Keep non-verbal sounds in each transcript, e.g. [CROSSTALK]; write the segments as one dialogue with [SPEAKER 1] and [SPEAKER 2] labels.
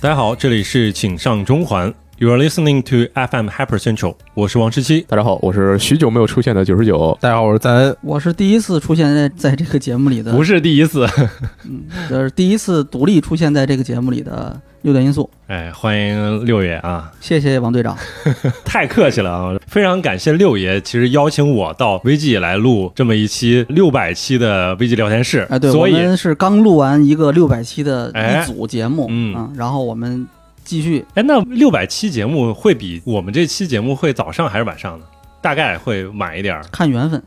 [SPEAKER 1] 大家好，这里是请上中环，You are listening to FM Hyper Central，我是王十七。
[SPEAKER 2] 大家好，我是许久没有出现的九十九。
[SPEAKER 3] 大家好，我是赞恩。
[SPEAKER 4] 我是第一次出现在在这个节目里的，
[SPEAKER 2] 是第一次，
[SPEAKER 4] 就是第一次独立出现在这个节目里的六点因素。
[SPEAKER 1] 哎，欢迎六爷啊！
[SPEAKER 4] 谢谢王
[SPEAKER 1] [LAUGHS]
[SPEAKER 4] 队长，
[SPEAKER 1] 太客气了啊！非常感谢六爷，其实邀请我到 VG 来录这么一期六百期的 VG 聊天室，
[SPEAKER 2] 啊
[SPEAKER 4] 哎，对，我
[SPEAKER 1] 所以
[SPEAKER 4] 们是刚录完一个六百期的
[SPEAKER 1] 哎
[SPEAKER 4] 一组节目，啊
[SPEAKER 1] 嗯
[SPEAKER 4] 然后我们继续，。
[SPEAKER 1] 哎，那六百期节目会比我们这期节目会早上还是晚上呢？大概会晚一点
[SPEAKER 2] [LAUGHS]
[SPEAKER 1] 儿
[SPEAKER 4] 看缘分，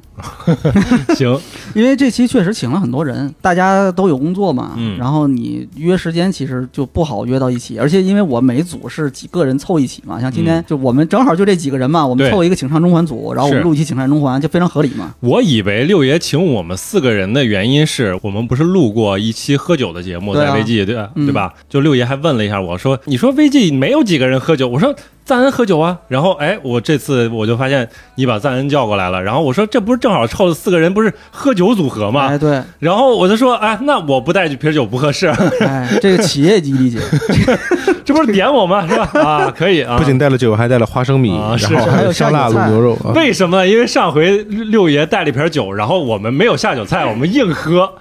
[SPEAKER 1] 行，
[SPEAKER 4] 因为这期确实请了很多人，大家都有工作嘛，
[SPEAKER 1] 嗯
[SPEAKER 4] 然后你约时间其实就不好约到一起，而且因为我每组是几个人凑一起嘛，像今天就我们正好就这几个人嘛，我
[SPEAKER 1] 嗯
[SPEAKER 4] 们
[SPEAKER 1] 对
[SPEAKER 4] 凑一个请上中环组，然后我们
[SPEAKER 1] 是
[SPEAKER 4] 录一期请上中环就非常合理嘛。
[SPEAKER 1] 我以为六爷请我们四个人的原因是我们不是录过一期喝酒的节目
[SPEAKER 4] 对
[SPEAKER 1] 在
[SPEAKER 4] 啊
[SPEAKER 1] VG 对吧
[SPEAKER 4] 嗯
[SPEAKER 1] 对吧？就六爷还问了一下我说：“你说 VG 没有几个人喝酒？”我说：“赞恩喝酒啊。”然后哎，我这次我就发现你把赞恩叫过来了，然后我说：“这不是正好凑了四个人，不是喝酒组合吗
[SPEAKER 4] [LAUGHS] 哎，对，？”
[SPEAKER 1] 然后我就说：“哎，那我不带几瓶酒不合适，
[SPEAKER 4] 哎，这个企业级理解。
[SPEAKER 1] 这不是点我吗？是吧？啊，可以啊。”
[SPEAKER 3] 不仅带了酒，还带了花生米，
[SPEAKER 1] 啊是
[SPEAKER 3] 然后还有香辣卤牛肉啊。
[SPEAKER 1] [LAUGHS] 为什么？因为上回六爷带了一瓶酒，然后我们没有下酒菜，我们硬喝，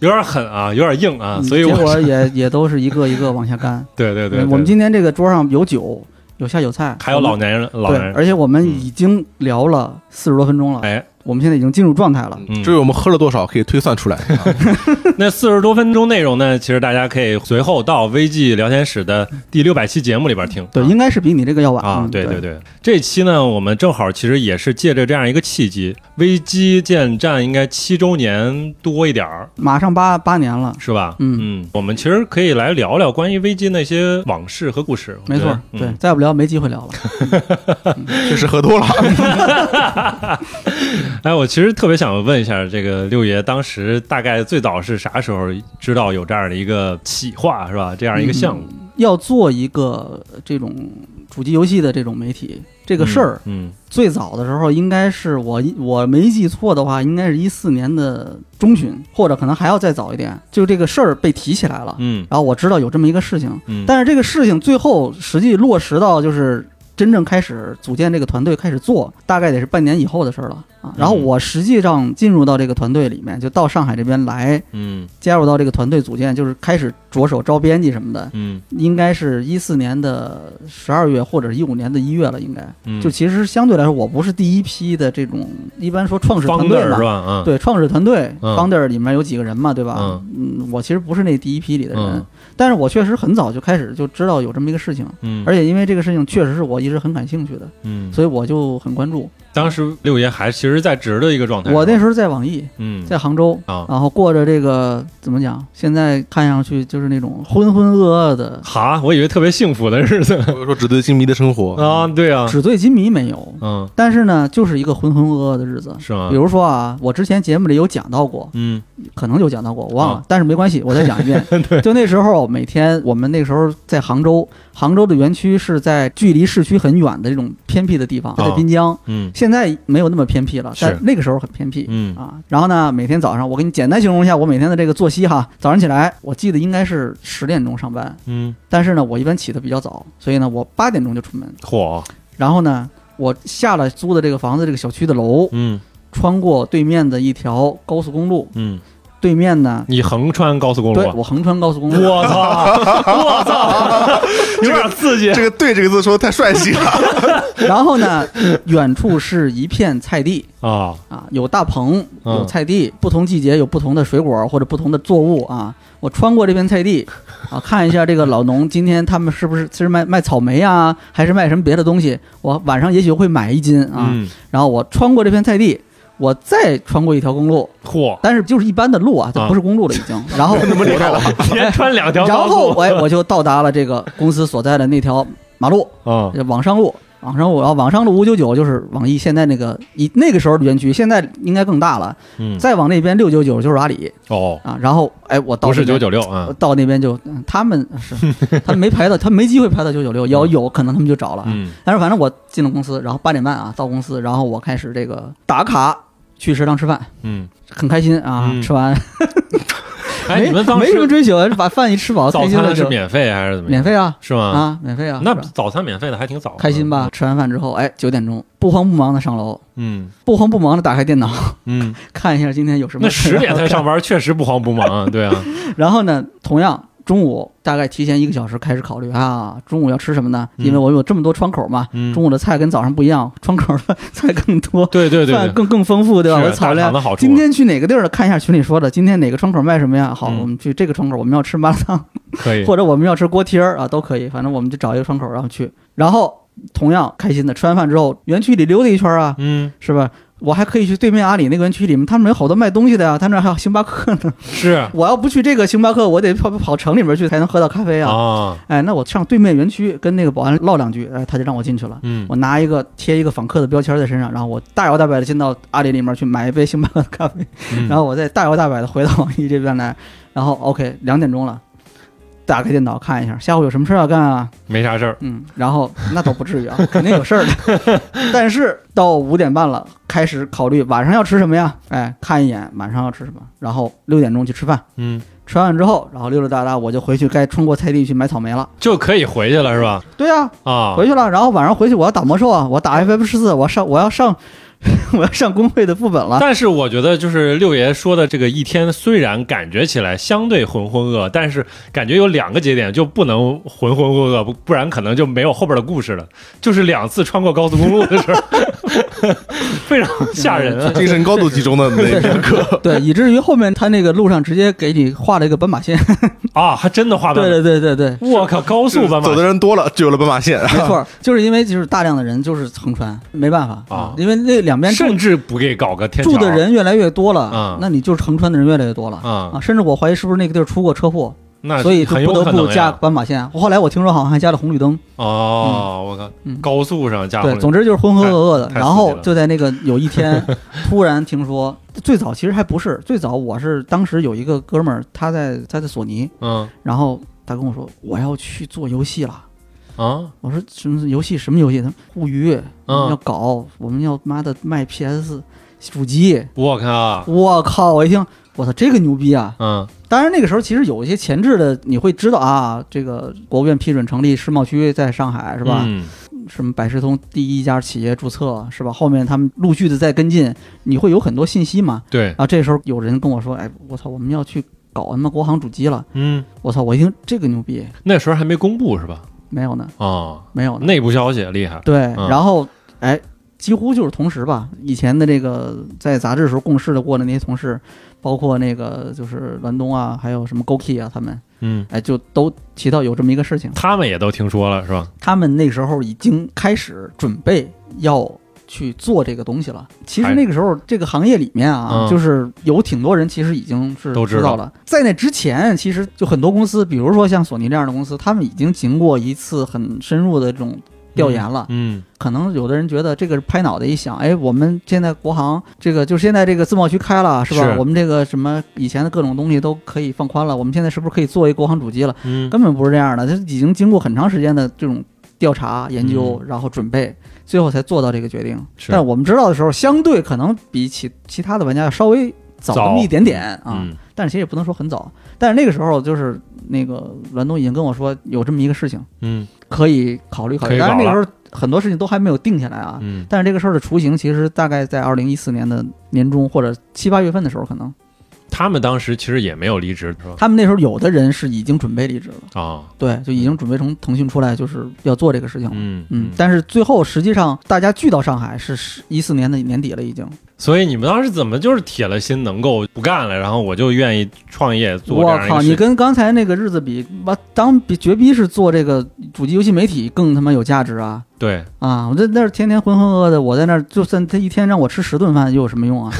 [SPEAKER 1] 有点狠啊，有点硬啊，
[SPEAKER 4] 嗯
[SPEAKER 1] 所以
[SPEAKER 4] 结
[SPEAKER 1] 我
[SPEAKER 4] 果也也都是一个一个往下干。
[SPEAKER 1] 对 [LAUGHS] 对对，
[SPEAKER 4] 嗯我们
[SPEAKER 1] 对
[SPEAKER 4] 今天这个桌上有酒，有下酒菜，
[SPEAKER 1] 还有老年人，
[SPEAKER 4] 我
[SPEAKER 1] 老
[SPEAKER 4] 们
[SPEAKER 1] 年
[SPEAKER 4] 对，
[SPEAKER 1] 人，嗯
[SPEAKER 4] 而且我们已经聊了四十多分钟了，
[SPEAKER 1] 哎，
[SPEAKER 4] 我们现在已经进入状态了。
[SPEAKER 1] 嗯
[SPEAKER 3] 至于我们喝了多少，可以推算出来。啊
[SPEAKER 1] 那四十多分钟内容呢，其实大家可以随后到 VG 聊天室的第六百期节目里边听。
[SPEAKER 4] 对，应该是比你这个要晚
[SPEAKER 1] 啊，
[SPEAKER 4] 嗯
[SPEAKER 1] 对
[SPEAKER 4] 对
[SPEAKER 1] 对对，这期呢，我们正好其实也是借着这样一个契机，危机建站应该七周年多一点儿，
[SPEAKER 4] 马上八八年了，
[SPEAKER 1] 是吧？
[SPEAKER 4] 嗯
[SPEAKER 1] 嗯，我们其实可以来聊聊关于危机那些往事和故事。我
[SPEAKER 4] 没
[SPEAKER 1] 觉
[SPEAKER 4] 错
[SPEAKER 1] 得，
[SPEAKER 4] 对
[SPEAKER 1] 嗯，
[SPEAKER 4] 再不聊没机会聊了。
[SPEAKER 3] 确实喝多了，
[SPEAKER 1] 哎，我其实特别想问一下，这个六爷当时大概最早是啥时候知道有这样的一个企划是吧？这样一个项目，
[SPEAKER 4] 嗯要做一个这种主机游戏的这种媒体，这
[SPEAKER 1] 这
[SPEAKER 4] 个事儿，
[SPEAKER 1] 嗯，
[SPEAKER 4] 最早的时候应该是我我没记错的话，应该是一四年的中旬，或者可能还要再早一点，就这个事儿被提起来了。
[SPEAKER 1] 嗯
[SPEAKER 4] 然后我知道有这么一个事情，
[SPEAKER 1] 嗯，
[SPEAKER 4] 但是这个事情最后实际落实到就是真正开始组建这个团队开始做，大概得是半年以后的事儿了
[SPEAKER 1] 嗯
[SPEAKER 4] 啊。然后我实际上进入到这个团队里面，就到上海这边来
[SPEAKER 1] 嗯
[SPEAKER 4] 加入到这个团队组建，就是开始着手招编辑什么的，
[SPEAKER 1] 嗯
[SPEAKER 4] 应该是一四年的十二月或者一五年的一月了，应该。
[SPEAKER 1] 嗯，
[SPEAKER 4] 就其实相对来说，我不是第一批的这种，一般说创始
[SPEAKER 1] 方
[SPEAKER 4] 团
[SPEAKER 1] 队
[SPEAKER 4] 队
[SPEAKER 1] 儿
[SPEAKER 4] 嘛
[SPEAKER 1] 是，吧？嗯，
[SPEAKER 4] 对，创始团队
[SPEAKER 1] 嗯
[SPEAKER 4] founder 里面有几个人嘛，对吧？
[SPEAKER 1] 嗯
[SPEAKER 4] 嗯，我其实不是那第一批里的人，
[SPEAKER 1] 嗯
[SPEAKER 4] 但是我确实很早就开始就知道有这么一个事情，
[SPEAKER 1] 嗯，
[SPEAKER 4] 而且因为这个事情确实是我一直很感兴趣的，
[SPEAKER 1] 嗯，
[SPEAKER 4] 所以我就很关注。
[SPEAKER 1] 当时六爷还其实在职的一个状态。
[SPEAKER 4] 我那
[SPEAKER 1] 是吧
[SPEAKER 4] 时候在网易，
[SPEAKER 1] 嗯
[SPEAKER 4] 在杭州。
[SPEAKER 1] 啊
[SPEAKER 4] 然后过着这个怎么讲？现在看上去就是那种浑浑噩噩的，
[SPEAKER 1] 哈，我以为特别幸福的日
[SPEAKER 4] [LAUGHS]
[SPEAKER 1] 子
[SPEAKER 3] 我说纸醉金迷的生活
[SPEAKER 1] 啊，对啊，
[SPEAKER 4] 纸醉金迷没有，
[SPEAKER 1] 嗯，
[SPEAKER 4] 但是呢，就是一个浑浑噩噩的日子。
[SPEAKER 1] 是吗
[SPEAKER 4] 比？如说啊，我之前节目里有讲到过，
[SPEAKER 1] 嗯
[SPEAKER 4] 可能有讲到过，我忘了，
[SPEAKER 1] 啊
[SPEAKER 4] 但是没
[SPEAKER 1] [LAUGHS]
[SPEAKER 4] 关系，我再讲一遍。就那时候每天我们那时候在杭州，杭州的园区是在距离市区很远的这种偏僻的地方，
[SPEAKER 1] 啊
[SPEAKER 4] 在滨江。
[SPEAKER 1] 嗯
[SPEAKER 4] 现在没有那么偏僻了，
[SPEAKER 1] 是
[SPEAKER 4] 但那个时候很偏僻。
[SPEAKER 1] 嗯
[SPEAKER 4] 啊，然后呢，每天早上我给你简单形容一下我每天的这个作息哈。早上起来，我记得应该是十点钟上班，
[SPEAKER 1] 嗯，
[SPEAKER 4] 但是呢，我一般起得比较早，所以呢，我八点钟就出门。
[SPEAKER 1] 火，
[SPEAKER 4] 然后呢，我下了租的这个房子这个小区的楼，
[SPEAKER 1] 嗯
[SPEAKER 4] 穿过对面的一条高速公路，
[SPEAKER 1] 嗯，
[SPEAKER 4] 对面呢
[SPEAKER 1] 你横穿高速公路
[SPEAKER 4] 对
[SPEAKER 1] 啊，
[SPEAKER 4] 我横穿高速公路，
[SPEAKER 1] 我操，我操，有点刺激。
[SPEAKER 3] 这个“对”这个字说的太帅气了。
[SPEAKER 4] [LAUGHS] 然后呢，远处是一片菜地
[SPEAKER 1] 啊，
[SPEAKER 4] 啊，有大棚，
[SPEAKER 1] 嗯
[SPEAKER 4] 有菜地，不同季节有不同的水果或者不同的作物啊。我穿过这片菜地啊，看一下这个老农今天他们是不是是卖卖草莓啊，还是卖什么别的东西？我晚上也许会买一斤啊。
[SPEAKER 1] 嗯，
[SPEAKER 4] 然后我穿过这片菜地。我再穿过一条公路，
[SPEAKER 1] 嚯，
[SPEAKER 4] [LAUGHS] 但是就是一般的路啊，就
[SPEAKER 1] 啊
[SPEAKER 4] 不是公路了已经。然
[SPEAKER 1] [LAUGHS]
[SPEAKER 4] 后
[SPEAKER 1] 连穿两条
[SPEAKER 4] 然
[SPEAKER 1] 高
[SPEAKER 4] 后哎
[SPEAKER 1] 速，
[SPEAKER 4] 我我就到达了这个公司所在的那条马路，
[SPEAKER 1] 啊，
[SPEAKER 4] 就网上路，网上路，然后网上路五九九就是网易现在那个以那个时候的园区，现在应该更大了。
[SPEAKER 1] 嗯，
[SPEAKER 4] 再往那边六九九就是阿里
[SPEAKER 1] 哦，
[SPEAKER 4] 啊，然后哎，我到
[SPEAKER 1] 不是
[SPEAKER 4] 那
[SPEAKER 1] 九
[SPEAKER 4] 边
[SPEAKER 1] 九六啊
[SPEAKER 4] 我，到那边就、嗯他们是 [LAUGHS] 他们没排到，他们没机会排到九九六，要有可能他们就找了啊。
[SPEAKER 1] 嗯
[SPEAKER 4] 但是反正我进了公司，然后八点半啊到公司，然后我开始这个打卡去食堂吃饭，
[SPEAKER 1] 嗯
[SPEAKER 4] 很开心啊，
[SPEAKER 1] 嗯
[SPEAKER 4] 吃完。
[SPEAKER 1] 哎，
[SPEAKER 4] 没
[SPEAKER 1] 你们当
[SPEAKER 4] 没什么
[SPEAKER 1] 时
[SPEAKER 4] 追求，把饭一吃饱，
[SPEAKER 1] 早
[SPEAKER 4] 开心了
[SPEAKER 1] 餐是
[SPEAKER 4] 就
[SPEAKER 1] 免费还是怎么样？
[SPEAKER 4] 免费啊
[SPEAKER 1] 是吗？
[SPEAKER 4] 啊，免费啊，
[SPEAKER 1] 那
[SPEAKER 4] 是吧
[SPEAKER 1] 早餐免费的还挺早，
[SPEAKER 4] 开心吧？？吃完饭之后，哎，九点钟不慌不忙的上楼，
[SPEAKER 1] 嗯
[SPEAKER 4] 不慌不忙的打开电脑， [LAUGHS]
[SPEAKER 1] 嗯，
[SPEAKER 4] 看一下今天有什么。
[SPEAKER 1] 那十点才上。班，确实不慌不忙啊，对啊，
[SPEAKER 4] [LAUGHS] 然后呢，同样中午大概提前一个小时开始考虑啊，中午要吃什么呢？
[SPEAKER 1] 嗯
[SPEAKER 4] 因为我有这么多窗口嘛，
[SPEAKER 1] 嗯
[SPEAKER 4] 中午的菜跟早上不一样，窗口的 [LAUGHS] 菜更多，
[SPEAKER 1] 对对对
[SPEAKER 4] 饭
[SPEAKER 1] 对，
[SPEAKER 4] 更更丰富，对吧？
[SPEAKER 1] 是
[SPEAKER 4] 我草
[SPEAKER 1] 大
[SPEAKER 4] 料
[SPEAKER 1] 厂。的好处，
[SPEAKER 4] 今天去哪个地儿了？看一下群里说的，今天哪个窗口卖什么呀？好，
[SPEAKER 1] 嗯
[SPEAKER 4] 我们去这个窗口，我们要吃麻辣烫，
[SPEAKER 1] 可以，
[SPEAKER 4] 或者我们要吃锅贴儿啊，都可以。反正我们就找一个窗口，然后去。然后同样开心的吃完饭之后，园区里溜达一圈儿啊，
[SPEAKER 1] 嗯，
[SPEAKER 4] 是吧？我还可以去对面阿里那个园区里面，他们有好多卖东西的呀、他们那还有星巴克呢。 [LAUGHS]
[SPEAKER 1] 是
[SPEAKER 4] 我要不去这个星巴克，我得跑跑城里面去才能喝到咖啡啊。
[SPEAKER 1] 啊，
[SPEAKER 4] 哎，那我上对面园区跟那个保安唠两句，哎，他就让我进去了。
[SPEAKER 1] 嗯，
[SPEAKER 4] 我拿一个贴一个访客的标签在身上，然后我大摇大摆的进到阿里里面去买一杯星巴克的咖啡，
[SPEAKER 1] 嗯
[SPEAKER 4] 然后我再大摇大摆的回到网易这边来，然后 OK 两点钟了，打开电脑看一下，下午有什么事儿要干啊？
[SPEAKER 1] 没啥事儿，
[SPEAKER 4] 嗯，然后那倒不至
[SPEAKER 1] [LAUGHS]
[SPEAKER 4] 于啊，肯定有事儿的。但是到五点半了，开始考虑晚上要吃什么呀？哎，看一眼晚上要吃什么，然后六点钟去吃饭。
[SPEAKER 1] 嗯，
[SPEAKER 4] 吃完之后，然后溜溜达达，我就回去该穿过菜地去买草莓了。
[SPEAKER 1] 就可以回去了是吧？
[SPEAKER 4] 对啊，
[SPEAKER 1] 啊，
[SPEAKER 4] 回去了。然后晚上回去我要打魔兽啊，我打 FF 十四，我上我要上 [LAUGHS] 我要上工会的副本了。
[SPEAKER 1] 但是我觉得，就是六爷说的这个一天，虽然感觉起来相对浑浑噩，噩，但是感觉有两个节点就不能浑浑噩噩，不不然可能就没有后边的故事了。 [LAUGHS] 就是两次穿过高速公路的时候， [LAUGHS] 非常吓人
[SPEAKER 4] 嗯
[SPEAKER 1] 啊！
[SPEAKER 3] 精神高度集中的那一片刻，
[SPEAKER 4] 对，以至于后面他那个路上直接给你画了一个斑马线。
[SPEAKER 1] 啊，还真的画
[SPEAKER 4] 对
[SPEAKER 1] 斑
[SPEAKER 4] 对对
[SPEAKER 1] [LAUGHS]
[SPEAKER 4] 对对，
[SPEAKER 1] 马，我靠，高速斑马
[SPEAKER 3] 走的人多了就有了斑马线，
[SPEAKER 4] 没错，就是因为就是大量的人就是横穿，没办法
[SPEAKER 1] 啊
[SPEAKER 4] 因为那两边住
[SPEAKER 1] 甚至不给搞个天桥
[SPEAKER 4] 住的人越来越多了，
[SPEAKER 1] 嗯
[SPEAKER 4] 那你就是横穿的人越来越多了、
[SPEAKER 1] 啊，
[SPEAKER 4] 啊！甚至我怀疑是不是那个地儿出过车祸，
[SPEAKER 1] 那
[SPEAKER 4] 所以就
[SPEAKER 1] 很有
[SPEAKER 4] 不得
[SPEAKER 1] 可
[SPEAKER 4] 不
[SPEAKER 1] 能
[SPEAKER 4] 加
[SPEAKER 1] 呀。
[SPEAKER 4] 斑马线。后来我听说好像还加了红绿灯，
[SPEAKER 1] 哦，我靠
[SPEAKER 4] 嗯，
[SPEAKER 1] 高速上加红
[SPEAKER 4] 对，
[SPEAKER 1] 绿
[SPEAKER 4] 总之就是浑浑噩噩的。
[SPEAKER 1] 太太刺激了
[SPEAKER 4] 然后就在那个有一天，突然听说，最早其实还不是，最早我是当时有一个哥们儿，他在他在索尼，
[SPEAKER 1] 嗯
[SPEAKER 4] 然后他跟我说我要去做游戏了。
[SPEAKER 1] 啊
[SPEAKER 4] 我说什么游戏？什么游戏？他说互娱，我们
[SPEAKER 1] 嗯
[SPEAKER 4] 要搞，我们要妈的卖 PS 主机。
[SPEAKER 1] 我靠，
[SPEAKER 4] 我靠！我一听，我操，这个牛逼啊！
[SPEAKER 1] 嗯
[SPEAKER 4] 当然那个时候其实有一些前置的，你会知道啊，这个国务院批准成立世贸区在上海是吧？
[SPEAKER 1] 嗯
[SPEAKER 4] 什么百事通第一家企业注册是吧？后面他们陆续的在跟进，你会有很多信息嘛。
[SPEAKER 1] 对
[SPEAKER 4] 然，后这时候有人跟我说，哎，我操，我们要去搞他妈国行主机了！
[SPEAKER 1] 嗯，
[SPEAKER 4] 我操，我一听这个牛逼，
[SPEAKER 1] 那时候还没公布是吧？
[SPEAKER 4] 没有呢，
[SPEAKER 1] 啊，
[SPEAKER 4] 没有呢。
[SPEAKER 1] 内部消息厉害。
[SPEAKER 4] 对，
[SPEAKER 1] 嗯
[SPEAKER 4] 然后哎，几乎就是同时吧。以前的这个在杂志时候共事的过的那些同事，包括那个就是栾东啊，还有什么 Goki 啊，他们
[SPEAKER 1] 嗯，
[SPEAKER 4] 哎就都提到有这么一个事情。
[SPEAKER 1] 他们也都听说了是吧？
[SPEAKER 4] 他们那时候已经开始准备要去做这个东西了。其实
[SPEAKER 1] 还
[SPEAKER 4] 那个时候，这个行业里面啊，
[SPEAKER 1] 嗯
[SPEAKER 4] 就是有挺多人其实已经是
[SPEAKER 1] 都知
[SPEAKER 4] 知
[SPEAKER 1] 道
[SPEAKER 4] 道了。在那之前，其实就很多公司，比如说像索尼这样的公司，他们已经经过一次很深入的这种调研了。
[SPEAKER 1] 嗯
[SPEAKER 4] 可能有的人觉得这个是拍脑袋一想，哎，我们现在国行这个就是现在这个自贸区开了，是吧？
[SPEAKER 1] 是
[SPEAKER 4] 我们这个什么以前的各种东西都可以放宽了，我们现在是不是可以做一个国行主机了？
[SPEAKER 1] 嗯
[SPEAKER 4] 根本不是这样的，它已经经过很长时间的这种调查、研究，然后准备，最后才做到这个决定。
[SPEAKER 1] 嗯是
[SPEAKER 4] 但我们知道的时候，相对可能比起其他的玩家要稍微早那
[SPEAKER 1] 早
[SPEAKER 4] 么一点点啊。
[SPEAKER 1] 嗯
[SPEAKER 4] 但是其实也不能说很早，但是那个时候就是那个栾东已经跟我说有这么一个事情
[SPEAKER 1] 嗯
[SPEAKER 4] 可以考虑考
[SPEAKER 1] 可
[SPEAKER 4] 虑，
[SPEAKER 1] 以搞
[SPEAKER 4] 当
[SPEAKER 1] 了
[SPEAKER 4] 然那个时候很多事情都还没有定下来啊。
[SPEAKER 1] 嗯，
[SPEAKER 4] 但是这个事儿的雏形其实大概在二零一四年的年中或者七八月份的时候，可能
[SPEAKER 1] 他们当时其实也没有离职是吧？
[SPEAKER 4] 他们那时候有的人是已经准备离职了。
[SPEAKER 1] 啊，
[SPEAKER 4] 对，就已经准备从腾讯出来，就是要做这个事情了。
[SPEAKER 1] 嗯
[SPEAKER 4] 嗯，但是最后实际上大家聚到上海是一四年的年底了，已经。
[SPEAKER 1] 所以你们当时怎么就是铁了心能够不干了，然后我就愿意创业做这
[SPEAKER 4] 我
[SPEAKER 1] 样一
[SPEAKER 4] 靠，
[SPEAKER 1] 个
[SPEAKER 4] 你
[SPEAKER 1] 事情？
[SPEAKER 4] 跟刚才那个日子比，我当比绝逼是做这个主机游戏媒体更他妈有价值啊！
[SPEAKER 1] 对，
[SPEAKER 4] 啊，我在那儿天天浑浑噩噩的，我在那儿就算他一天让我吃十顿饭又有什么用啊？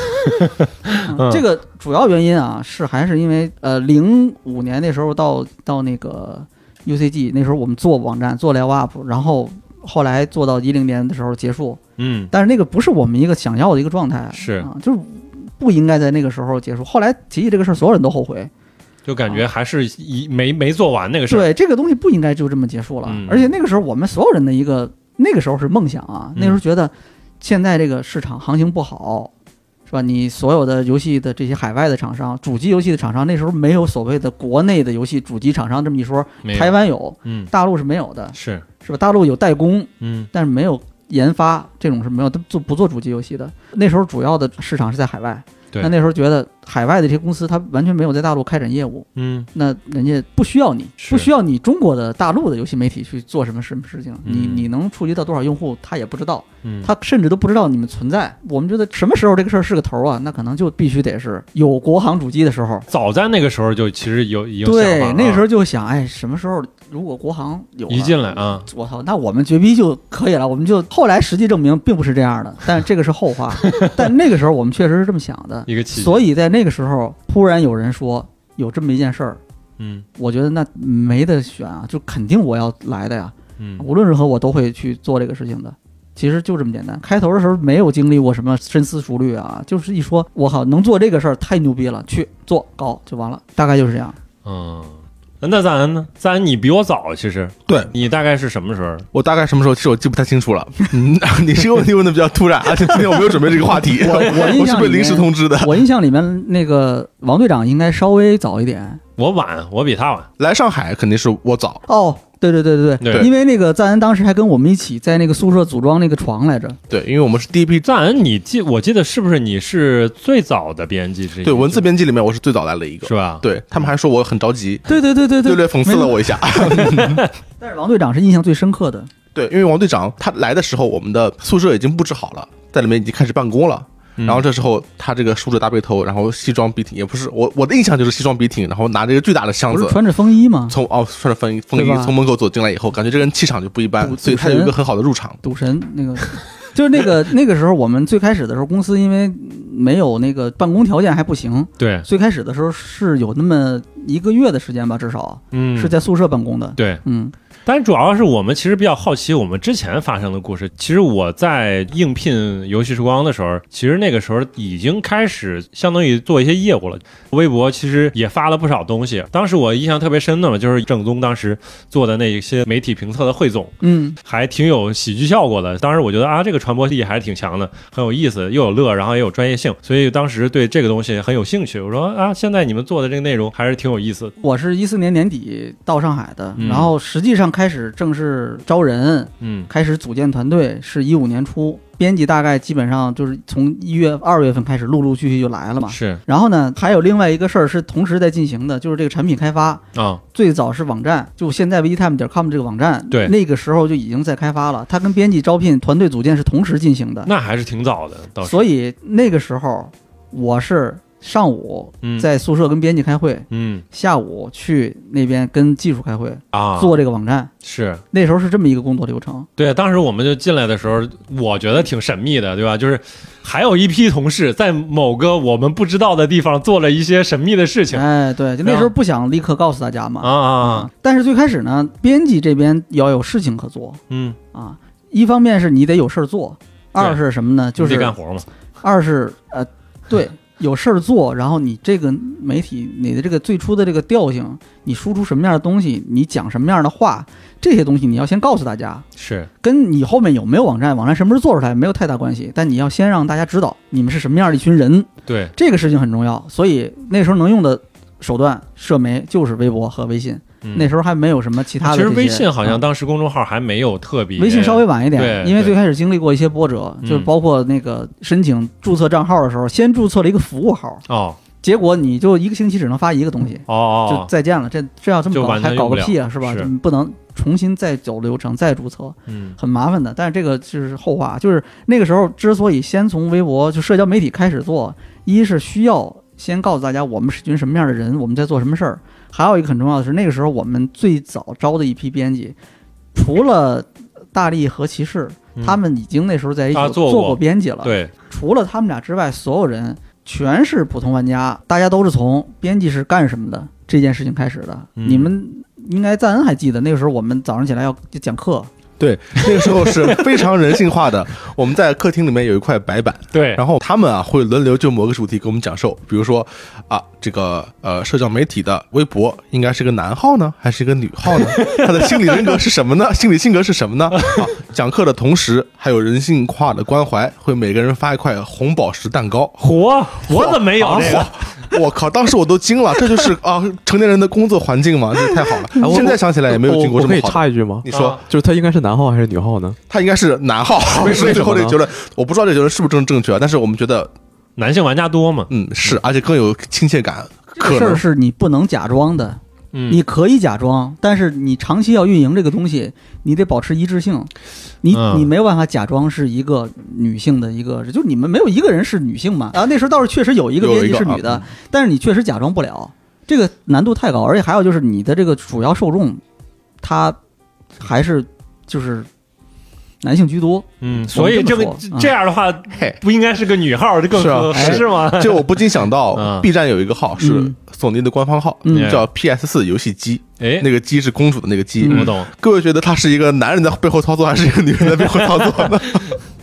[SPEAKER 4] 嗯这个主要原因啊是还是因为呃零五年那时候到到那个 UCG 那时候我们做网站做 Live Up，然后后来做到一零年的时候结束，
[SPEAKER 1] 嗯
[SPEAKER 4] 但是那个不是我们一个想要的一个状态，
[SPEAKER 1] 是
[SPEAKER 4] 啊，就是不应该在那个时候结束。后来提起这个事儿，所有人都后悔，
[SPEAKER 1] 就感觉还是一没没做完那个事儿。
[SPEAKER 4] 啊对这个东西不应该就这么结束了。
[SPEAKER 1] 嗯
[SPEAKER 4] 而且那个时候我们所有人的一个那个时候是梦想啊，
[SPEAKER 1] 嗯
[SPEAKER 4] 那时候觉得现在这个市场行情不好。是吧？你所有的游戏的这些海外的厂商，主机游戏的厂商，那时候没有所谓的国内的游戏主机厂商这么一说，
[SPEAKER 1] 没有
[SPEAKER 4] 台湾有，
[SPEAKER 1] 嗯
[SPEAKER 4] 大陆是没有的，
[SPEAKER 1] 是
[SPEAKER 4] 是吧？大陆有代工，
[SPEAKER 1] 嗯
[SPEAKER 4] 但是没有研发这种是没有，他做不做主机游戏的？那时候主要的市场是在海外。
[SPEAKER 1] 对
[SPEAKER 4] 那那时候觉得海外的这些公司，它完全没有在大陆开展业务，
[SPEAKER 1] 嗯
[SPEAKER 4] 那人家不需要你，
[SPEAKER 1] 是
[SPEAKER 4] 不需要你中国的大陆的游戏媒体去做什么什么事情，你
[SPEAKER 1] 嗯
[SPEAKER 4] 你能触及到多少用户，他也不知道，
[SPEAKER 1] 嗯，
[SPEAKER 4] 他甚至都不知道你们存在。我们觉得什么时候这个事儿是个头啊？那可能就必须得是有国行主机的时候。
[SPEAKER 1] 早在那个时候就其实有已经想法啊
[SPEAKER 4] 对
[SPEAKER 1] 了，
[SPEAKER 4] 那个时候就想，哎，什么时候如果国行有了
[SPEAKER 1] 一进来啊，
[SPEAKER 4] 我操，那我们绝逼就可以了。我们就后来实际证明并不是这
[SPEAKER 1] [LAUGHS]
[SPEAKER 4] 样的，但这个是后话。但那个时候我们确实是这么想
[SPEAKER 1] [LAUGHS]
[SPEAKER 4] 的，
[SPEAKER 1] 一个契机，
[SPEAKER 4] 所以在那个时候突然有人说有这么一件事儿，
[SPEAKER 1] 嗯
[SPEAKER 4] 我觉得那没得选啊，就肯定我要来的呀，
[SPEAKER 1] 嗯
[SPEAKER 4] 无论如何我都会去做这个事情的。其实就这么简单。开头的时候没有经历过什么深思熟虑啊，就是一说我靠能做这个事儿太牛逼了，去做搞就完了，大概就是这样。
[SPEAKER 1] 嗯，那赞恩呢？赞恩你比我早，啊其实
[SPEAKER 3] 对
[SPEAKER 1] 你大概是什么时候？
[SPEAKER 3] 我大概什么时候，其实我记不太清楚了。嗯，你这个问题问的比较突然，而且今天我没有准备这个话题，
[SPEAKER 4] 我我
[SPEAKER 3] 我
[SPEAKER 4] 印象里面
[SPEAKER 3] 是被临时通知的。
[SPEAKER 4] 我印象里面那个王队长应该稍微早一点，
[SPEAKER 1] 我晚，我比他晚，
[SPEAKER 3] 来上海肯定是我早，
[SPEAKER 4] 哦，对对对对
[SPEAKER 1] 对
[SPEAKER 4] 因为那个赞恩当时还跟我们一起在那个宿舍组装那个床来着，
[SPEAKER 3] 对，因为我们是第一批。
[SPEAKER 1] 赞恩，你记我记得是不是你是最早的编辑之一？
[SPEAKER 3] 对文字编辑里面，我是最早来了一个
[SPEAKER 1] 是。吧？，
[SPEAKER 3] 对他们还说我很着急，
[SPEAKER 4] 对对对对
[SPEAKER 3] 略略讽刺了。我一下。
[SPEAKER 4] 但是王队长是印象最深刻的，
[SPEAKER 3] 对，因为王队长他来的时候，我们的宿舍已经布置好了，在里面已经开始办公了。
[SPEAKER 1] 嗯
[SPEAKER 3] 然后这时候他这个梳着大背头，然后西装笔挺，也不是我我的印象就是西装笔挺，然后拿着一个巨大的箱
[SPEAKER 4] 不
[SPEAKER 3] 子
[SPEAKER 4] 是，穿着风衣吗？
[SPEAKER 3] 从哦穿着风衣风
[SPEAKER 4] 对
[SPEAKER 3] 衣
[SPEAKER 4] 吧
[SPEAKER 3] 从门口走进来以后，感觉这个人气场就不一般
[SPEAKER 4] 赌，
[SPEAKER 3] 所以他
[SPEAKER 4] 赌神
[SPEAKER 3] 有一个很好的入场。
[SPEAKER 4] 赌神那个，就是那个那个时候，我们最开始的时候，公司因为没有那个办公条件还不行，
[SPEAKER 1] 对，
[SPEAKER 4] 最开始的时候是有那么一个月的时间吧，至少
[SPEAKER 1] 嗯，
[SPEAKER 4] 是在宿舍办公的。
[SPEAKER 1] 对，
[SPEAKER 4] 嗯，
[SPEAKER 1] 但主要是我们其实比较好奇我们之前发生的故事。其实我在应聘游戏时光的时候，其实那个时候已经开始相当于做一些业务了。微博其实也发了不少东西。当时我印象特别深的嘛，就是正宗当时做的那些媒体评测的汇总，
[SPEAKER 4] 嗯，
[SPEAKER 1] 还挺有喜剧效果的。当时我觉得啊，这个传播力还是挺强的，很有意思，又有乐，然后也有专业性，所以当时对这个东西很有兴趣。我说啊，现在你们做的这个内容还是挺有意思的。
[SPEAKER 4] 我是一四年年底到上海的，
[SPEAKER 1] 嗯
[SPEAKER 4] 然后实际上开始正式招人，
[SPEAKER 1] 嗯
[SPEAKER 4] 开始组建团队是一五年初，编辑大概基本上就是从一月、二月份开始陆陆续续就来了嘛。
[SPEAKER 1] 是
[SPEAKER 4] 然后呢，还有另外一个事儿是同时在进行的，就是这个产品开发。
[SPEAKER 1] 啊，
[SPEAKER 4] 最早是网站，就现在 vtime 点 com 这个网站，
[SPEAKER 1] 对
[SPEAKER 4] 那个时候就已经在开发了。它跟编辑招聘、团队组建是同时进行的，
[SPEAKER 1] 那还是挺早的，倒是
[SPEAKER 4] 所以那个时候我是上午
[SPEAKER 1] 嗯
[SPEAKER 4] 在宿舍跟编辑开会，
[SPEAKER 1] 嗯
[SPEAKER 4] 下午去那边跟技术开会，
[SPEAKER 1] 啊，
[SPEAKER 4] 做这个网站。
[SPEAKER 1] 是嗯
[SPEAKER 4] 那时候是这么一个工作流程。
[SPEAKER 1] 对，当时我们就进来的时候，我觉得挺神秘的，对吧？就是还有一批同事在某个我们不知道的地方做了一些神秘的事情
[SPEAKER 4] 哎，对，就那
[SPEAKER 1] 然后
[SPEAKER 4] 时候不想立刻告诉大家嘛
[SPEAKER 1] 啊。啊，
[SPEAKER 4] 但是最开始呢，编辑这边要有事情可做
[SPEAKER 1] 嗯，
[SPEAKER 4] 啊。一方面是你得有事儿做，
[SPEAKER 1] 对
[SPEAKER 4] 二是什么呢？就
[SPEAKER 1] 你得
[SPEAKER 4] 是
[SPEAKER 1] 干活嘛，
[SPEAKER 4] 二是呃，对，有事儿做，然后你这个媒体，你的这个最初的这个调性，你输出什么样的东西，你讲什么样的话，这些东西你要先告诉大家，
[SPEAKER 1] 是
[SPEAKER 4] 跟你后面有没有网站，网站什么时候做出来没有太大关系，但你要先让大家知道你们是什么样的一群人，
[SPEAKER 1] 对，
[SPEAKER 4] 这个事情很重要。所以那时候能用的手段，社媒就是微博和微信。
[SPEAKER 1] 嗯
[SPEAKER 4] 那时候还没有什么其他的
[SPEAKER 1] 其
[SPEAKER 4] 这些。
[SPEAKER 1] 实微信好像
[SPEAKER 4] 啊
[SPEAKER 1] 当时公众号还没有特别，
[SPEAKER 4] 微信稍微晚一点，
[SPEAKER 1] 对
[SPEAKER 4] 因为
[SPEAKER 1] 对
[SPEAKER 4] 最开始经历过一些波折，
[SPEAKER 1] 嗯
[SPEAKER 4] 就是包括那个申请注册账号的时候，先注册了一个服务号，
[SPEAKER 1] 哦
[SPEAKER 4] 结果你就一个星期只能发一个东西，
[SPEAKER 1] 哦哦，
[SPEAKER 4] 就再见了。这这要这么
[SPEAKER 1] 就
[SPEAKER 4] 搞
[SPEAKER 1] 完全
[SPEAKER 4] 还搞
[SPEAKER 1] 用不
[SPEAKER 4] 个
[SPEAKER 1] 了
[SPEAKER 4] 屁啊，是吧？
[SPEAKER 1] 是
[SPEAKER 4] 你不能重新再走流程再注册，
[SPEAKER 1] 嗯
[SPEAKER 4] 很麻烦的。但是这个就是后话，就是那个时候之所以先从微博
[SPEAKER 1] 嗯
[SPEAKER 4] 就社交媒体开始做，一是需要先告诉大家我们是群什么样的人，我们在做什么事儿。还有一个很重要的是，那个时候我们最早招的一批编辑，除了大力和骑士，
[SPEAKER 1] 嗯
[SPEAKER 4] 他们已经那时候在一
[SPEAKER 1] 啊
[SPEAKER 4] 起
[SPEAKER 1] 做过
[SPEAKER 4] 过编辑了。
[SPEAKER 1] 对
[SPEAKER 4] 除了他们俩之外，所有人全是普通玩家，大家都是从编辑是干什么的这件事情开始的。
[SPEAKER 1] 嗯
[SPEAKER 4] 你们应该赞恩还记得，那个时候我们早上起来要讲课，
[SPEAKER 3] 对，那个时候是非常人性化的。我们在客厅里面有一块白板，
[SPEAKER 1] 对，
[SPEAKER 3] 然后他们啊会轮流就某个主题给我们讲授，比如说啊，这个呃社交媒体的微博应该是个男号呢，还是一个女
[SPEAKER 2] [LAUGHS]
[SPEAKER 3] 号呢？他的心理人格是什么呢？ [LAUGHS] 心理性格是什么呢？啊，讲课的同时还有人性化的关怀，会每个人发一块红宝石蛋糕。
[SPEAKER 1] 火，我怎么没有
[SPEAKER 3] 啊
[SPEAKER 1] 这个？
[SPEAKER 3] 我我靠！当时我都惊了，这就是啊成年人的工作环境嘛， [LAUGHS] 这太好
[SPEAKER 2] 哎
[SPEAKER 3] 了。
[SPEAKER 2] 我
[SPEAKER 3] 现在想起来也没有经过
[SPEAKER 2] 我
[SPEAKER 3] 这
[SPEAKER 2] 我可
[SPEAKER 3] 么
[SPEAKER 2] 以
[SPEAKER 3] 好的。
[SPEAKER 2] 插一句吗？
[SPEAKER 3] 你说
[SPEAKER 1] 啊
[SPEAKER 2] 就是他应该是男号还是女号呢？
[SPEAKER 3] 他应该是男
[SPEAKER 2] [LAUGHS]
[SPEAKER 3] 号，
[SPEAKER 2] 为
[SPEAKER 3] 所以最后这
[SPEAKER 2] 为什么呢
[SPEAKER 3] 个结论，我不知道这个结论是不是正正确啊，但是我们觉得
[SPEAKER 1] 男性玩家多嘛？
[SPEAKER 3] 嗯是，而且更有亲切感。
[SPEAKER 4] 这
[SPEAKER 3] 可
[SPEAKER 4] 事
[SPEAKER 3] 能
[SPEAKER 4] 儿是你不能假装的，
[SPEAKER 1] 嗯，
[SPEAKER 4] 你可以假装，但是你长期要运营这个东西，你得保持一致性。你
[SPEAKER 1] 嗯
[SPEAKER 4] 你没有办法假装是一个女性的一个，就是你们没有一个人是女性嘛。啊，那时候倒是确实有一个
[SPEAKER 3] 有一
[SPEAKER 4] 编
[SPEAKER 3] 个
[SPEAKER 4] 辑是女的，但是你确实假装不了，这个难度太高。而且还有就是你的这个主要受众，他还是就是男性居多。
[SPEAKER 1] 嗯，所以这个
[SPEAKER 4] 我们这么说嗯
[SPEAKER 1] 这样的话，
[SPEAKER 3] 嘿，
[SPEAKER 1] 不应该是个女号，这更
[SPEAKER 3] 是啊
[SPEAKER 1] 合
[SPEAKER 3] 哎
[SPEAKER 1] 适吗？
[SPEAKER 3] 就我不禁想
[SPEAKER 1] 嗯
[SPEAKER 3] 到，B 站有一个号是
[SPEAKER 4] 嗯
[SPEAKER 3] 索尼的官方号，
[SPEAKER 4] 嗯
[SPEAKER 3] 叫 PS 四游戏机，
[SPEAKER 1] 哎，嗯
[SPEAKER 3] 那个机是公主的那个机。
[SPEAKER 1] 我
[SPEAKER 4] 嗯
[SPEAKER 1] 懂，
[SPEAKER 3] 各位觉得它是一个男人在背后操作，还是一个女人在背后操作
[SPEAKER 4] [LAUGHS]
[SPEAKER 3] 呢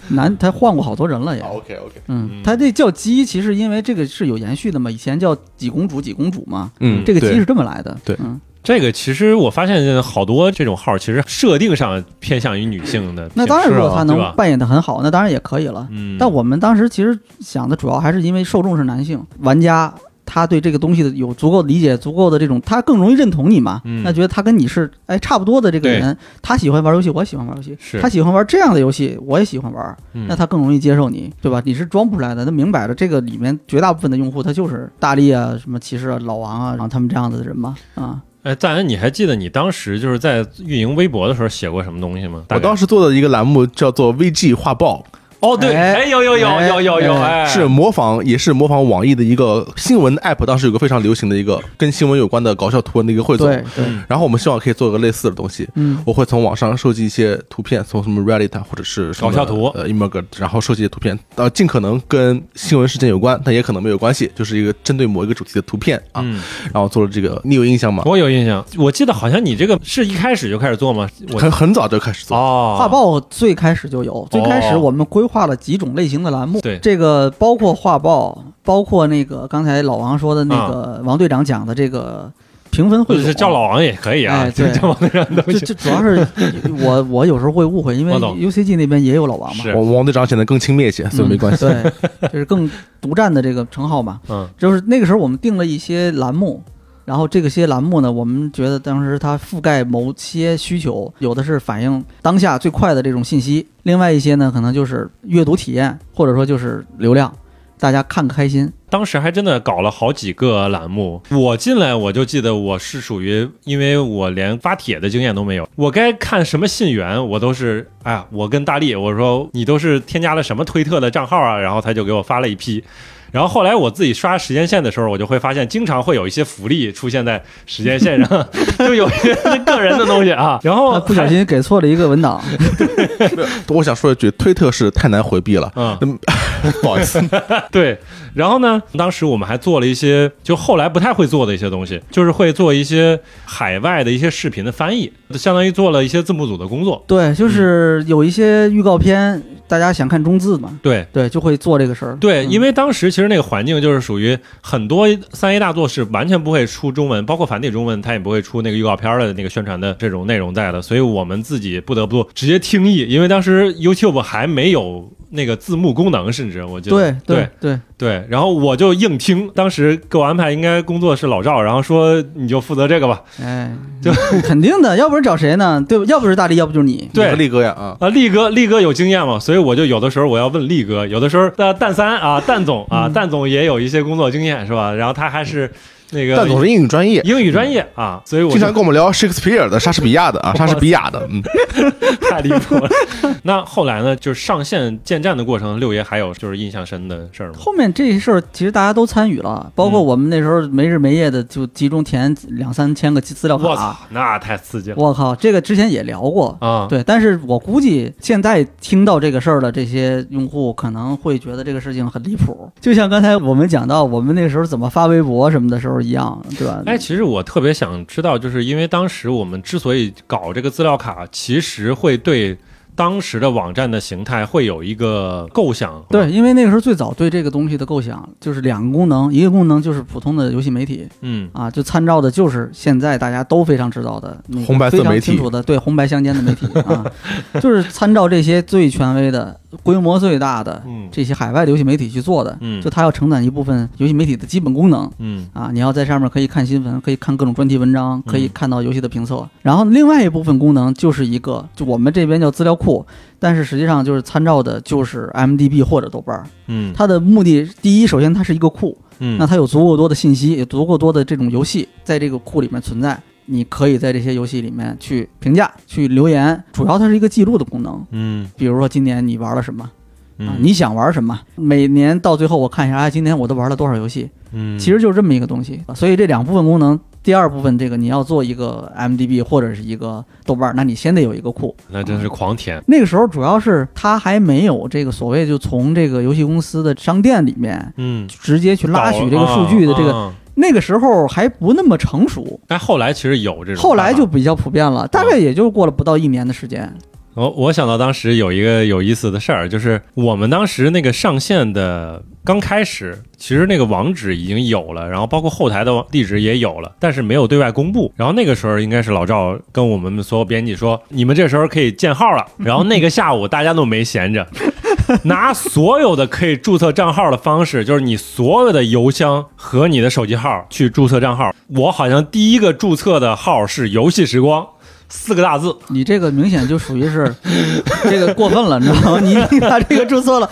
[SPEAKER 4] 男他换过好多人了也。
[SPEAKER 3] ？OK OK，
[SPEAKER 4] 嗯
[SPEAKER 1] 嗯，
[SPEAKER 4] 他这叫鸡，其实因为这个是有延续的嘛，以前叫几公主几公主嘛，
[SPEAKER 1] 嗯
[SPEAKER 4] 这个鸡
[SPEAKER 3] 对
[SPEAKER 4] 是这么来的。
[SPEAKER 3] 对
[SPEAKER 4] 嗯，
[SPEAKER 1] 这个其实我发现好多这种号，其实设定上偏向于女性的。
[SPEAKER 4] 那当然，如
[SPEAKER 2] 是啊
[SPEAKER 4] 果他
[SPEAKER 1] 对吧
[SPEAKER 4] 能扮演的很好，那当然也可以了。
[SPEAKER 1] 嗯，
[SPEAKER 4] 但我们当时其实想的主要还是因为受众是男性玩家，他对这个东西的有足够理解、足够的这种，他更容易认同你嘛。
[SPEAKER 1] 嗯
[SPEAKER 4] 那觉得他跟你是哎差不多的这个人，他喜欢玩游戏，我喜欢玩游戏
[SPEAKER 1] 是，
[SPEAKER 4] 他喜欢玩这样的游戏，我也喜欢玩，
[SPEAKER 1] 嗯
[SPEAKER 4] 那他更容易接受你，对吧？你是装不出来的，他明摆着这个里面绝大部分的用户他就是大力啊、什么骑士啊、老王啊，然后他们这样子的人嘛，啊，
[SPEAKER 1] 哎，赞恩，你还记得你当时就是在运营微博的时候写过什么东西吗？
[SPEAKER 3] 我
[SPEAKER 1] 大概
[SPEAKER 3] 当时做的一个栏目叫做 VG 画报，
[SPEAKER 1] 哦，对，
[SPEAKER 4] 哎
[SPEAKER 1] 哎，有有有
[SPEAKER 4] 哎
[SPEAKER 1] 有有有，
[SPEAKER 4] 哎
[SPEAKER 1] 哎，
[SPEAKER 3] 是模仿，也是模仿网易的一个新闻 app，当时有个非常流行的一个跟新闻有关的搞笑图文的一个汇总。
[SPEAKER 4] 对对，
[SPEAKER 1] 嗯
[SPEAKER 3] 然后我们希望可以做个类似的东西。
[SPEAKER 4] 嗯
[SPEAKER 3] 我会从网上收集一些图片，从什么 Reddit 啊或者是什么
[SPEAKER 1] 搞笑图
[SPEAKER 3] 呃 Imgur，然后收集一些图片，呃，尽可能跟新闻事件有关，但也可能没有关系，就是一个针对某一个主题的图片啊。
[SPEAKER 1] 嗯，
[SPEAKER 3] 然后做了这个，你有印象吗？
[SPEAKER 1] 我有印象，我记得好像你这个是一开始就开始做吗？我
[SPEAKER 3] 很很早就开始做，
[SPEAKER 1] 哦，
[SPEAKER 4] 画报最开始就有，最开始我们规划了几种类型的栏目，
[SPEAKER 1] 对
[SPEAKER 4] 这个包括画报，包括那个刚才老王说的那个王队长讲的这个评分
[SPEAKER 1] 或
[SPEAKER 4] 会
[SPEAKER 1] 者嗯
[SPEAKER 4] 总
[SPEAKER 1] 是叫老王也可以啊，
[SPEAKER 4] 哎
[SPEAKER 1] [LAUGHS]
[SPEAKER 4] 对
[SPEAKER 1] 叫王队长都
[SPEAKER 4] 这
[SPEAKER 1] 行。
[SPEAKER 4] 这主要是我我有时候会误会，因为
[SPEAKER 1] 我懂
[SPEAKER 4] UCG 那边也有老王嘛，
[SPEAKER 1] 是
[SPEAKER 3] 王王队长显得更轻蔑一些，所以没关系。
[SPEAKER 4] 嗯对，就是更独占的这个称号嘛。
[SPEAKER 1] 嗯，
[SPEAKER 4] [LAUGHS] 就是那个时候我们定了一些栏目，然后这个些栏目呢，我们觉得当时它覆盖某些需求，有的是反映当下最快的这种信息，另外一些呢可能就是阅读体验，或者说就是流量，大家看个开心。
[SPEAKER 1] 当时还真的搞了好几个栏目。我进来我就记得我是属于，因为我连发帖的经验都没有，我该看什么信源，我都是，哎呀，我跟大力我说你都是添加了什么推特的账号啊，然后他就给我发了一批。然后后来我自己刷时间线的时候，我就会发现，经常会有一些福利出现在时间线上， [LAUGHS] 就有一些个人的东西啊。然后
[SPEAKER 4] 不小心给错了一个文档，
[SPEAKER 3] [LAUGHS] 我想说一句，推特是太难回避
[SPEAKER 1] [LAUGHS]
[SPEAKER 3] 了，
[SPEAKER 1] 嗯，
[SPEAKER 3] 不好意思。
[SPEAKER 1] 对，然后呢，当时我们还做了一些，就后来不太会做的一些东西，就是会做一些海外的一些视频的翻译，相当于做了一些字幕组的工作。
[SPEAKER 4] 对，就是有一些预告片，大家想看中字嘛，
[SPEAKER 1] 对
[SPEAKER 4] 对，就会做这个事儿。嗯
[SPEAKER 1] 对，因
[SPEAKER 4] 为
[SPEAKER 1] 为当时其实那个环境就是属于很多三 A 大作是完全不会出中文，包括繁体中文，它也不会出那个预告片的那个宣传的这种内容在的，所以我们自己不得不直接听译，因为当时 YouTube 还没有那个字幕功能，甚至我记得
[SPEAKER 4] 对
[SPEAKER 1] 对
[SPEAKER 4] 对对，
[SPEAKER 1] 对，然后我就硬听，当时给我安排应该工作是老赵，然后说你就负责这个吧。
[SPEAKER 4] 哎，
[SPEAKER 1] 就
[SPEAKER 4] [LAUGHS] 肯定的，要不然找谁呢？对吧？要不是大力，要不就是你。
[SPEAKER 1] 对
[SPEAKER 3] 你和力哥呀啊，
[SPEAKER 1] 啊，力哥，力哥有经验嘛，所以我就有的时候我要问力哥，有的时候呃，蛋三啊，蛋总
[SPEAKER 3] 嗯
[SPEAKER 1] 啊，蛋总也有一些工作经验是吧？然后他还是那个
[SPEAKER 3] 但总是英语专业，
[SPEAKER 1] 英语专业啊，所以我
[SPEAKER 3] 经
[SPEAKER 1] 就
[SPEAKER 3] 常跟我们聊 Shakespeare 的、莎士比亚的啊，莎士比亚的，嗯，
[SPEAKER 1] 太离谱了。 [LAUGHS] 那后来呢，就是上线建站的过程，六爷还有就是印象深的事儿吗？
[SPEAKER 4] 后面这些事儿其实大家都参与了，包
[SPEAKER 1] 嗯
[SPEAKER 4] 括我们那时候没日没夜的就集中填两三千个资
[SPEAKER 3] 啊
[SPEAKER 4] 料
[SPEAKER 1] 我操
[SPEAKER 4] 卡。，
[SPEAKER 1] 那太刺激了
[SPEAKER 4] 我靠，这个之前也聊过。
[SPEAKER 1] 啊！
[SPEAKER 4] 对，但是我估计现在听到这个事儿的这些用户可能会觉得这个事情很离谱，就像刚才我们讲到我们那时候怎么发微博什么的时候，候一样，对吧？
[SPEAKER 1] 哎，其实我特别想知道，就是因为当时我们之所以搞这个资料卡，其实会对当时的网站的形态会有一个构想。
[SPEAKER 4] 对，，因为那个时候最早对这个东西的构想就是两个功能，一个功能就是普通的游戏媒体
[SPEAKER 1] 嗯，
[SPEAKER 4] 啊，就参照的就是现在大家都非常知道的那个
[SPEAKER 3] 红白色
[SPEAKER 4] 非常
[SPEAKER 3] 媒体
[SPEAKER 4] 清楚的对红白相间的媒体啊， [LAUGHS] 就是参照这些最权威的、规模最大的
[SPEAKER 1] 嗯
[SPEAKER 4] 这些海外的游戏媒体去做的，
[SPEAKER 1] 嗯
[SPEAKER 4] 就它要承载一部分游戏媒体的基本功能。
[SPEAKER 1] 嗯
[SPEAKER 4] 啊，你要在上面可以看新闻，可以看各种专题文章，可以
[SPEAKER 1] 嗯
[SPEAKER 4] 看到游戏的评测。然后另外一部分功能就是一个，就我们这边叫资料库，但是实际上就是参照的就是 m d b 或者豆瓣儿。
[SPEAKER 1] 嗯
[SPEAKER 4] 它的目的，第一，首先它是一个库，
[SPEAKER 1] 嗯，
[SPEAKER 4] 那它有足够多的信息，有足够多的这种游戏在这个库里面存在。你可以在这些游戏里面去评价、去留言，主要它是一个记录的功能。
[SPEAKER 1] 嗯
[SPEAKER 4] 比如说今年你玩了什么啊
[SPEAKER 1] 嗯，？
[SPEAKER 4] 你想玩什么？每年到最后我看一下，哎，今年我都玩了多少游戏？
[SPEAKER 1] 嗯
[SPEAKER 4] 其实就是这么一个东西。所以这两部分功能，第二部分这个你要做一个 MDB 或者是一个豆瓣儿，那你先得有一个库。
[SPEAKER 1] 那真是狂舔。
[SPEAKER 4] 那个时候主要是它还没有这个所谓就从这个游戏公司的商店里面。
[SPEAKER 1] 嗯，
[SPEAKER 4] 直接去拉取这个数据的这个，
[SPEAKER 1] 个，
[SPEAKER 4] 那个时候还不那么成熟，
[SPEAKER 1] 但哎后来其实有这种办法。嗯
[SPEAKER 4] 后来就比较普遍了，大概也就过了不到一年的时间。
[SPEAKER 1] 我我想到当时有一个有意思的事儿，就是我们当时那个上线的刚开始，其实那个网址已经有了，然后包括后台的网地址也有了，但是没有对外公布。然后那个时候应该是老赵跟我们所有编辑说，你们这时候可以建号了。然后那个下午大家都没闲着，拿所有的可以注册账号的方式，就是你所有的邮箱和你的手机号去注册账号。我好像第一个注册的号是“游戏时光”四个大字。
[SPEAKER 4] 你这个明显就属于是 [LAUGHS] 这个过分了，你知道吗？你你把这个注
[SPEAKER 1] [LAUGHS]
[SPEAKER 4] 册了，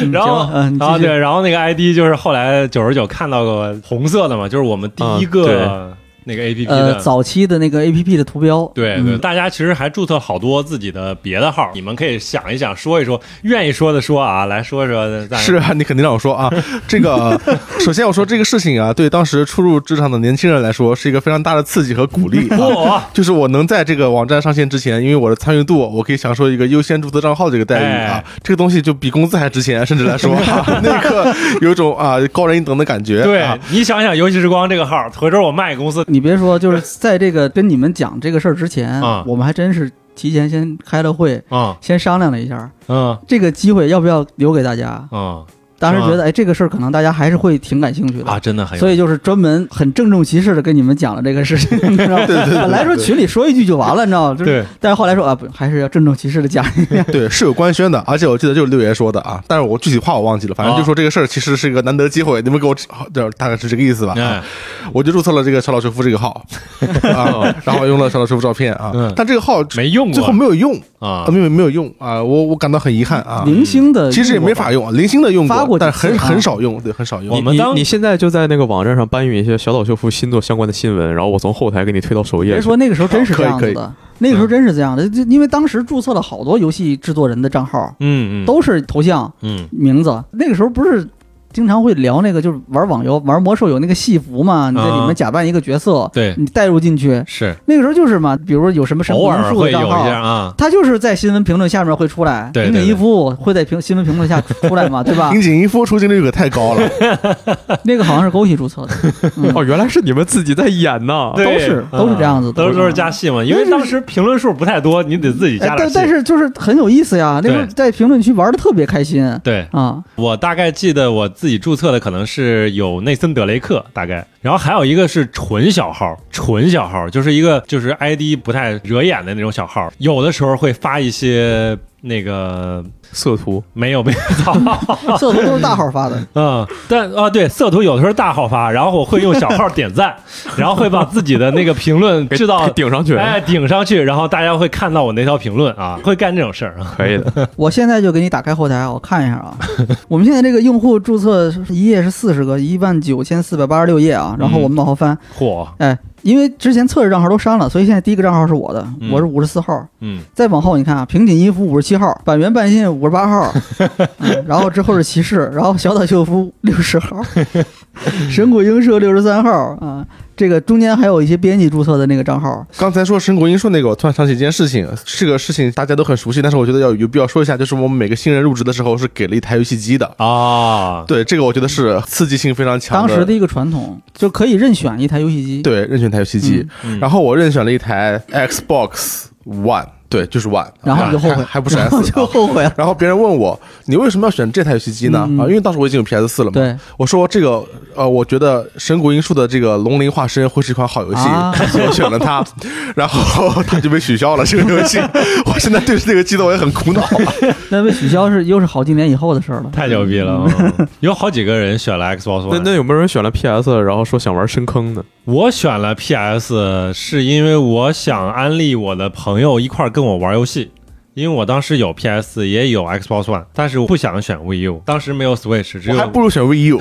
[SPEAKER 4] 嗯
[SPEAKER 1] 然后
[SPEAKER 4] 行吧，嗯，
[SPEAKER 1] 然后
[SPEAKER 4] 继续
[SPEAKER 1] 对，然后那个 ID 就是后来九十九看到过红色的嘛，就是我们第一个那个 APP
[SPEAKER 4] 呃，
[SPEAKER 1] 的。
[SPEAKER 4] 早期的那个 A P P 的图标，
[SPEAKER 1] 对对，
[SPEAKER 4] 嗯
[SPEAKER 1] 大家其实还注册好多自己的别的号，你们可以想一想，说一说，愿意说的说啊，来说说。咱
[SPEAKER 3] 是
[SPEAKER 1] [LAUGHS]
[SPEAKER 3] 啊，你肯定让我说啊，这个首先我说这个事情啊，对当时初入职场的年轻人来说是一个非常大的刺激和鼓励、
[SPEAKER 1] [LAUGHS]
[SPEAKER 3] 啊。
[SPEAKER 1] 我
[SPEAKER 3] 就是我能在这个网站上线之前，因为我的参与度，我可以享受一个优先注册账号这个待遇啊
[SPEAKER 1] 哎。
[SPEAKER 3] 这个东西就比工资还值钱，甚
[SPEAKER 1] [LAUGHS]
[SPEAKER 3] 至来说，啊、那一刻有一种啊高人一等的感觉。
[SPEAKER 1] 对
[SPEAKER 3] 啊、
[SPEAKER 1] 你想想，游戏时光这个号，回头我卖给公司，
[SPEAKER 4] 你别说，就是在这个跟你们讲这个事儿之前
[SPEAKER 1] 啊，
[SPEAKER 4] 我们还真是提前先开了会，
[SPEAKER 1] 嗯
[SPEAKER 3] 啊
[SPEAKER 4] 先商量了一下
[SPEAKER 1] 嗯
[SPEAKER 4] 这个机会要不要留给大家。
[SPEAKER 1] 嗯
[SPEAKER 4] 当时
[SPEAKER 3] 是吗
[SPEAKER 4] 觉得，哎，这个事儿可能大家还是会挺感兴趣
[SPEAKER 1] 啊，
[SPEAKER 4] 的。
[SPEAKER 1] 真的很有
[SPEAKER 4] 所以就是专门很郑重其事的跟你们讲了这个事
[SPEAKER 1] [LAUGHS]
[SPEAKER 4] 情，你知道吗？
[SPEAKER 3] 对对对
[SPEAKER 4] 本来说群里说一句就完了，你知道吗？就是，
[SPEAKER 1] 对，
[SPEAKER 4] 但是后来说啊，不，还是要郑重其事的讲。
[SPEAKER 3] 对，是有官宣的，而且我记得就是六爷说的啊，但是我具体话我忘记了，反正就说这个事儿其实是一个难得机会，你们给我指好就是大概是这个意思吧。啊
[SPEAKER 1] 哎
[SPEAKER 3] 我就注册了这个小岛学夫这个
[SPEAKER 4] [LAUGHS]
[SPEAKER 3] 号，啊，然后用了小岛学夫照片啊，
[SPEAKER 1] 嗯
[SPEAKER 3] 但这个号
[SPEAKER 1] 没用
[SPEAKER 3] 最
[SPEAKER 1] 过
[SPEAKER 3] 后没有用，
[SPEAKER 1] 啊
[SPEAKER 3] 啊，，没有没有用啊，我我感到很遗憾啊。
[SPEAKER 4] 零星的，
[SPEAKER 3] 其实也没法。用，啊，零星的用
[SPEAKER 4] 发过几
[SPEAKER 3] 但
[SPEAKER 4] 次
[SPEAKER 3] 很
[SPEAKER 4] 啊
[SPEAKER 3] 很少用，对，很少
[SPEAKER 1] 我
[SPEAKER 3] 用。
[SPEAKER 1] 们
[SPEAKER 2] 你
[SPEAKER 1] 当
[SPEAKER 2] 你现在就在那个网站上搬运一些小岛秀夫新作相关的新闻，然后我从后台给你推到首页
[SPEAKER 4] 别
[SPEAKER 2] 去。
[SPEAKER 4] 说那个时候真是
[SPEAKER 3] 哦可
[SPEAKER 4] 这
[SPEAKER 3] 以
[SPEAKER 4] 样
[SPEAKER 3] 可
[SPEAKER 4] 子
[SPEAKER 3] 以嗯
[SPEAKER 4] 的，那个时候真是这样的，就因为当时注册了好多游戏制作人的账号，
[SPEAKER 1] 嗯嗯
[SPEAKER 4] 都是头像、
[SPEAKER 1] 嗯
[SPEAKER 4] 名字。那个时候不是经常会聊那个，就是玩网游、玩魔兽有那个戏服嘛，你在里面假扮一个角色，
[SPEAKER 1] 嗯对
[SPEAKER 4] 你带入进去。
[SPEAKER 1] 是，
[SPEAKER 4] 那个时候就是嘛，比如说有什么神
[SPEAKER 1] 偶
[SPEAKER 4] 魔
[SPEAKER 1] 尔
[SPEAKER 4] 术
[SPEAKER 1] 会
[SPEAKER 4] 的
[SPEAKER 1] 有
[SPEAKER 4] 账
[SPEAKER 1] 一下
[SPEAKER 4] 号。
[SPEAKER 1] 啊，
[SPEAKER 4] 他就是在新闻评论下面会出来，
[SPEAKER 1] 对
[SPEAKER 4] 平
[SPEAKER 1] 对
[SPEAKER 4] 井
[SPEAKER 1] 对
[SPEAKER 4] 一夫会在评新闻评论下出来
[SPEAKER 1] [LAUGHS]
[SPEAKER 4] 嘛，对吧
[SPEAKER 3] 樱？井一夫出镜率可太高
[SPEAKER 4] [LAUGHS]
[SPEAKER 3] 了，
[SPEAKER 4] 那个好像是枸杞
[SPEAKER 1] [LAUGHS]
[SPEAKER 4] 注册的，嗯
[SPEAKER 2] 哦，原来是你们自己在演呐！
[SPEAKER 1] 对
[SPEAKER 4] 啊
[SPEAKER 1] 嗯
[SPEAKER 4] 都是都是这样子的
[SPEAKER 1] 都是都是加戏嘛，因为当时评论数不太多，你得自己
[SPEAKER 4] 哎
[SPEAKER 1] 加点
[SPEAKER 4] 但
[SPEAKER 1] 戏。
[SPEAKER 4] 但是就是很有意思呀，那时候
[SPEAKER 1] 对
[SPEAKER 4] 在评论区玩的特别开心
[SPEAKER 1] 对 [LAUGHS]
[SPEAKER 4] 啊。
[SPEAKER 1] 我大概记得我自己注册的可能是有内森德雷克大概，然后还有一个是纯小号，纯小号就是一个就是 ID 不太惹眼的那种小号，有的时候会发一些那个
[SPEAKER 2] 色图
[SPEAKER 1] 没有没 [LAUGHS] 有操
[SPEAKER 4] 色图都是大号发
[SPEAKER 1] [LAUGHS]
[SPEAKER 4] 的，
[SPEAKER 1] 嗯，但啊对，色图有的时候大号发，然后我会用小号点赞，然后会把自己的那个评论
[SPEAKER 2] 给
[SPEAKER 1] 知道
[SPEAKER 2] 给顶上去，
[SPEAKER 1] 哎顶上去，然后大家会看到我那条评论 [LAUGHS] 啊，会干这种事儿啊。
[SPEAKER 2] 可以的。
[SPEAKER 4] 我现在就给你打开后台，我看一下啊。我们现在这个用户注册一页是四十个，一万九千四百八十六页啊。
[SPEAKER 1] 嗯
[SPEAKER 4] 然后我们往后翻，
[SPEAKER 1] 嚯，
[SPEAKER 4] 哎，因为之前测试账号都删了，所以现在第一个账号是我的
[SPEAKER 1] 嗯，
[SPEAKER 4] 我是五十四号。
[SPEAKER 1] 嗯
[SPEAKER 4] 再往后你看啊，平井一夫五十七号，板垣半信五十
[SPEAKER 3] [LAUGHS]
[SPEAKER 4] 八号，嗯然后之后是骑士，然后小岛秀夫六十号， [LAUGHS] 神谷英社六十三号啊。这个中间还有一些编辑注册的那个账号，
[SPEAKER 3] 刚才说申国英说那个，我突然想起一件事情，这个事情大家都很熟悉，但是我觉得要有必要说一下，就是我们每个新人入职的时候是给了一台游戏机的。
[SPEAKER 1] 啊，
[SPEAKER 3] 对，这个我觉得是刺激性非常强
[SPEAKER 4] 当
[SPEAKER 3] 的。
[SPEAKER 4] 时的一个传统，就可以任选一台游戏机。
[SPEAKER 3] 对任选台游戏机，
[SPEAKER 1] 嗯
[SPEAKER 3] 然后我任选了一台 Xbox One，对，就是 One，啊
[SPEAKER 4] 然后你就后悔
[SPEAKER 3] 还还不是
[SPEAKER 4] 然
[SPEAKER 3] S，
[SPEAKER 4] 后就
[SPEAKER 3] 啊
[SPEAKER 4] 后悔了。
[SPEAKER 3] 然后别人问我，你为什么要选这台游戏机呢？
[SPEAKER 4] 嗯嗯
[SPEAKER 3] 啊，因为当时我已经有 PS 四了嘛。
[SPEAKER 4] 对，
[SPEAKER 3] 我说这个，呃，我觉得神谷英树的这个《龙鳞化身》会是一款好游戏，
[SPEAKER 4] 啊
[SPEAKER 3] [LAUGHS] 所以我选了它，然后 [LAUGHS] 它就被取消了这个游戏。 [LAUGHS] 我现在对这个机子我也很苦恼。
[SPEAKER 4] 那被取消是又是好几年以后的事儿了。
[SPEAKER 1] 太牛
[SPEAKER 3] [LAUGHS]
[SPEAKER 1] 逼了！嗯有好几个人选了 Xbox
[SPEAKER 2] 那
[SPEAKER 1] One，
[SPEAKER 2] 那有没有人选了 PS，然后说想玩深坑的？
[SPEAKER 1] 我选了 PS 是因为我想安利我的朋友一块儿跟我玩游戏，因为我当时有 PS 也有 Xbox One，但是我不想选 VU，当时没有 Switch，只
[SPEAKER 3] 我
[SPEAKER 1] 有
[SPEAKER 3] 还不如选
[SPEAKER 4] [LAUGHS]
[SPEAKER 3] VU，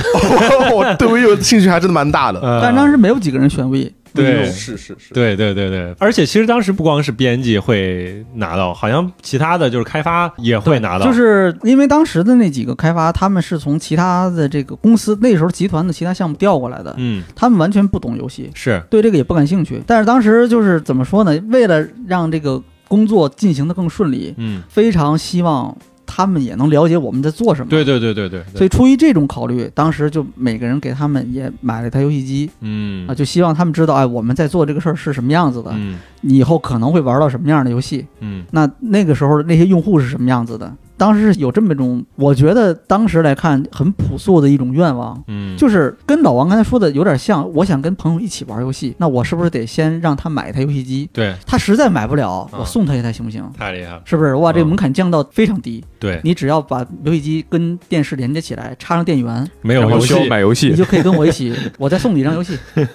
[SPEAKER 3] 我对 VU 兴趣还真的蛮大的。
[SPEAKER 1] 呃
[SPEAKER 4] 但当时没有几个人选 V，
[SPEAKER 1] 对
[SPEAKER 3] 是是是，
[SPEAKER 1] 对对对对，而且其实当时不光是编辑会拿到，好像其他的就是开发也会拿到，
[SPEAKER 4] 就是因为当时的那几个开发，他们是从其他的这个公司那时候集团的其他项目调过来的，
[SPEAKER 1] 嗯
[SPEAKER 4] 他们完全不懂游戏，
[SPEAKER 1] 是
[SPEAKER 4] 对这个也不感兴趣。但是当时就是怎么说呢？为了让这个工作进行的更顺利，
[SPEAKER 1] 嗯
[SPEAKER 4] 非常希望他们也能了解我们在做什么。
[SPEAKER 1] 对对对对对，
[SPEAKER 4] 所
[SPEAKER 1] 以
[SPEAKER 4] 以出于这种考虑，当时就每个人给他们也买了一台游戏机
[SPEAKER 1] 嗯
[SPEAKER 4] 啊，就希望他们知道，哎，我们在做这个事儿是什么样子的，
[SPEAKER 1] 嗯
[SPEAKER 4] 你以后可能会玩到什么样的游戏。
[SPEAKER 1] 嗯
[SPEAKER 4] 那那个时候那些用户是什么样子的？当时是有这么一种，我觉得当时来看很朴素的一种愿望，
[SPEAKER 1] 嗯，
[SPEAKER 4] 就是跟老王刚才说的有点像。我想跟朋友一起玩游戏，那我是不是得先让他买一台游戏机？
[SPEAKER 1] 对，
[SPEAKER 4] 他实在买不了，
[SPEAKER 1] 嗯
[SPEAKER 4] 我送他一台行不行？
[SPEAKER 1] 太厉害了，
[SPEAKER 4] 是不是？哇，这个
[SPEAKER 1] 嗯
[SPEAKER 4] 门槛降到非常低，
[SPEAKER 1] 对，
[SPEAKER 4] 你只要把游戏机跟电视连接起来，插上电源，
[SPEAKER 1] 没有
[SPEAKER 2] 然后
[SPEAKER 1] 游
[SPEAKER 2] 需
[SPEAKER 1] 戏
[SPEAKER 2] 要买游
[SPEAKER 4] 你
[SPEAKER 2] 戏，
[SPEAKER 4] 就可以跟我一起，我再送你一张游戏。那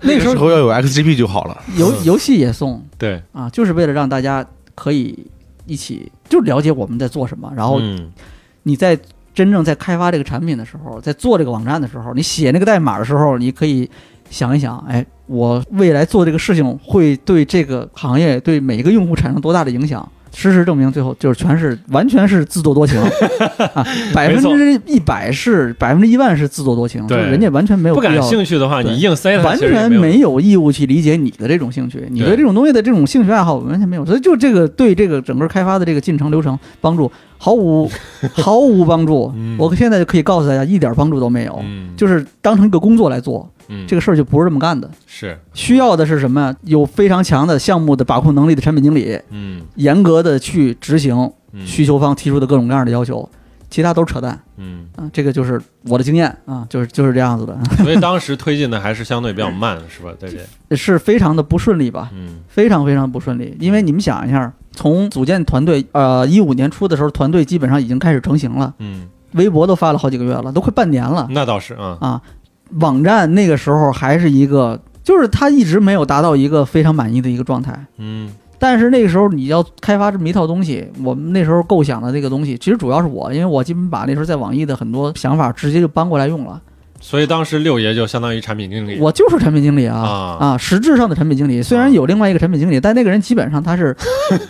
[SPEAKER 3] 那
[SPEAKER 4] 个时
[SPEAKER 3] 时
[SPEAKER 4] 候
[SPEAKER 3] 候嗯要有 XGP 就好了。
[SPEAKER 4] 游游戏也送
[SPEAKER 1] 对，
[SPEAKER 4] 啊，就是为了让大家可以一起就了解我们在做什么，然后
[SPEAKER 1] 嗯
[SPEAKER 4] 你在真正在开发这个产品的时候，在做这个网站的时候，你写那个代码的时候，你可以想一想，哎，我未来做这个事情会对这个行业、对每一个用户产生多大的影响？事实证明，最后就是全是完全是自作多情啊，百分之一百是百分之一万是自作多情，就
[SPEAKER 1] 对
[SPEAKER 4] 是人家完全没有
[SPEAKER 1] 不
[SPEAKER 4] 必
[SPEAKER 1] 感
[SPEAKER 4] 要。
[SPEAKER 1] 兴趣的话，
[SPEAKER 4] 对
[SPEAKER 1] 你硬塞它，
[SPEAKER 4] 完
[SPEAKER 1] 其实也
[SPEAKER 4] 全
[SPEAKER 1] 没有
[SPEAKER 4] 没有义务去理解你的这种兴趣，你对这种东西的这种兴趣爱好完全没有，所以就这个对这个整个开发的这个进程流程帮助
[SPEAKER 1] [LAUGHS]
[SPEAKER 4] 毫无毫无帮助
[SPEAKER 1] 嗯。
[SPEAKER 4] 我现在就可以告诉大家，一点帮助都没有，
[SPEAKER 1] 嗯，
[SPEAKER 4] 就是当成一个工作来做，
[SPEAKER 1] 嗯
[SPEAKER 4] 这个事儿就不是这么干的。
[SPEAKER 1] 是
[SPEAKER 4] 需要的是什么呀？有非常强的项目的把控能力的产品经理，
[SPEAKER 1] 嗯
[SPEAKER 4] 严格的去执行
[SPEAKER 1] 嗯
[SPEAKER 4] 需求方提出的各种各样的要求，其他都是扯淡
[SPEAKER 1] 嗯，
[SPEAKER 4] 啊！这个就是我的经验啊，就是就是这样子的， [LAUGHS]
[SPEAKER 1] 所以当时推进的还是相对比较慢，是吧？对对，
[SPEAKER 4] 是非常的不顺利吧？
[SPEAKER 1] 嗯
[SPEAKER 4] 非常非常不顺利，因为你们想一下，从组建团队，呃，一五年初的时候，团队基本上已经开始成型了，
[SPEAKER 1] 嗯，
[SPEAKER 4] 微博都发了好几个月了，都快半年了
[SPEAKER 1] 那倒是啊，
[SPEAKER 4] 啊。网站那个时候还是一个，就是它一直没有达到一个非常满意的一个状态。
[SPEAKER 1] 嗯
[SPEAKER 4] 但是那个时候你要开发这么一套东西，我们那时候构想的这个东西，其实主要是我，因为我基本把那时候在网易的很多想法直接就搬过来用了。
[SPEAKER 1] 所以当时六爷就相当于产品经理，
[SPEAKER 4] 我就是产品经理啊
[SPEAKER 1] 啊
[SPEAKER 4] 实质上的产品经理，虽然有另外一个产品经理，但那个人基本上他
[SPEAKER 1] [LAUGHS]
[SPEAKER 4] 是，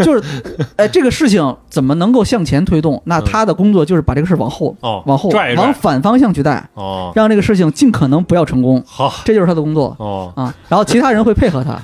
[SPEAKER 4] 就是，哎，这个事情怎么能够向前推动？那他的工作就是把这个事儿往后、
[SPEAKER 1] 嗯哦，
[SPEAKER 4] 往后、
[SPEAKER 1] 拽一
[SPEAKER 4] 往
[SPEAKER 1] 拽，
[SPEAKER 4] 反方向去带，
[SPEAKER 1] 哦，
[SPEAKER 4] 让这个事情尽可能不要成功，
[SPEAKER 1] 好，
[SPEAKER 4] 这就是他的工作
[SPEAKER 1] 哦，
[SPEAKER 4] 啊。然后其他人会配
[SPEAKER 1] [LAUGHS]
[SPEAKER 4] 合他。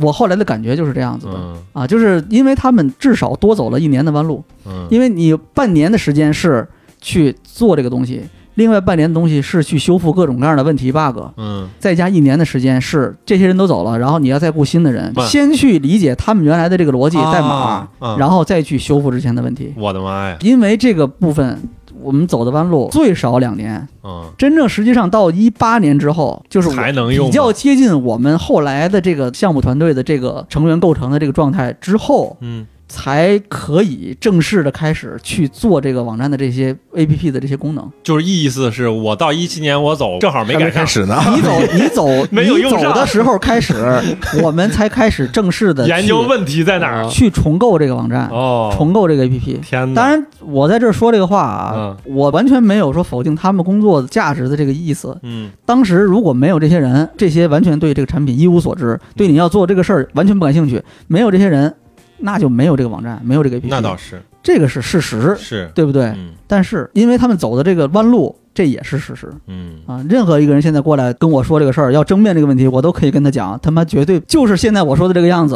[SPEAKER 4] 我后来的感觉就是这样子的。
[SPEAKER 1] 嗯
[SPEAKER 4] 啊，就是因为他们至少多走了一年的弯路，
[SPEAKER 1] 嗯
[SPEAKER 4] 因为你半年的时间是去做这个东西，另外半年的东西是去修复各种各样的问题 bug，
[SPEAKER 1] 嗯
[SPEAKER 4] 再加一年的时间是这些人都走了，然后你要再雇新的人，
[SPEAKER 1] 慢
[SPEAKER 4] 先去理解他们原来的这个逻辑代码，
[SPEAKER 1] 嗯啊啊
[SPEAKER 4] 然后再去修复之前的问题。
[SPEAKER 1] 我的妈呀，
[SPEAKER 4] 因为这个部分，我们走的弯路最少两年，
[SPEAKER 1] 嗯
[SPEAKER 4] 真正实际上到一八年之后，就是我
[SPEAKER 1] 才能用
[SPEAKER 4] 比较接近我们后来的这个项目团队的这个成员构成的这个状态之后，
[SPEAKER 1] 嗯
[SPEAKER 4] 才可以正式的开始去做这个网站的这些 APP 的这些功能。
[SPEAKER 1] 就是意思是我到一七年我走，正好没
[SPEAKER 3] 还
[SPEAKER 1] 赶
[SPEAKER 3] 没
[SPEAKER 1] 上
[SPEAKER 3] 开，始呢，
[SPEAKER 4] [LAUGHS] 你走，你走，
[SPEAKER 1] [LAUGHS] 没有
[SPEAKER 4] 你
[SPEAKER 1] 用
[SPEAKER 4] 走
[SPEAKER 1] 上
[SPEAKER 4] 的时候开始，
[SPEAKER 1] [LAUGHS]
[SPEAKER 4] 我们才开始正式的
[SPEAKER 1] 研究问题在哪儿？
[SPEAKER 4] 去重构这个网站，
[SPEAKER 1] 哦，
[SPEAKER 4] 重构这个 APP。
[SPEAKER 1] 天哪，
[SPEAKER 4] 当然，我在这儿说这个话啊，
[SPEAKER 1] 嗯
[SPEAKER 4] 我完全没有说否定他们工作价值的这个意思。
[SPEAKER 1] 嗯
[SPEAKER 4] 当时如果没有这些人，这些完全对这个产品一无所
[SPEAKER 1] 嗯
[SPEAKER 4] 知，对你要做这个事儿完全不感兴趣，没有这些人，那就没有这个网站，没有这个 APP。
[SPEAKER 1] 那倒是，
[SPEAKER 4] 这个是事实，
[SPEAKER 5] 是，
[SPEAKER 4] 对不对？
[SPEAKER 5] 嗯
[SPEAKER 4] 但是因为他们走的这个弯路，这也是事实
[SPEAKER 5] 嗯，
[SPEAKER 4] 啊。任何一个人现在过来跟我说这个事儿，要争辩这个问题，我都可以跟他讲，他妈绝对就是现在我说的这
[SPEAKER 1] [LAUGHS]
[SPEAKER 4] 个样子。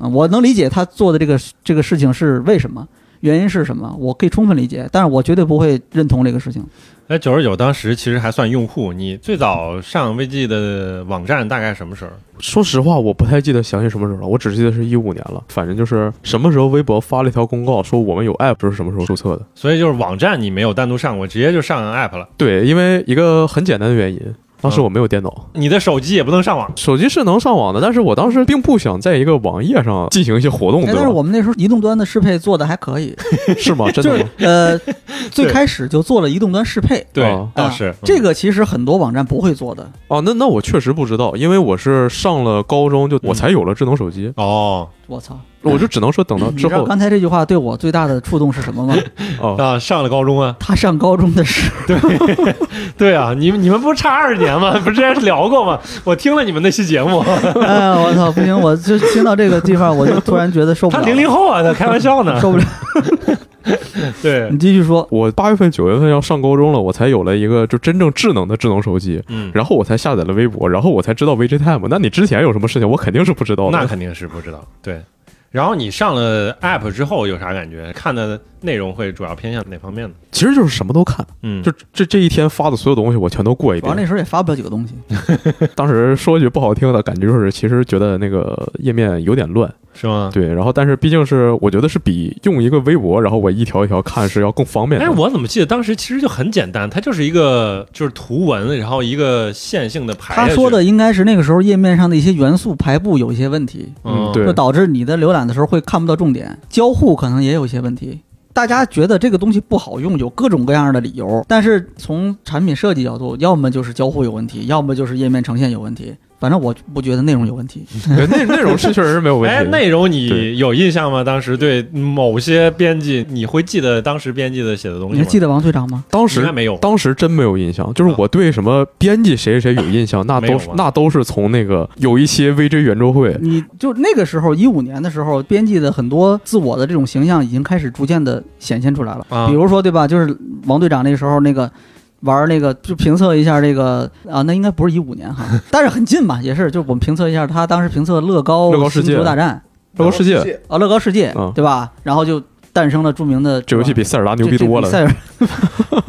[SPEAKER 4] 啊我能理解他做的这个这个事情是为什么，原因是什么，我可以充分理解，但是我绝对不会认同这个事情。
[SPEAKER 1] 哎，九十九当时其实还算用户，你最早上 VG 的网站大概什么时候？
[SPEAKER 2] 说实话，我不太记得详细什么时候了，我只记得是一五年了。反正就是什么时候微博发了一条公告说我们有 app 是什么时候注册的？
[SPEAKER 1] 所以就是网站你没有单独上过，直接就上 app 了。
[SPEAKER 2] 对，因为一个很简单的原因，
[SPEAKER 3] 嗯
[SPEAKER 2] 当时我没有电脑，
[SPEAKER 1] 你的手机也不能上网，
[SPEAKER 2] 手机是能上网的，但是我当时并不想在一个网页上进行一些活动，
[SPEAKER 4] 哎，
[SPEAKER 2] 对
[SPEAKER 4] 但是
[SPEAKER 2] 吧？
[SPEAKER 4] 我们那时候移动端的适配做的还可以，
[SPEAKER 2] 是
[SPEAKER 4] [LAUGHS]
[SPEAKER 2] 吗？真
[SPEAKER 4] 就
[SPEAKER 2] 的
[SPEAKER 4] 是
[SPEAKER 2] 吗？
[SPEAKER 1] [LAUGHS]
[SPEAKER 4] 呃，最开始就做了移动端适配。
[SPEAKER 1] 对，
[SPEAKER 2] 啊
[SPEAKER 1] 倒是、嗯
[SPEAKER 4] 哦这个其实很多网站不会做的，
[SPEAKER 2] 哦，那那我确实不知道，因为我是上了高中
[SPEAKER 4] 嗯
[SPEAKER 2] 就我才有了智能手机，
[SPEAKER 1] 哦
[SPEAKER 4] 我操！
[SPEAKER 2] 我就只能说等到
[SPEAKER 4] 嗯你
[SPEAKER 2] 之
[SPEAKER 4] 知道
[SPEAKER 2] 后
[SPEAKER 4] 刚才这句话对我最大的触动是什么吗？
[SPEAKER 2] 哦。
[SPEAKER 1] 啊，上了高中啊，
[SPEAKER 4] 他上高中的时
[SPEAKER 1] [LAUGHS]
[SPEAKER 4] 候，
[SPEAKER 1] 对啊，你你们不是差二十年
[SPEAKER 4] [LAUGHS]
[SPEAKER 1] 吗？不是之前聊过吗？我听了你们那期节目，
[SPEAKER 4] 哎呀，我操，不行，我就听到这个地方，我就突然觉得受不
[SPEAKER 1] 他
[SPEAKER 4] 了了，
[SPEAKER 1] 零零后啊，他开玩笑呢。
[SPEAKER 4] [LAUGHS] 受不了。
[SPEAKER 1] 对
[SPEAKER 4] 你，继续说，
[SPEAKER 2] 我八月份、九月份要上高中了，我才有了一个就真正智能的智能手机，
[SPEAKER 1] 嗯，
[SPEAKER 2] 然后我才下载了微博，然后我才知道 VG Time。那你之前有什么事情，我肯定是不知道的。
[SPEAKER 1] 那肯定是不知道。对，然后你上了 app 之后有啥感觉？看的内容会主要偏向哪方面呢？
[SPEAKER 2] 其实就是什么都看，
[SPEAKER 1] 嗯，
[SPEAKER 2] 就这这一天发的所有东西我全都过一
[SPEAKER 4] 主要
[SPEAKER 2] 遍
[SPEAKER 4] 那。时候也发不了几个东西，
[SPEAKER 2] 当时说一句不好听的感觉就是，其实觉得那个页面有点乱，
[SPEAKER 1] 是吗？
[SPEAKER 2] 对。然后但是毕竟是我觉得是比用一个微博，然后我一条一条看是要更方便的。
[SPEAKER 1] 哎，我怎么记得当时其实就很简单，它就是一个就是图文，然后一个线性的排。
[SPEAKER 4] 他说的，应该是那个时候页面上的一些元素排布有一些问题，
[SPEAKER 1] 嗯，
[SPEAKER 2] 嗯对
[SPEAKER 4] 就导致你的浏览的时候会看不到重点，交互可能也有一些问题。大家觉得这个东西不好用，有各种各样的理由，但是从产品设计角度，要么就是交互有问题，要么就是页面呈现有问题。反正我不觉得内容有问题，
[SPEAKER 2] 对内内容是确实是没有问
[SPEAKER 1] 哎，
[SPEAKER 2] 题的。
[SPEAKER 1] 内容你
[SPEAKER 2] 对
[SPEAKER 1] 有印象吗？当时对某些编辑，你会记得当时编辑的写的东
[SPEAKER 4] 你
[SPEAKER 1] 西
[SPEAKER 4] 还
[SPEAKER 1] 吗？
[SPEAKER 4] 记得王队长吗？
[SPEAKER 2] 当
[SPEAKER 1] 应该
[SPEAKER 2] 时
[SPEAKER 1] 没有。
[SPEAKER 2] 当时真没有印象，就是我对什么编辑谁谁谁有印象，那
[SPEAKER 1] 没有啊
[SPEAKER 2] 都
[SPEAKER 1] 吗
[SPEAKER 2] 是那都是从那个有一些 VJ 圆桌会，
[SPEAKER 4] 你就那个时候，一五年的时候，编辑的很多自我的这种形象已经开始逐渐的显现出来了。
[SPEAKER 1] 啊
[SPEAKER 4] 比如说，对吧？就是王队长那时候那个玩那个，就评测一下这个啊，那应该不是一五
[SPEAKER 2] [LAUGHS]
[SPEAKER 4] 年哈，但是很近吧，也是，就是我们评测一下他当时评测乐高
[SPEAKER 2] 乐高世界
[SPEAKER 4] 星球大战
[SPEAKER 2] 乐高哦世界
[SPEAKER 4] 啊，乐高世界，
[SPEAKER 2] 嗯
[SPEAKER 4] 对吧？然后就诞生了著名的
[SPEAKER 2] 这游戏比塞尔达牛逼多了。
[SPEAKER 4] 这这比赛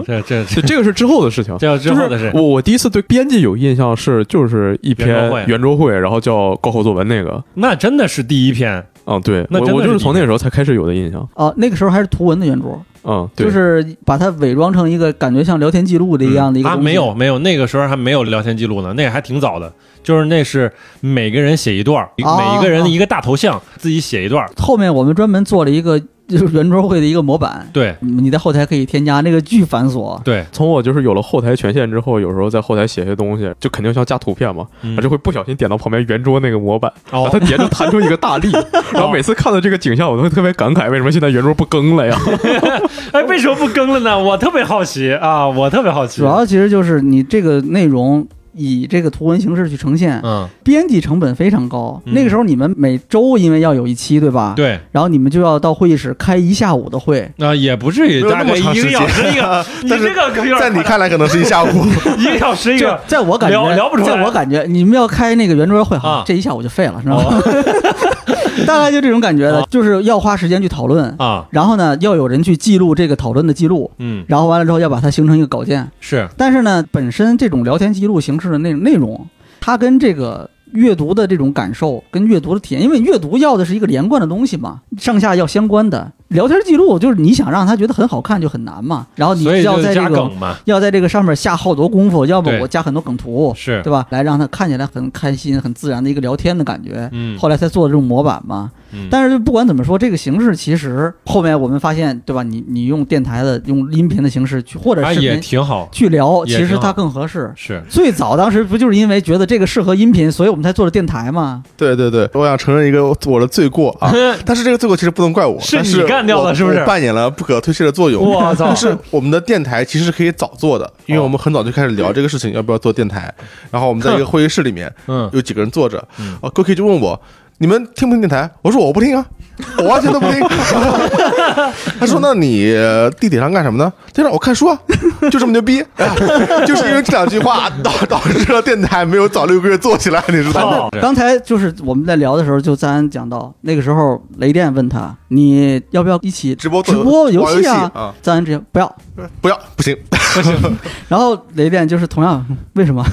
[SPEAKER 1] 这这这
[SPEAKER 2] 对，这个是之后的事情。
[SPEAKER 1] 这要之后的事
[SPEAKER 2] 就是。我我第一次对编辑有印象是就是一
[SPEAKER 1] 圆桌
[SPEAKER 2] 篇
[SPEAKER 1] 会
[SPEAKER 2] 圆桌会，然后叫高考作文那个。
[SPEAKER 1] 那真的是第一篇，
[SPEAKER 2] 嗯，对，
[SPEAKER 1] 那
[SPEAKER 2] 我
[SPEAKER 1] 真的
[SPEAKER 2] 我就是是
[SPEAKER 1] 第一
[SPEAKER 2] 从那个时候才开始有的印象。
[SPEAKER 4] 啊，那个时候还是图文的圆桌，
[SPEAKER 2] 嗯，对，
[SPEAKER 4] 就是把它伪装成一个感觉像聊天记录的一样的一个
[SPEAKER 1] 啊，
[SPEAKER 4] 东西
[SPEAKER 1] 没有没有，那个时候还没有聊天记录呢，那个还挺早的，就是那是每个人写一段儿，
[SPEAKER 4] 哦
[SPEAKER 1] 每一个人一个大头像，自己写一段儿，
[SPEAKER 4] 后面我们专门做了一个就是圆桌会的一个模板，
[SPEAKER 1] 对
[SPEAKER 4] 你在后台可以添加，那个巨繁琐。
[SPEAKER 1] 对，
[SPEAKER 2] 从我就是有了后台权限之后，有时候在后台写些东西，就肯定像加图片嘛，
[SPEAKER 1] 嗯
[SPEAKER 2] 我就会不小心点到旁边圆桌那个模板，然
[SPEAKER 1] 哦
[SPEAKER 2] 后它点就弹出一个 [LAUGHS] 大力，然后每次看到这个景象，我都会特别感慨，为什么现在圆桌不更了呀？
[SPEAKER 1] 哎，为什么不更了呢？我特别好奇啊，我特别好奇。
[SPEAKER 4] 主要其实就是你这个内容以这个图文形式去呈现，
[SPEAKER 1] 嗯，
[SPEAKER 4] 编辑成本非常高。
[SPEAKER 1] 嗯
[SPEAKER 4] 那个时候你们每周因为要有一期，对吧？。
[SPEAKER 1] 对，
[SPEAKER 4] 然后你们就要到会议室开一下午的会，
[SPEAKER 1] 那、也不至于
[SPEAKER 3] 没有
[SPEAKER 1] 大
[SPEAKER 3] 那
[SPEAKER 1] 概
[SPEAKER 3] 么长
[SPEAKER 1] 一
[SPEAKER 3] 时
[SPEAKER 1] 个
[SPEAKER 3] 间，
[SPEAKER 1] 小时一个你
[SPEAKER 3] 但是
[SPEAKER 1] 这个可有点
[SPEAKER 3] 在你
[SPEAKER 1] 夸张
[SPEAKER 3] 看来可能是一下午，
[SPEAKER 1] [LAUGHS] 一个小时一
[SPEAKER 4] 就
[SPEAKER 1] 个，
[SPEAKER 4] 在我感觉，
[SPEAKER 1] 聊聊不出来
[SPEAKER 4] 在我感觉你们要开那个圆桌会，好，
[SPEAKER 1] 啊
[SPEAKER 4] 这一下午就废了，是吧？
[SPEAKER 1] 哦
[SPEAKER 4] [LAUGHS] 大概就这种感觉的，
[SPEAKER 1] 啊
[SPEAKER 4] 就是要花时间去讨论，
[SPEAKER 1] 啊，
[SPEAKER 4] 然后呢，要有人去记录这个讨论的记录，
[SPEAKER 1] 嗯，
[SPEAKER 4] 然后完了之后要把它形成一个稿件，
[SPEAKER 1] 是
[SPEAKER 4] 但是呢，本身这种聊天记录形式的内内容，它跟这个阅读的这种感受跟阅读的体验，因为阅读要的是一个连贯的东西嘛，上下要相关的。聊天记录就是你想让他觉得很好看就很难嘛，然后你
[SPEAKER 1] 所以
[SPEAKER 4] 要
[SPEAKER 1] 就
[SPEAKER 4] 在这
[SPEAKER 1] 加
[SPEAKER 4] 个
[SPEAKER 1] 梗嘛，
[SPEAKER 4] 要在这个上面下好多功夫，要么
[SPEAKER 1] 对
[SPEAKER 4] 我加很多梗图，
[SPEAKER 1] 是
[SPEAKER 4] 对，吧？来让他看起来很开心、很自然的一个聊天的感觉。
[SPEAKER 1] 嗯，
[SPEAKER 4] 后来才做的这种模板嘛，
[SPEAKER 1] 嗯
[SPEAKER 4] 但是就不管怎么说，这个形式其实后面我们发现，对吧？你你用电台的、用音频的形式去，或者
[SPEAKER 1] 啊
[SPEAKER 4] 视
[SPEAKER 1] 也
[SPEAKER 4] 频
[SPEAKER 1] 挺好，
[SPEAKER 4] 去聊，
[SPEAKER 1] 也
[SPEAKER 4] 其实
[SPEAKER 1] 挺好
[SPEAKER 4] 它更合适。
[SPEAKER 1] 是
[SPEAKER 4] 最早当时不就是因为觉得这个适合音频，所以我们才做了电台嘛？
[SPEAKER 3] 对对对，我想承认一个我的罪过啊，但是这个罪过其实不能怪我，
[SPEAKER 1] 嗯是
[SPEAKER 3] 但
[SPEAKER 1] 你
[SPEAKER 3] 是
[SPEAKER 1] 干掉
[SPEAKER 3] 我
[SPEAKER 1] 了是不是
[SPEAKER 3] 我扮演了不可推卸的作用。
[SPEAKER 1] 我操
[SPEAKER 3] 但是我们的电台其实是可以早做的，因为我们很早就开始聊这个事情，要不要做电台。然后我们在一个会议室里面，
[SPEAKER 1] [LAUGHS] 嗯
[SPEAKER 3] 有几个人坐着，啊，Goki 就问我。你们听不听电台？我说我不听啊， [LAUGHS] 我完全都不听。 [LAUGHS] 他说那你呃地铁上干什么呢？他说我看书啊， [LAUGHS] 就这么牛逼。哎呀就是因为这两句话导导致了电台没有早六个月做起来，你知道吗？
[SPEAKER 1] 哦是
[SPEAKER 4] 刚才就是我们在聊的时候，就赞恩讲到那个时候，雷电问他你要不要一起
[SPEAKER 3] 直播做
[SPEAKER 4] 直播游
[SPEAKER 3] 玩
[SPEAKER 4] 戏
[SPEAKER 3] 啊
[SPEAKER 4] 啊？赞恩直接不要，
[SPEAKER 3] 不要不行，
[SPEAKER 4] 然后雷电就是同样 [LAUGHS] 嗯为什么？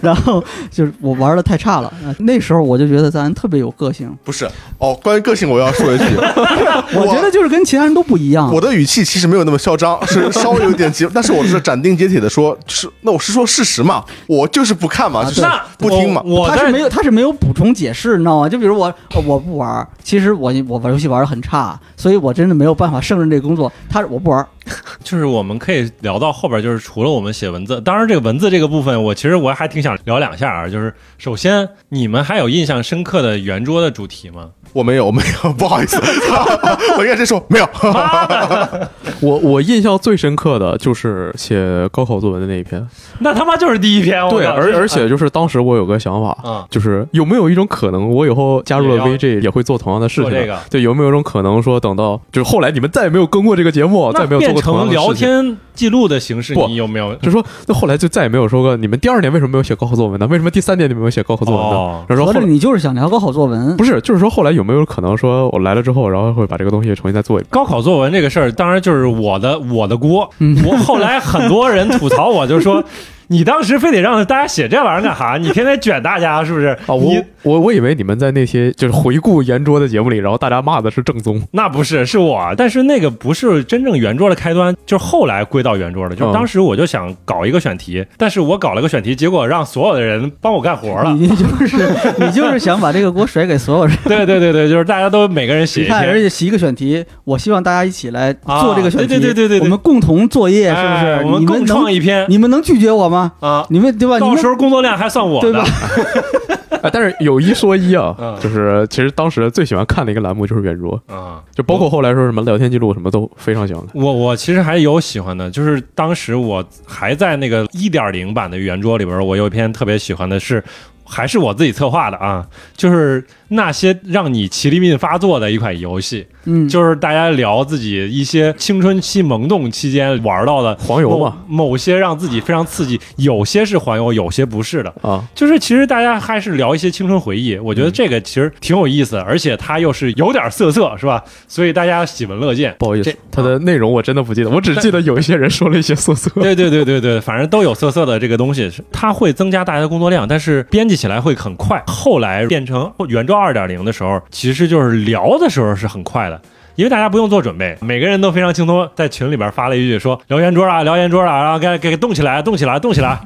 [SPEAKER 4] 然后就是我玩的太差了，呃那时候我就觉得赞恩特别有个性，
[SPEAKER 3] 不是哦。关于个性，我要说一句，
[SPEAKER 4] 我觉得就是跟其他人都不一样
[SPEAKER 3] 我。的语气其实没有那么嚣张，是稍微有点急， [LAUGHS] 但是我是斩钉截铁的说，是那我是说事实嘛，我就是不看嘛，
[SPEAKER 4] 啊
[SPEAKER 3] 就是
[SPEAKER 1] 那
[SPEAKER 3] 不听嘛。
[SPEAKER 1] 我我
[SPEAKER 4] 他是
[SPEAKER 1] 在
[SPEAKER 4] 没有，他是没有补充解释，你知道吗？就比如我，哦我不玩儿，其实我我玩游戏玩的很差，所以我真的没有办法胜任这个工作。他是我不玩儿，
[SPEAKER 1] 就是我们可以聊到后边，就是除了我们写文字，当然这个文字这个部分，我其实我还挺想聊两下啊。就是首先，你们还有印象深刻的圆桌的主题吗？
[SPEAKER 3] 我没有，我没有， [LAUGHS] 不好意思，我应该先说没有。
[SPEAKER 2] [LAUGHS] 我我印象最深刻的就是写高考作文的那一篇，
[SPEAKER 1] 那他妈就是第一篇，我
[SPEAKER 2] 对，
[SPEAKER 1] 靠
[SPEAKER 2] 而
[SPEAKER 1] 这
[SPEAKER 2] 而且就是当时我有个想法，
[SPEAKER 1] 啊，
[SPEAKER 2] 就是有没有一种可能，我以后加
[SPEAKER 1] 也
[SPEAKER 2] 入了
[SPEAKER 1] 要
[SPEAKER 2] VJ 也会做同样的事
[SPEAKER 1] 做
[SPEAKER 2] 情？
[SPEAKER 1] 这个
[SPEAKER 2] 对，有没有一种可能说，等到就是后来你们再也没有跟过这个节目，再
[SPEAKER 1] 那
[SPEAKER 2] 也没有做
[SPEAKER 1] 变
[SPEAKER 2] 过同样
[SPEAKER 1] 成
[SPEAKER 2] 的事
[SPEAKER 1] 聊
[SPEAKER 2] 情？
[SPEAKER 1] 天记录的形式，
[SPEAKER 2] 不
[SPEAKER 1] 你有没有？
[SPEAKER 2] 就说那后来就再也没有说过你们第二年为什么没有写高考作文呢？为什么第三年你们没有写高考作文呢？
[SPEAKER 1] 哦
[SPEAKER 2] 然
[SPEAKER 4] 合
[SPEAKER 2] 后说后
[SPEAKER 4] 着
[SPEAKER 2] 来
[SPEAKER 4] 你就是想聊个好作文
[SPEAKER 2] 不。是，就是说后来有没有可能说我来了之后，然后会把这个东西重新再做一遍？
[SPEAKER 1] 高考作文这个事儿，当然就是我的我的锅
[SPEAKER 4] 嗯。
[SPEAKER 1] 我后来很多人吐槽我，就说你当时非得让大家写这玩意儿干哈？你天天卷大家是不是？
[SPEAKER 2] 啊，我
[SPEAKER 1] 你
[SPEAKER 2] 我我以为你们在那些就是回顾圆桌的节目里，然后大家骂的是正 [LAUGHS] 宗。
[SPEAKER 1] 那不是是我，啊但是那个不是真正圆桌的开端，就是后来归到圆桌的。就是
[SPEAKER 2] 嗯
[SPEAKER 1] 当时我就想搞一个选题，但是我搞了个选题，结果让所有的人帮我干活了。
[SPEAKER 4] 你你就是 [LAUGHS] 你就是想把这个锅甩给所有人，
[SPEAKER 1] [LAUGHS] 对对对对，就是大家都每个人写
[SPEAKER 4] 你
[SPEAKER 1] 一
[SPEAKER 4] 看
[SPEAKER 1] 篇
[SPEAKER 4] 人。家写一个选题，我希望大家一起来
[SPEAKER 1] 啊
[SPEAKER 4] 做这个选题，
[SPEAKER 1] 对对对对对
[SPEAKER 4] 我们共同作业是不是？
[SPEAKER 1] 哎我们
[SPEAKER 4] 你
[SPEAKER 1] 共
[SPEAKER 4] 们
[SPEAKER 1] 创
[SPEAKER 4] 能
[SPEAKER 1] 一篇
[SPEAKER 4] 你们能拒绝我吗？
[SPEAKER 1] 啊，
[SPEAKER 4] 你们对吧？你
[SPEAKER 1] 到
[SPEAKER 4] 们
[SPEAKER 1] 时候工作量还算我
[SPEAKER 4] 对
[SPEAKER 1] 的
[SPEAKER 4] 吧。？
[SPEAKER 2] 哎，但是有一说一啊
[SPEAKER 1] 嗯，
[SPEAKER 2] 就是其实当时最喜欢看的一个栏目就是圆桌，
[SPEAKER 1] 啊，
[SPEAKER 2] 就包括后来说什么聊天记录什么都非常喜欢看。
[SPEAKER 1] 我我其实还有喜欢的，就是当时我还在那个一点零版的圆桌里边，我有一篇特别喜欢的是，还是我自己策划的啊，就是那些让你麒麟命发作的一款游戏，
[SPEAKER 4] 嗯，
[SPEAKER 1] 就是大家聊自己一些青春期萌动期间玩到的
[SPEAKER 2] 黄油嘛，
[SPEAKER 1] 某某些让自己非常刺激，有些是黄油，有些不是的。
[SPEAKER 2] 啊，
[SPEAKER 1] 就是其实大家还是聊一些青春回忆，我觉得这个其实挺有意思的，而且它又是有点涩涩，是吧？所以大家喜闻乐见。
[SPEAKER 2] 不好意
[SPEAKER 1] 这
[SPEAKER 2] 思，它的内容我真的不记得，我只记得有一些人说了一些色色。 [LAUGHS]
[SPEAKER 1] 对对对对对，反正都有色色的这个东西，是它会增加大家的工作量，但是编辑起来会很快。后来变成圆周二点零的时候，其实就是聊的时候是很快的。因为大家不用做准备，每个人都非常轻松，在群里边发了一句说“聊圆桌啊，聊圆桌啊”，然后该给动起来，动起来，动起来，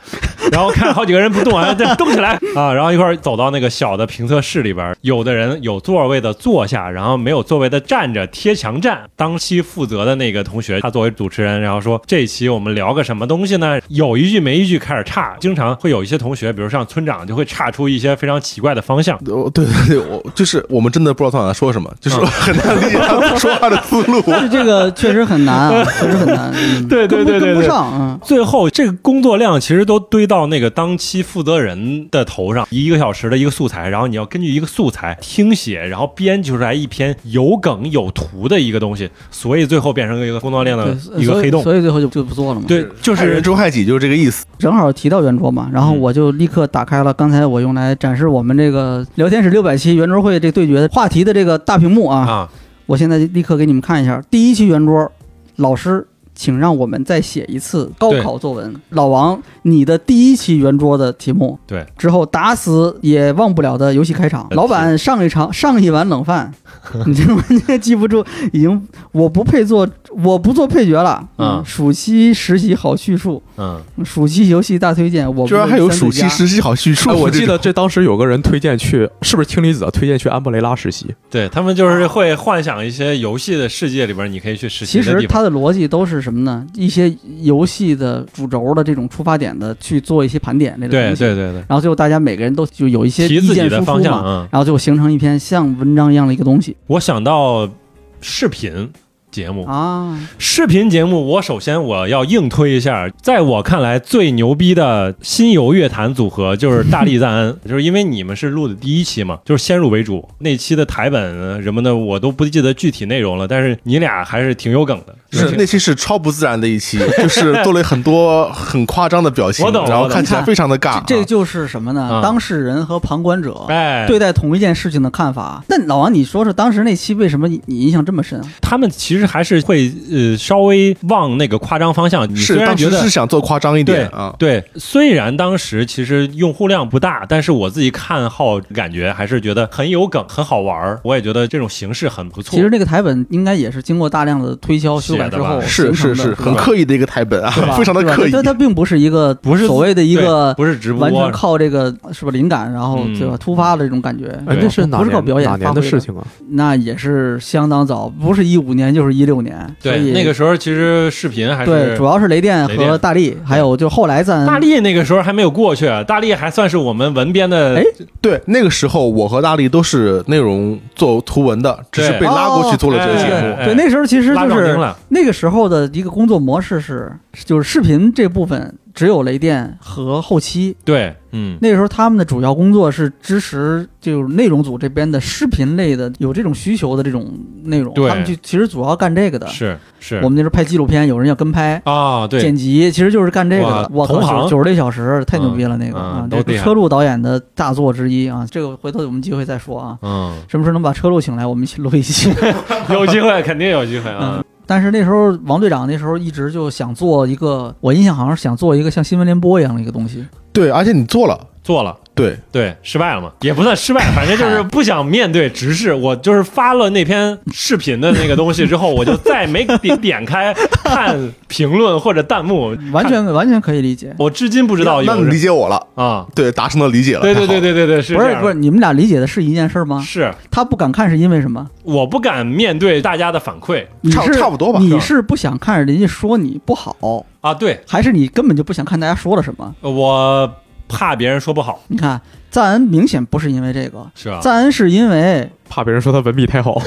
[SPEAKER 1] 然后看好几个人不动啊，再动起来啊，然后一块儿走到那个小的评测室里边儿，有的人有座位的坐下，然后没有座位的站着贴墙站。当期负责的那个同学，他作为主持人，然后说这一期我们聊个什么东西呢？有一句没一句开始岔，经常会有一些同学，比如像村长，就会岔出一些非常奇怪的方向。
[SPEAKER 3] 我 [LAUGHS] 对对对，我就是我们真的不知道他想说什么，就是
[SPEAKER 1] 嗯
[SPEAKER 3] 很难理解他说话的思 [LAUGHS] 路。
[SPEAKER 4] 是这个确实很难
[SPEAKER 1] [LAUGHS]
[SPEAKER 4] 啊，确实很难。嗯
[SPEAKER 1] 对对对对
[SPEAKER 4] 跟不跟不
[SPEAKER 1] 对
[SPEAKER 4] 上嗯。
[SPEAKER 1] 最后，这个工作量其实都堆到那个当期负责人的头上，一个小时的一个素材，然后你要根据一个素材听写，然后编出来一篇有梗有图的一个东西，所以最后变成一个工作量的
[SPEAKER 4] 对，
[SPEAKER 1] 嗯一个
[SPEAKER 4] 所以
[SPEAKER 1] 黑洞。
[SPEAKER 4] 所以最后就就不做了嘛。，
[SPEAKER 1] 对，就
[SPEAKER 3] 害人
[SPEAKER 1] 是
[SPEAKER 3] 诛害己就是这个意思。
[SPEAKER 4] 正好提到圆桌嘛，然后
[SPEAKER 1] 嗯
[SPEAKER 4] 我就立刻打开了刚才我用来展示我们这个聊天室六百期圆桌会这对决话题的这个大屏幕啊，
[SPEAKER 1] 啊，
[SPEAKER 4] 我现在立刻给你们看一下第一期圆桌，老师。请让我们再写一次高考作文。老王，你的第一期圆桌的题目，
[SPEAKER 1] 对，
[SPEAKER 4] 之后打死也忘不了的游戏开场。
[SPEAKER 1] 呃
[SPEAKER 4] 老板上一场上一碗
[SPEAKER 1] [LAUGHS]
[SPEAKER 4] 冷饭，你这完全记不住，已经我不配做，我不做配角了。
[SPEAKER 1] 嗯
[SPEAKER 4] 暑期实习好叙述，
[SPEAKER 1] 嗯，
[SPEAKER 4] 暑期游戏大推荐，我
[SPEAKER 3] 居然还有暑
[SPEAKER 4] 暑
[SPEAKER 3] 期实习好叙述，
[SPEAKER 2] 哎，我记
[SPEAKER 3] 这种
[SPEAKER 2] [LAUGHS] 得这当时有个人推荐去，是不是氢离子啊？推荐去安布雷拉实习。
[SPEAKER 1] 对他们就是会幻想一些游戏的世界里边，你可以去实习
[SPEAKER 4] 其
[SPEAKER 1] 的
[SPEAKER 4] 实
[SPEAKER 1] 地方。
[SPEAKER 4] 它的逻辑都是什么呢？一些游戏的主轴的这种出发点的去做一些盘点这类的
[SPEAKER 1] 对
[SPEAKER 4] 东西。
[SPEAKER 1] 对对
[SPEAKER 4] 然后最后大家每个人都就有一些
[SPEAKER 1] 对，提
[SPEAKER 4] 意
[SPEAKER 1] 自己
[SPEAKER 4] 见
[SPEAKER 1] 的
[SPEAKER 4] 输出
[SPEAKER 1] 方向
[SPEAKER 4] 嘛，
[SPEAKER 1] 啊、嗯
[SPEAKER 4] 然后就形成一篇像文章一样的一个东西。
[SPEAKER 1] 我想到视频，节目。
[SPEAKER 4] 啊，
[SPEAKER 1] 视频节目，我首先我要硬推一下，在我看来最牛逼的新游乐坛组合就是大力赞恩，就是因为你们是录的第一期嘛，就是先入为主那期的台本什么的我都不记得具体内容了，但是你俩还是挺有梗的，
[SPEAKER 3] 是那期是超不自然的一 [LAUGHS] 期，就是做了很多很夸张的表情
[SPEAKER 1] 我，懂
[SPEAKER 3] 然后
[SPEAKER 1] 我懂
[SPEAKER 3] 看起来非常的尬。
[SPEAKER 4] 这
[SPEAKER 3] 啊
[SPEAKER 4] 这就是什么呢
[SPEAKER 1] 啊？
[SPEAKER 4] 当事人和旁观者
[SPEAKER 1] 哎，
[SPEAKER 4] 对待同一件事情的看法。那老王，你说说当时那期为什么你你印象这么深啊？
[SPEAKER 1] 他们其实还是会呃稍微往那个夸张方向，你虽
[SPEAKER 3] 是
[SPEAKER 1] 然
[SPEAKER 3] 当
[SPEAKER 1] 觉
[SPEAKER 3] 时
[SPEAKER 1] 得
[SPEAKER 3] 是想做夸张一点啊，
[SPEAKER 1] 对，虽然当时其实用户量不大，但是我自己看后感觉还是觉得很有梗，很好玩儿。我也觉得这种形式很不错。
[SPEAKER 4] 其实那个台本应该也是经过大量的推销、修改之后
[SPEAKER 3] 是是是，很刻意的一个台本啊
[SPEAKER 4] 吧，
[SPEAKER 3] 非常的刻意。
[SPEAKER 4] 但它并不是一个
[SPEAKER 1] 不是
[SPEAKER 4] 所谓的一
[SPEAKER 1] 对
[SPEAKER 4] 个
[SPEAKER 1] 不是直播，
[SPEAKER 4] 完全靠这个是吧灵感，然后
[SPEAKER 1] 嗯
[SPEAKER 4] 对吧突发的这种感觉。
[SPEAKER 2] 哎，那是哪
[SPEAKER 4] 啊不是靠
[SPEAKER 2] 年
[SPEAKER 4] 表演
[SPEAKER 2] 哪年
[SPEAKER 4] 发挥
[SPEAKER 2] 的
[SPEAKER 4] 的
[SPEAKER 2] 事情啊？
[SPEAKER 4] 那也是相当早，不是一五年就是一六年。所
[SPEAKER 1] 对
[SPEAKER 4] 以
[SPEAKER 1] 那个时候其实视频还
[SPEAKER 4] 对，
[SPEAKER 1] 是
[SPEAKER 4] 主。要是雷电
[SPEAKER 1] 雷
[SPEAKER 4] 和
[SPEAKER 1] 电
[SPEAKER 4] 大力，还有就后来咱
[SPEAKER 1] 大力那个时候还没有过去，啊大力还算是我们文编的，
[SPEAKER 4] 哎
[SPEAKER 3] 对，那个时候我和大力都是内容做图文的，只是
[SPEAKER 1] 对
[SPEAKER 3] 被拉过去做了这个
[SPEAKER 4] 对
[SPEAKER 3] 节
[SPEAKER 1] 哎
[SPEAKER 3] 目。
[SPEAKER 4] 对，那时候其实
[SPEAKER 1] 拉
[SPEAKER 4] 就
[SPEAKER 1] 杠
[SPEAKER 4] 是
[SPEAKER 1] 精了。
[SPEAKER 4] 那个时候的一个工作模式是，就是视频这部分只有雷电和后期。
[SPEAKER 1] 对，嗯，
[SPEAKER 4] 那时候他们的主要工作是支持就是内容组这边的视频类的有这种需求的这种内容，
[SPEAKER 1] 对
[SPEAKER 4] 他们就其实主要干这个的。
[SPEAKER 1] 是是
[SPEAKER 4] 我们那时候拍纪录片，有人要跟拍。
[SPEAKER 1] 啊，对
[SPEAKER 4] 剪辑其实就是干这个的
[SPEAKER 1] 哇，
[SPEAKER 4] 我
[SPEAKER 1] 同
[SPEAKER 4] 靠，
[SPEAKER 1] 行
[SPEAKER 4] 九十六小时太牛逼了，
[SPEAKER 1] 嗯
[SPEAKER 4] 那个啊
[SPEAKER 1] 嗯，
[SPEAKER 4] 这
[SPEAKER 1] 都厉
[SPEAKER 4] 是
[SPEAKER 1] 害
[SPEAKER 4] 车路导演的大作之一啊，这个回头我们机会再说啊，
[SPEAKER 1] 嗯，
[SPEAKER 4] 什么时候能把车路请来，我们一起录一期。
[SPEAKER 1] 有机会肯定有机会啊
[SPEAKER 4] 嗯， [LAUGHS] 但是那时候王队长那时候一直就想做一个，我印象好像是想做一个像新闻联播一样的一个东西。
[SPEAKER 3] 对，而且你做了，
[SPEAKER 1] 做了。
[SPEAKER 3] 对，
[SPEAKER 1] 对，失败了嘛，也不算失败，反正就是不想面对直视。我就是发了那篇视频的那个东西之后，我就再没点点开看评论或者弹幕，
[SPEAKER 4] 完全完全可以理解。
[SPEAKER 1] 我至今不知道有
[SPEAKER 3] 那你理
[SPEAKER 1] 人
[SPEAKER 3] 解我了，
[SPEAKER 1] 啊。
[SPEAKER 3] 对，达成了理解了。
[SPEAKER 1] 对对
[SPEAKER 3] 太好
[SPEAKER 1] 对
[SPEAKER 3] 了，
[SPEAKER 1] 对对对，是
[SPEAKER 4] 不
[SPEAKER 1] 这
[SPEAKER 4] 是
[SPEAKER 1] 样
[SPEAKER 4] 不是，
[SPEAKER 1] 的
[SPEAKER 4] 你们俩理解的是一件事儿吗？
[SPEAKER 1] 是
[SPEAKER 4] 他不敢看是因为什么？
[SPEAKER 1] 我不敢面对大家的反馈
[SPEAKER 4] 你
[SPEAKER 3] 差
[SPEAKER 4] 是
[SPEAKER 3] 差不多吧
[SPEAKER 4] 你是不想看人家说你不好，
[SPEAKER 1] 啊。对
[SPEAKER 4] 还是你根本就不想看大家说了什么？
[SPEAKER 1] 我怕别人说不好，
[SPEAKER 4] 你看，赞恩明显不是因为这个，
[SPEAKER 1] 是吧？
[SPEAKER 4] 赞恩是因为
[SPEAKER 2] 怕别人说他文笔太好，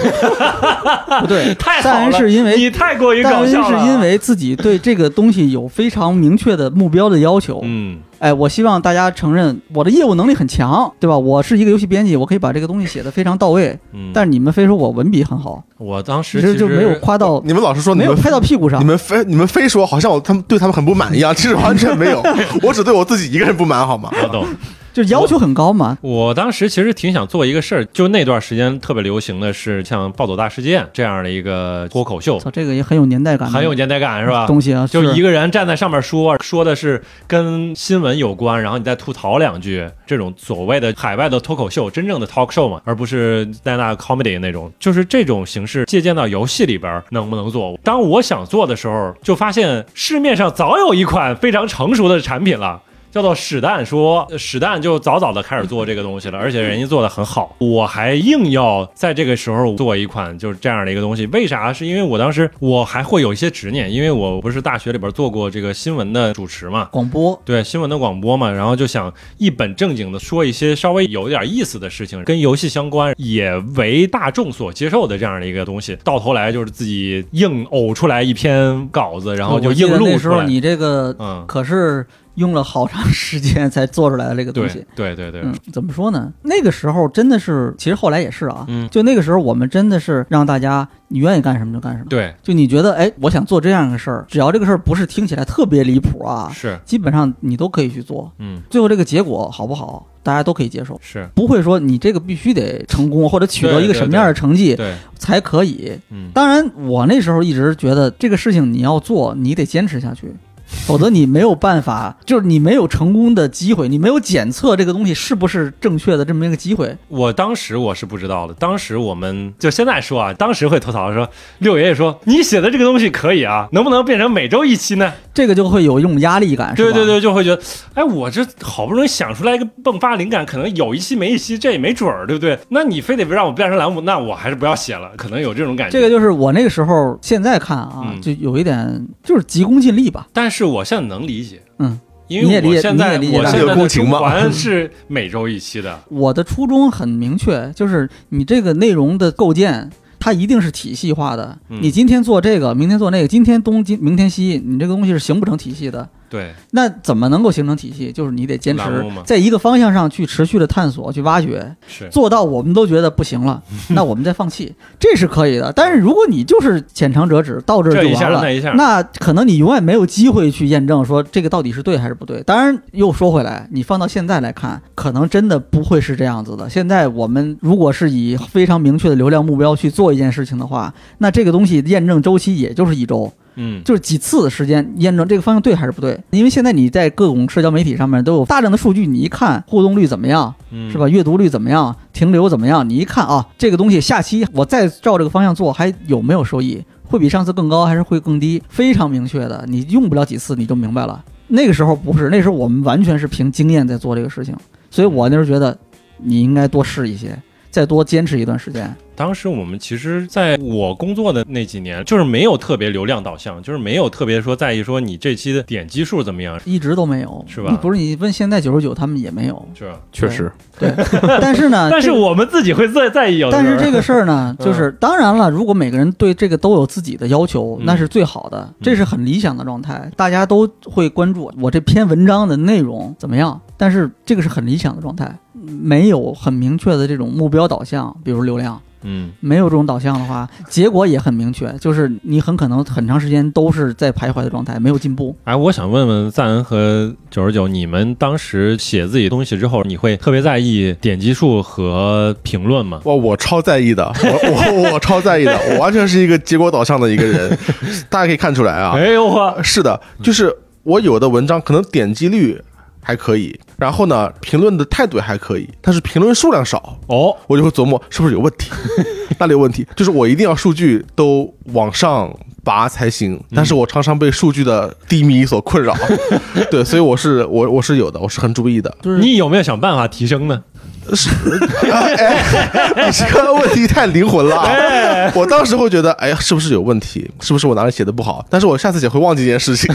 [SPEAKER 4] 不对，
[SPEAKER 1] [LAUGHS] 太
[SPEAKER 4] 赞
[SPEAKER 1] 好
[SPEAKER 4] 恩
[SPEAKER 1] 了，
[SPEAKER 4] 是因为
[SPEAKER 1] 你太过于
[SPEAKER 4] 赞
[SPEAKER 1] 搞
[SPEAKER 4] 恩
[SPEAKER 1] 笑了。啊
[SPEAKER 4] 是因为自己对这个东西有非常明确的目标的要求。
[SPEAKER 1] 嗯，
[SPEAKER 4] 哎，我希望大家承认我的业务能力很强，对吧？我是一个游戏编辑，我可以把这个东西写得非常到位。
[SPEAKER 1] 嗯
[SPEAKER 4] 但是你们非说我文笔很好，
[SPEAKER 1] 我当
[SPEAKER 4] 其
[SPEAKER 1] 时
[SPEAKER 4] 实
[SPEAKER 1] 其
[SPEAKER 4] 就
[SPEAKER 1] 实
[SPEAKER 4] 没有夸到，
[SPEAKER 3] 你们老是说你
[SPEAKER 4] 没有
[SPEAKER 3] 们
[SPEAKER 4] 拍到屁股上
[SPEAKER 3] 你。们非你们非说好像我他们对他们很不满一样，
[SPEAKER 1] [LAUGHS]
[SPEAKER 3] 其实完全没有，我只对我自己一个人不满，好吗？
[SPEAKER 1] 我懂。
[SPEAKER 4] 就是要求很高嘛。
[SPEAKER 1] 我当时其实挺想做一个事儿，就那段时间特别流行的是像《暴走大事件》这样的一个脱口秀，
[SPEAKER 4] 操，这个也很有年代感，
[SPEAKER 1] 很有年代感，是吧？
[SPEAKER 4] 东西啊，
[SPEAKER 1] 就是一个人站在上面说，说的是跟新闻有关，然后你再吐槽两句，这种所谓的海外的脱口秀，真正的 talk show 嘛，而不是在那 comedy 那种，就是这种形式借鉴到游戏里边能不能做？当我想做的时候，就发现市面上早有一款非常成熟的产品了。叫做史蛋说，呃史蛋就早早的开始做这个东西了，而且人家做的很好，我还硬要在这个时候做一款就是这样的一个东西，为啥？是因为我当时我还会有一些执念，因为我不是大学里边做过这个新闻的主持嘛。
[SPEAKER 4] 广播。
[SPEAKER 1] 对新闻的广播嘛，然后就想一本正经的说一些稍微有点意思的事情，跟游戏相关，也为大众所接受的这样的一个东西。到头来就是自己硬呕出来一篇稿子，然后就
[SPEAKER 4] 哦我记
[SPEAKER 1] 硬
[SPEAKER 4] 得
[SPEAKER 1] 录
[SPEAKER 4] 那时
[SPEAKER 1] 出
[SPEAKER 4] 候
[SPEAKER 1] 来。
[SPEAKER 4] 你这个
[SPEAKER 1] 嗯，
[SPEAKER 4] 可是用了好长时间才做出来的这个东
[SPEAKER 1] 对
[SPEAKER 4] 西。
[SPEAKER 1] 对对对，
[SPEAKER 4] 嗯，怎么说呢？那个时候真的是，其实后来也是啊，
[SPEAKER 1] 嗯
[SPEAKER 4] 就那个时候我们真的是让大家你愿意干什么就干什么。
[SPEAKER 1] 对
[SPEAKER 4] 就你觉得，哎，我想做这样一个事儿，只要这个事儿不是听起来特别离谱啊，
[SPEAKER 1] 是，
[SPEAKER 4] 基本上你都可以去做。
[SPEAKER 1] 嗯
[SPEAKER 4] 最后这个结果好不好，大家都可以接受，
[SPEAKER 1] 是，
[SPEAKER 4] 不会说你这个必须得成功或者取得一个什么样的成绩
[SPEAKER 1] 对，
[SPEAKER 4] 才可以。
[SPEAKER 1] 嗯，
[SPEAKER 4] 当然，我那时候一直觉得这个事情你要做，你得坚持
[SPEAKER 1] [LAUGHS]
[SPEAKER 4] 下去。否则你没有办法，就是你没有成功的机会，你没有检测这个东西是不是正确的这么一个机会。
[SPEAKER 1] 我当时我是不知道的，当时我们就现在说啊，当时会吐槽说六爷爷说你写的这个东西可以啊，能不能变成每周一期呢？
[SPEAKER 4] 这个就会有一种压力感，啊是吧
[SPEAKER 1] 对对，对，就会觉得，哎，我这好不容易想出来一个迸发灵感，可能有一期没一期，这也没准儿，对不对？那你非得让我变成栏目，那我还是不要写了，可能有这种感觉。
[SPEAKER 4] 这个就是我那个时候，现在看啊，
[SPEAKER 1] 嗯
[SPEAKER 4] 就有一点就是急功近利吧。
[SPEAKER 1] 但是我现在能理解，
[SPEAKER 4] 嗯，
[SPEAKER 1] 因为
[SPEAKER 4] 你也理
[SPEAKER 1] 我
[SPEAKER 4] 解
[SPEAKER 1] 现
[SPEAKER 4] 你也
[SPEAKER 1] 在
[SPEAKER 4] 理解
[SPEAKER 1] 我
[SPEAKER 4] 大
[SPEAKER 1] 现在
[SPEAKER 4] 家
[SPEAKER 3] 这
[SPEAKER 1] 的
[SPEAKER 3] 个共情
[SPEAKER 1] 中
[SPEAKER 3] 嘛
[SPEAKER 1] 环是每周一期的，
[SPEAKER 4] 我的初衷很明确，就是你这个内容的构建。它一定是体系化的。
[SPEAKER 1] 嗯
[SPEAKER 4] 你今天做这个，明天做那个，今天东，今明天西，你这个东西是形不成体系的。
[SPEAKER 1] 对，
[SPEAKER 4] 那怎么能够形成体系？就是你得坚
[SPEAKER 1] 懒
[SPEAKER 4] 持
[SPEAKER 1] 惰嘛
[SPEAKER 4] 在一个方向上去持续的探索、去挖掘，
[SPEAKER 1] 是
[SPEAKER 4] 做到我们都觉得不行
[SPEAKER 1] [LAUGHS]
[SPEAKER 4] 了，那我们再放弃，这是可以的。但是如果你就是浅尝辄止，到这儿
[SPEAKER 1] 这
[SPEAKER 4] 就
[SPEAKER 1] 一下
[SPEAKER 4] 完了，
[SPEAKER 1] 那一下
[SPEAKER 4] 那可能你永远没有机会去验证说这个到底是对还是不对。当然，又说回来，你放到现在来看，可能真的不会是这样子的。现在我们如果是以非常明确的流量目标去做一件事情的话，那这个东西验证周期也就是一周。
[SPEAKER 1] 嗯，
[SPEAKER 4] 就是几次的时间验证这个方向对还是不对。因为现在你在各种社交媒体上面都有大量的数据，你一看互动率怎么样，
[SPEAKER 1] 嗯
[SPEAKER 4] 是吧？？阅读率怎么样？停留怎么样？你一看啊，这个东西下期我再照这个方向做，还有没有收益？会比上次更高还是会更低？非常明确的，你用不了几次你就明白了。那个时候不是，那时候我们完全是凭经验在做这个事情，所以我那时候觉得你应该多试一些，再多坚持一段时间。
[SPEAKER 1] 当时我们其实在我工作的那几年，就是没有特别流量导向，就是没有特别说在意说你这期的点击数怎么样，
[SPEAKER 4] 一直都没有，
[SPEAKER 1] 是吧
[SPEAKER 4] 不是你问现在九十九，他们也没
[SPEAKER 1] [LAUGHS]
[SPEAKER 4] 有。
[SPEAKER 1] 是吧？
[SPEAKER 2] [LAUGHS] 确实，
[SPEAKER 4] 对，但是呢，
[SPEAKER 1] 但是
[SPEAKER 4] 这个
[SPEAKER 1] 我们自己会在在 [LAUGHS] 意有的
[SPEAKER 4] 但
[SPEAKER 1] 时候，
[SPEAKER 4] 是这个事儿呢，
[SPEAKER 1] 嗯
[SPEAKER 4] 就是当然了，如果每个人对这个都有自己的要求，
[SPEAKER 1] 嗯
[SPEAKER 4] 那是最好的，这是很理想的状态，大家都会关注我这篇文章的内容怎么样。但是这个是很理想的状态，没有很明确的这种目标导向，比如流量，
[SPEAKER 1] 嗯，
[SPEAKER 4] 没有这种导向的话，结果也很明确，就是你很可能很长时间都是在徘徊的状态，没有进步。
[SPEAKER 1] 哎，我想问问赞恩和九十九，你们当时写自己东西之后，你会特别在意点击数和评论吗？
[SPEAKER 3] 哇，我超在意的，我我我超在意的，我完全是一个结果导向的一个
[SPEAKER 1] [LAUGHS]
[SPEAKER 3] 人，大家可以看出来啊。
[SPEAKER 1] 哎呦呵，
[SPEAKER 3] 是的，就是我有的文章可能点击率还可以，然后呢，评论的态度也还可以，但是评论数量少，
[SPEAKER 1] 哦，
[SPEAKER 3] 我就会琢磨是不是有问题，哪里有问题？就是我一定要数据都往上拔才行，但是我常常被数据的低迷所困扰，对，所以我是我我是有的，我是很注意的。
[SPEAKER 4] 就是
[SPEAKER 1] [LAUGHS] 你有没有想办法提升呢？
[SPEAKER 3] 是，哎，你这个问题太灵魂了啊。我当时会觉得，哎呀，是不是有问题？是不是我哪里写的不好？但是我下次写会忘记这件事情。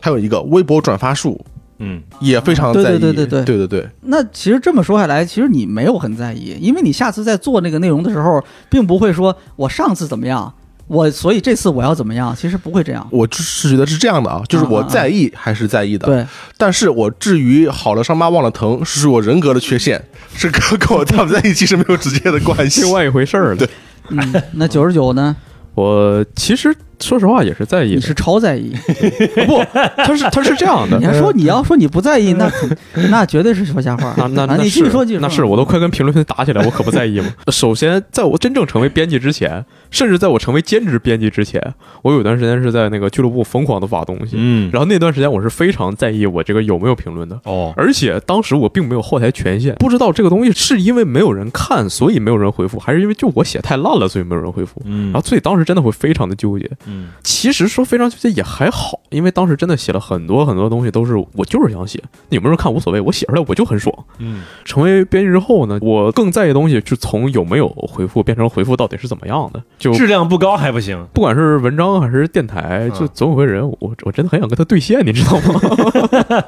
[SPEAKER 3] 还有一个微博转发数
[SPEAKER 1] 嗯，
[SPEAKER 3] 也非常在意，
[SPEAKER 4] 对对对对
[SPEAKER 3] 对对
[SPEAKER 4] 那其实这么说下来，其实你没有很在意，因为你下次在做那个内容的时候，并不会说我上次怎么样，我所以这次我要怎么样，其实不会这样。
[SPEAKER 3] 我就是觉得是这样的啊，就是我在意还是在意的，
[SPEAKER 4] 对，
[SPEAKER 3] 但是我至于好了伤疤忘了疼，是我人格的缺陷，是跟 [LAUGHS] 跟我在不在一起是没有直接的关系。
[SPEAKER 2] 另外一回事儿了。
[SPEAKER 4] 嗯，那九十九呢？
[SPEAKER 2] 我其实说实话 [LAUGHS] 也是在意
[SPEAKER 4] 你
[SPEAKER 2] 的，
[SPEAKER 4] 是超在意，
[SPEAKER 2] 啊 [LAUGHS] 不，他是他是
[SPEAKER 4] [LAUGHS]
[SPEAKER 2] 这样的，
[SPEAKER 4] 你还说你要说你不在意，那
[SPEAKER 2] [LAUGHS]
[SPEAKER 4] 那绝对是说瞎话。
[SPEAKER 2] 那那
[SPEAKER 4] 啊
[SPEAKER 2] 那
[SPEAKER 4] 你继续
[SPEAKER 2] 是
[SPEAKER 4] 说，继续说。
[SPEAKER 2] 那是我都快跟评论区打起来，我可不
[SPEAKER 4] [LAUGHS]
[SPEAKER 2] 在意嘛。首先，在我真正成为编辑之前，甚至在我成为兼职编辑之前，我有段时间是在那个俱乐部疯狂的发东西，
[SPEAKER 1] 嗯，
[SPEAKER 2] 然后那段时间我是非常在意我这个有没有评论的。
[SPEAKER 1] 哦，
[SPEAKER 2] 而且当时我并没有后台权限，不知道这个东西是因为没有人看，所以没有人回复，还是因为就我写太烂了，所以没有人回复。
[SPEAKER 1] 嗯，
[SPEAKER 2] 然后，所以当时真的会非常的纠结。
[SPEAKER 1] 嗯，
[SPEAKER 2] 其实说非常纠结也还好，因为当时真的写了很多很多东西，都是我就是想写，有没有人看无所谓，我写出来我就很爽。
[SPEAKER 1] 嗯，
[SPEAKER 2] 成为编辑之后呢，我更在意的东西是从有没有回复变成回复到底是怎么样的。就
[SPEAKER 1] 质量不高还不行，
[SPEAKER 2] 不管是文章还是电台，就
[SPEAKER 1] 嗯
[SPEAKER 2] 总有个人，我我真的很想跟他对线，你知道吗？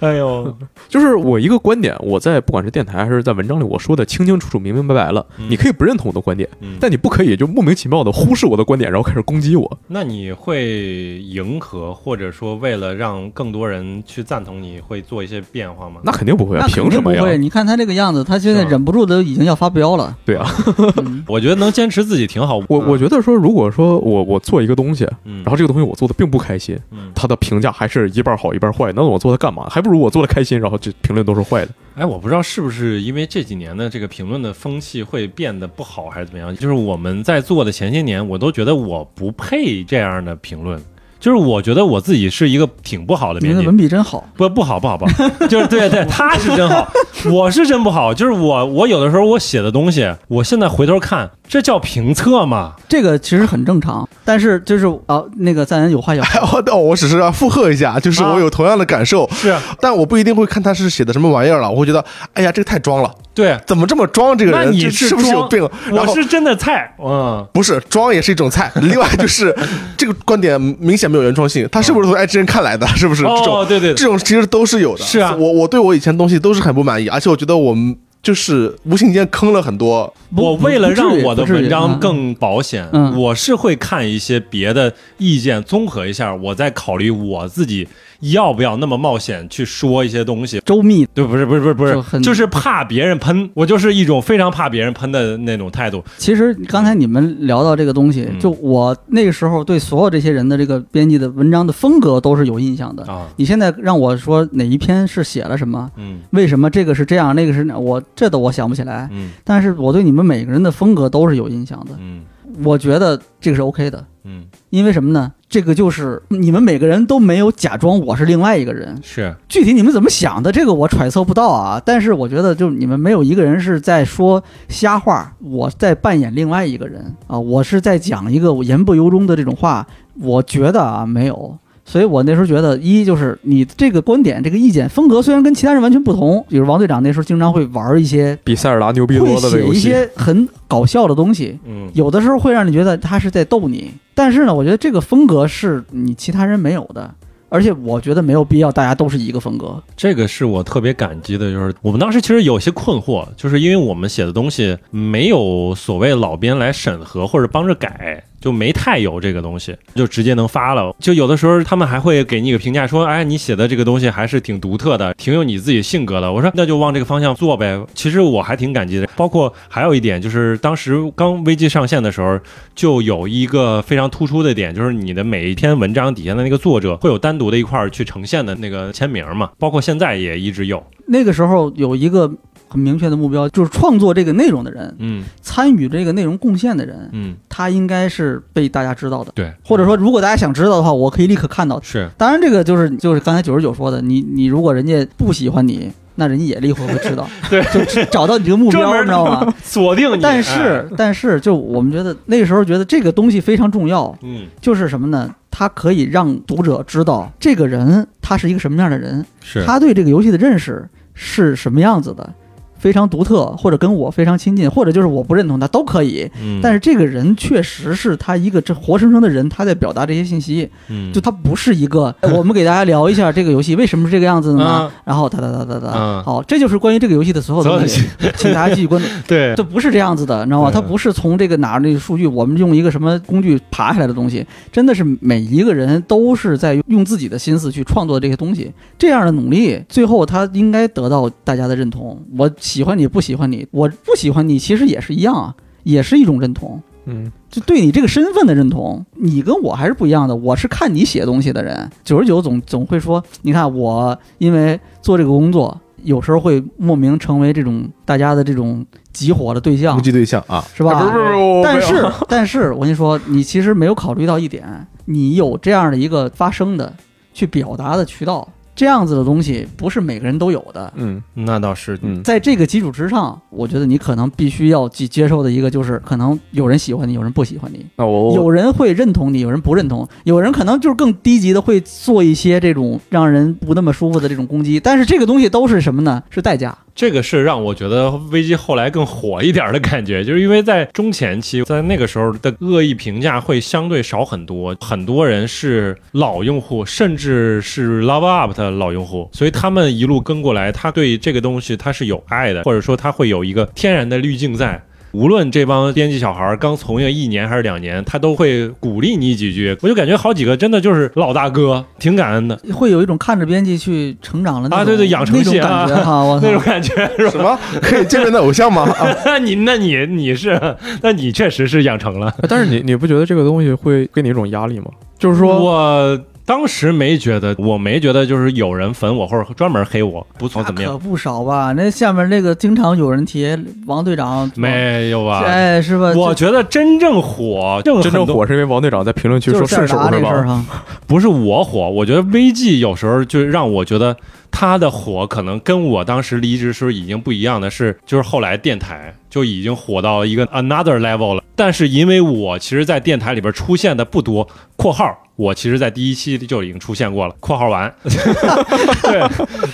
[SPEAKER 1] 哎 [LAUGHS] 呦，
[SPEAKER 2] 就是我一个观点，我在不管是电台还是在文章里，我说的清清楚楚、明明白白了。
[SPEAKER 1] 嗯
[SPEAKER 2] 你可以不认同我的观点，
[SPEAKER 1] 嗯
[SPEAKER 2] 但你不可以就莫名其妙的忽视我的观点，然后开始攻击我。
[SPEAKER 1] 那你会迎合，或者说为了让更多人去赞同你，会做一些变化吗？
[SPEAKER 2] 那肯定不会啊，
[SPEAKER 4] 那肯
[SPEAKER 2] 凭什
[SPEAKER 4] 定不
[SPEAKER 2] 么呀？
[SPEAKER 4] 会。你看他这个样子，他现在
[SPEAKER 1] 是吧
[SPEAKER 4] 忍不住都已经要发飙了。
[SPEAKER 2] 对啊，
[SPEAKER 4] [LAUGHS]
[SPEAKER 2] [LAUGHS]
[SPEAKER 4] 嗯
[SPEAKER 1] 我觉得能坚持自己挺好。
[SPEAKER 2] 我我觉得说，如果说我我做一个东西，
[SPEAKER 1] 嗯，
[SPEAKER 2] 然后这个东西我做的并不开心，
[SPEAKER 1] 嗯，
[SPEAKER 2] 它的评价还是一半好一半坏，那我做它干嘛？还不如我做的开心，然后这评论都是坏的。
[SPEAKER 1] 哎，我不知道是不是因为这几年的这个评论的风气会变得不好，还是怎么样？就是我们在做的前些年，我都觉得我不配这样的评论，就是我觉得我自己是一个挺不好的
[SPEAKER 4] 你
[SPEAKER 1] 编
[SPEAKER 4] 的
[SPEAKER 1] 辑
[SPEAKER 4] 文，笔真好，
[SPEAKER 1] 不不好不好不好，就是对对，他是真好， [LAUGHS] 我是真不好。就是我我有的时候我写的东西，我现在回头看，这叫评测吗？
[SPEAKER 4] 这个其实很正常。但是就是啊，那个赞恩有话要
[SPEAKER 2] 哎
[SPEAKER 3] 还有， [LAUGHS] 哦，我只是要附和一下，就是我有同样的感受，
[SPEAKER 1] 是
[SPEAKER 3] [LAUGHS] 但我不一定会看他是写的什么玩意儿了，我会觉得，哎呀，这个太装了，
[SPEAKER 1] 对，
[SPEAKER 3] 怎么这么装？这个
[SPEAKER 1] 那
[SPEAKER 3] 人
[SPEAKER 1] 你
[SPEAKER 3] 这
[SPEAKER 1] 是
[SPEAKER 3] 是不是有
[SPEAKER 1] 装
[SPEAKER 3] 病？然
[SPEAKER 1] 我
[SPEAKER 3] 后
[SPEAKER 1] 是真的菜，嗯，
[SPEAKER 3] 不是装也是一种菜，另外就是 [LAUGHS] 这个观点明显没有原创性，他是不是从爱之人看来的？是不是这种
[SPEAKER 1] 哦对对对
[SPEAKER 3] 这种其实都是有的。
[SPEAKER 1] 是啊
[SPEAKER 3] 我我对我以前东西都是很不满意，而且我觉得我们就是无形间坑了很多。
[SPEAKER 4] 不
[SPEAKER 1] 我为了让我的文章，
[SPEAKER 4] 不不至于不至于
[SPEAKER 1] 更保险，
[SPEAKER 4] 嗯
[SPEAKER 1] 我是会看一些别的意见，综合一下，我再考虑我自己要不要那么冒险去说一些东西
[SPEAKER 4] 嗯。周密
[SPEAKER 1] 对，不是，不是，不是，不
[SPEAKER 4] 就很
[SPEAKER 1] 是，就是怕别人喷，我就是一种非常怕别人喷的那种态度。
[SPEAKER 4] 其实刚才你们聊到这个东西，
[SPEAKER 1] 嗯
[SPEAKER 4] 就我那个时候对所有这些人的这个编辑的文章的风格都是有印象的。
[SPEAKER 1] 啊
[SPEAKER 4] 你现在让我说哪一篇是写了什么，
[SPEAKER 1] 嗯
[SPEAKER 4] 为什么这个是这样，那个是那，我这都我想不起来。
[SPEAKER 1] 嗯
[SPEAKER 4] 但是我对你们每个人的风格都是有印象的，
[SPEAKER 1] 嗯
[SPEAKER 4] 我觉得这个是 OK 的，
[SPEAKER 1] 嗯，
[SPEAKER 4] 因为什么呢？这个就是你们每个人都没有假装我是另外一个人，
[SPEAKER 1] 是
[SPEAKER 4] 具体你们怎么想的，这个我揣测不到啊。但是我觉得，就是你们没有一个人是在说瞎话，我在扮演另外一个人啊，我是在讲一个我言不由衷的这种话。我觉得啊，没有。所以我那时候觉得，一就是你这个观点、这个意见风格虽然跟其他人完全不同，比如王队长那时候经常会玩一些，
[SPEAKER 2] 比塞尔达牛逼
[SPEAKER 4] 会
[SPEAKER 2] 多了的
[SPEAKER 4] 写
[SPEAKER 2] 游
[SPEAKER 4] 一
[SPEAKER 2] 戏，
[SPEAKER 4] 些很搞笑的东西，
[SPEAKER 1] 嗯
[SPEAKER 4] 有的时候会让你觉得他是在逗你，但是呢，我觉得这个风格是你其他人没有的，而且我觉得没有必要大家都是一个风格。
[SPEAKER 1] 这个是我特别感激的，就是我们当时其实有些困惑，就是因为我们写的东西没有所谓老编来审核或者帮着改，就没太有这个东西，就直接能发了。就有的时候他们还会给你一个评价说，哎，你写的这个东西还是挺独特的，挺有你自己性格的。我说那就往这个方向做呗。其实我还挺感激的。包括还有一点就是，当时刚危机上线的时候，就有一个非常突出的点，就是你的每一篇文章底下的那个作者会有单独的一块儿去呈现的那个签名嘛，包括现在也一直有。
[SPEAKER 4] 那个时候有一个很明确的目标，就是创作这个内容的人，
[SPEAKER 1] 嗯
[SPEAKER 4] 参与这个内容贡献的人，
[SPEAKER 1] 嗯，
[SPEAKER 4] 他应该是被大家知道的，
[SPEAKER 1] 对，
[SPEAKER 4] 或者说，如果大家想知道的话，我可以立刻看到。
[SPEAKER 1] 是
[SPEAKER 4] 当然，这个就是就是刚才九十九说的，你你如果人家不喜欢你，那人家也立刻会知道，
[SPEAKER 1] [LAUGHS] 对，
[SPEAKER 4] 就只找到你这个目
[SPEAKER 1] [LAUGHS] 专
[SPEAKER 4] 标，
[SPEAKER 1] 门
[SPEAKER 4] 你知道吗？
[SPEAKER 1] 锁定你。哎
[SPEAKER 4] 但是但是，就我们觉得那个时候觉得这个东西非常重要，
[SPEAKER 1] 嗯
[SPEAKER 4] 就是什么呢？它可以让读者知道这个人他是一个什么样的人，
[SPEAKER 1] 是
[SPEAKER 4] 他对这个游戏的认识是什么样子的，非常独特，或者跟我非常亲近，或者就是我不认同他都可以。
[SPEAKER 1] 嗯
[SPEAKER 4] 但是这个人确实是他一个这活生生的人，他在表达这些信息，
[SPEAKER 1] 嗯
[SPEAKER 4] 就他不是一个。哎我们给大家聊一下这个游戏为什么是这个样子的呢？然后哒哒哒哒哒，
[SPEAKER 1] 嗯
[SPEAKER 4] 好，这就是关于这个游戏的所有
[SPEAKER 1] 所有
[SPEAKER 4] 东
[SPEAKER 1] 的
[SPEAKER 4] 西，请大家继续关注。
[SPEAKER 1] 对
[SPEAKER 4] 这不是这样子的，你知道吗？
[SPEAKER 1] 对
[SPEAKER 4] 它不是从这个哪儿那个数据，我们用一个什么工具爬下来的东西，真的是每一个人都是在用自己的心思去创作这些东西。这样的努力，最后他应该得到大家的认同。我喜欢你，不喜欢你，我不喜欢你，其实也是一样啊，也是一种认同。
[SPEAKER 2] 嗯，
[SPEAKER 4] 就对你这个身份的认同，你跟我还是不一样的。我是看你写东西的人，九十九总总会说，你看我因为做这个工作，有时候会莫名成为这种大家的这种集火的对象
[SPEAKER 3] 攻，击对象啊，
[SPEAKER 4] 是
[SPEAKER 2] 不是不
[SPEAKER 4] 吧？
[SPEAKER 2] 是，我
[SPEAKER 4] 但
[SPEAKER 2] 没有 [LAUGHS]
[SPEAKER 4] 是 [LAUGHS] 但是，我跟你说，你其实没有考虑到一点，你有这样的一个发声的、去表达的渠道，这样子的东西不是每个人都有的。
[SPEAKER 2] 嗯
[SPEAKER 1] 那倒是
[SPEAKER 2] 嗯，
[SPEAKER 4] 在这个基础之上，我觉得你可能必须要去接受的一个就是，可能有人喜欢你，有人不喜欢你。
[SPEAKER 2] 那我
[SPEAKER 4] 有人会认同你，有人不认同，有人可能就是更低级的会做一些这种让人不那么舒服的这种攻击。但是这个东西都是什么呢？是代价。
[SPEAKER 1] 这个是让我觉得危机后来更火一点儿的感觉，就是因为在中前期，在那个时候的恶意评价会相对少很多，很多人是老用户，甚至是 Love Up 的老用户，所以他们一路跟过来，他对这个东西他是有爱的，或者说他会有一个天然的滤镜在。无论这帮编辑小孩儿刚从业一年还是两年，他都会鼓励你几句，我就感觉好几个真的就是老大哥，挺感恩的
[SPEAKER 4] 会有一种看着编辑去成长了那种
[SPEAKER 1] 啊对对养成
[SPEAKER 4] 那种
[SPEAKER 1] 系啊
[SPEAKER 4] [LAUGHS] 感觉哈，我
[SPEAKER 1] 那种
[SPEAKER 4] 操！
[SPEAKER 1] 感觉，是吧？
[SPEAKER 3] 什么 [LAUGHS] 可以见面的
[SPEAKER 1] [LAUGHS]
[SPEAKER 3] 偶像吗？啊，
[SPEAKER 1] 那你那你你是，那你确实是养成了。
[SPEAKER 2] 哎但是你你不觉得这个东西会给你一种压力吗？就是说，
[SPEAKER 1] 我当时没觉得，我没觉得就是有人粉我或者专门黑我，不
[SPEAKER 4] 那
[SPEAKER 1] 哦从怎么
[SPEAKER 4] 可
[SPEAKER 1] 样？
[SPEAKER 4] 不少吧？那下面那个经常有人提王队长，
[SPEAKER 1] 没有吧？
[SPEAKER 4] 哎，是吧？
[SPEAKER 1] 我觉得真正火，正
[SPEAKER 2] 真正
[SPEAKER 1] 很多
[SPEAKER 2] 火是因为王队长在评论区
[SPEAKER 4] 就
[SPEAKER 2] 说
[SPEAKER 4] 就是
[SPEAKER 2] 顺手
[SPEAKER 4] 这
[SPEAKER 2] 是
[SPEAKER 4] 事儿
[SPEAKER 2] 吧？
[SPEAKER 4] 哈，
[SPEAKER 1] 不是我火，我觉得危机有时候就让我觉得他的火可能跟我当时离职时候已经不一样的是，就是后来电台，就已经火到了一个 another level 了。但是因为我其实，在电台里边出现的不多（括号我其实，在第一期就已经出现过了），括号完， [LAUGHS] 对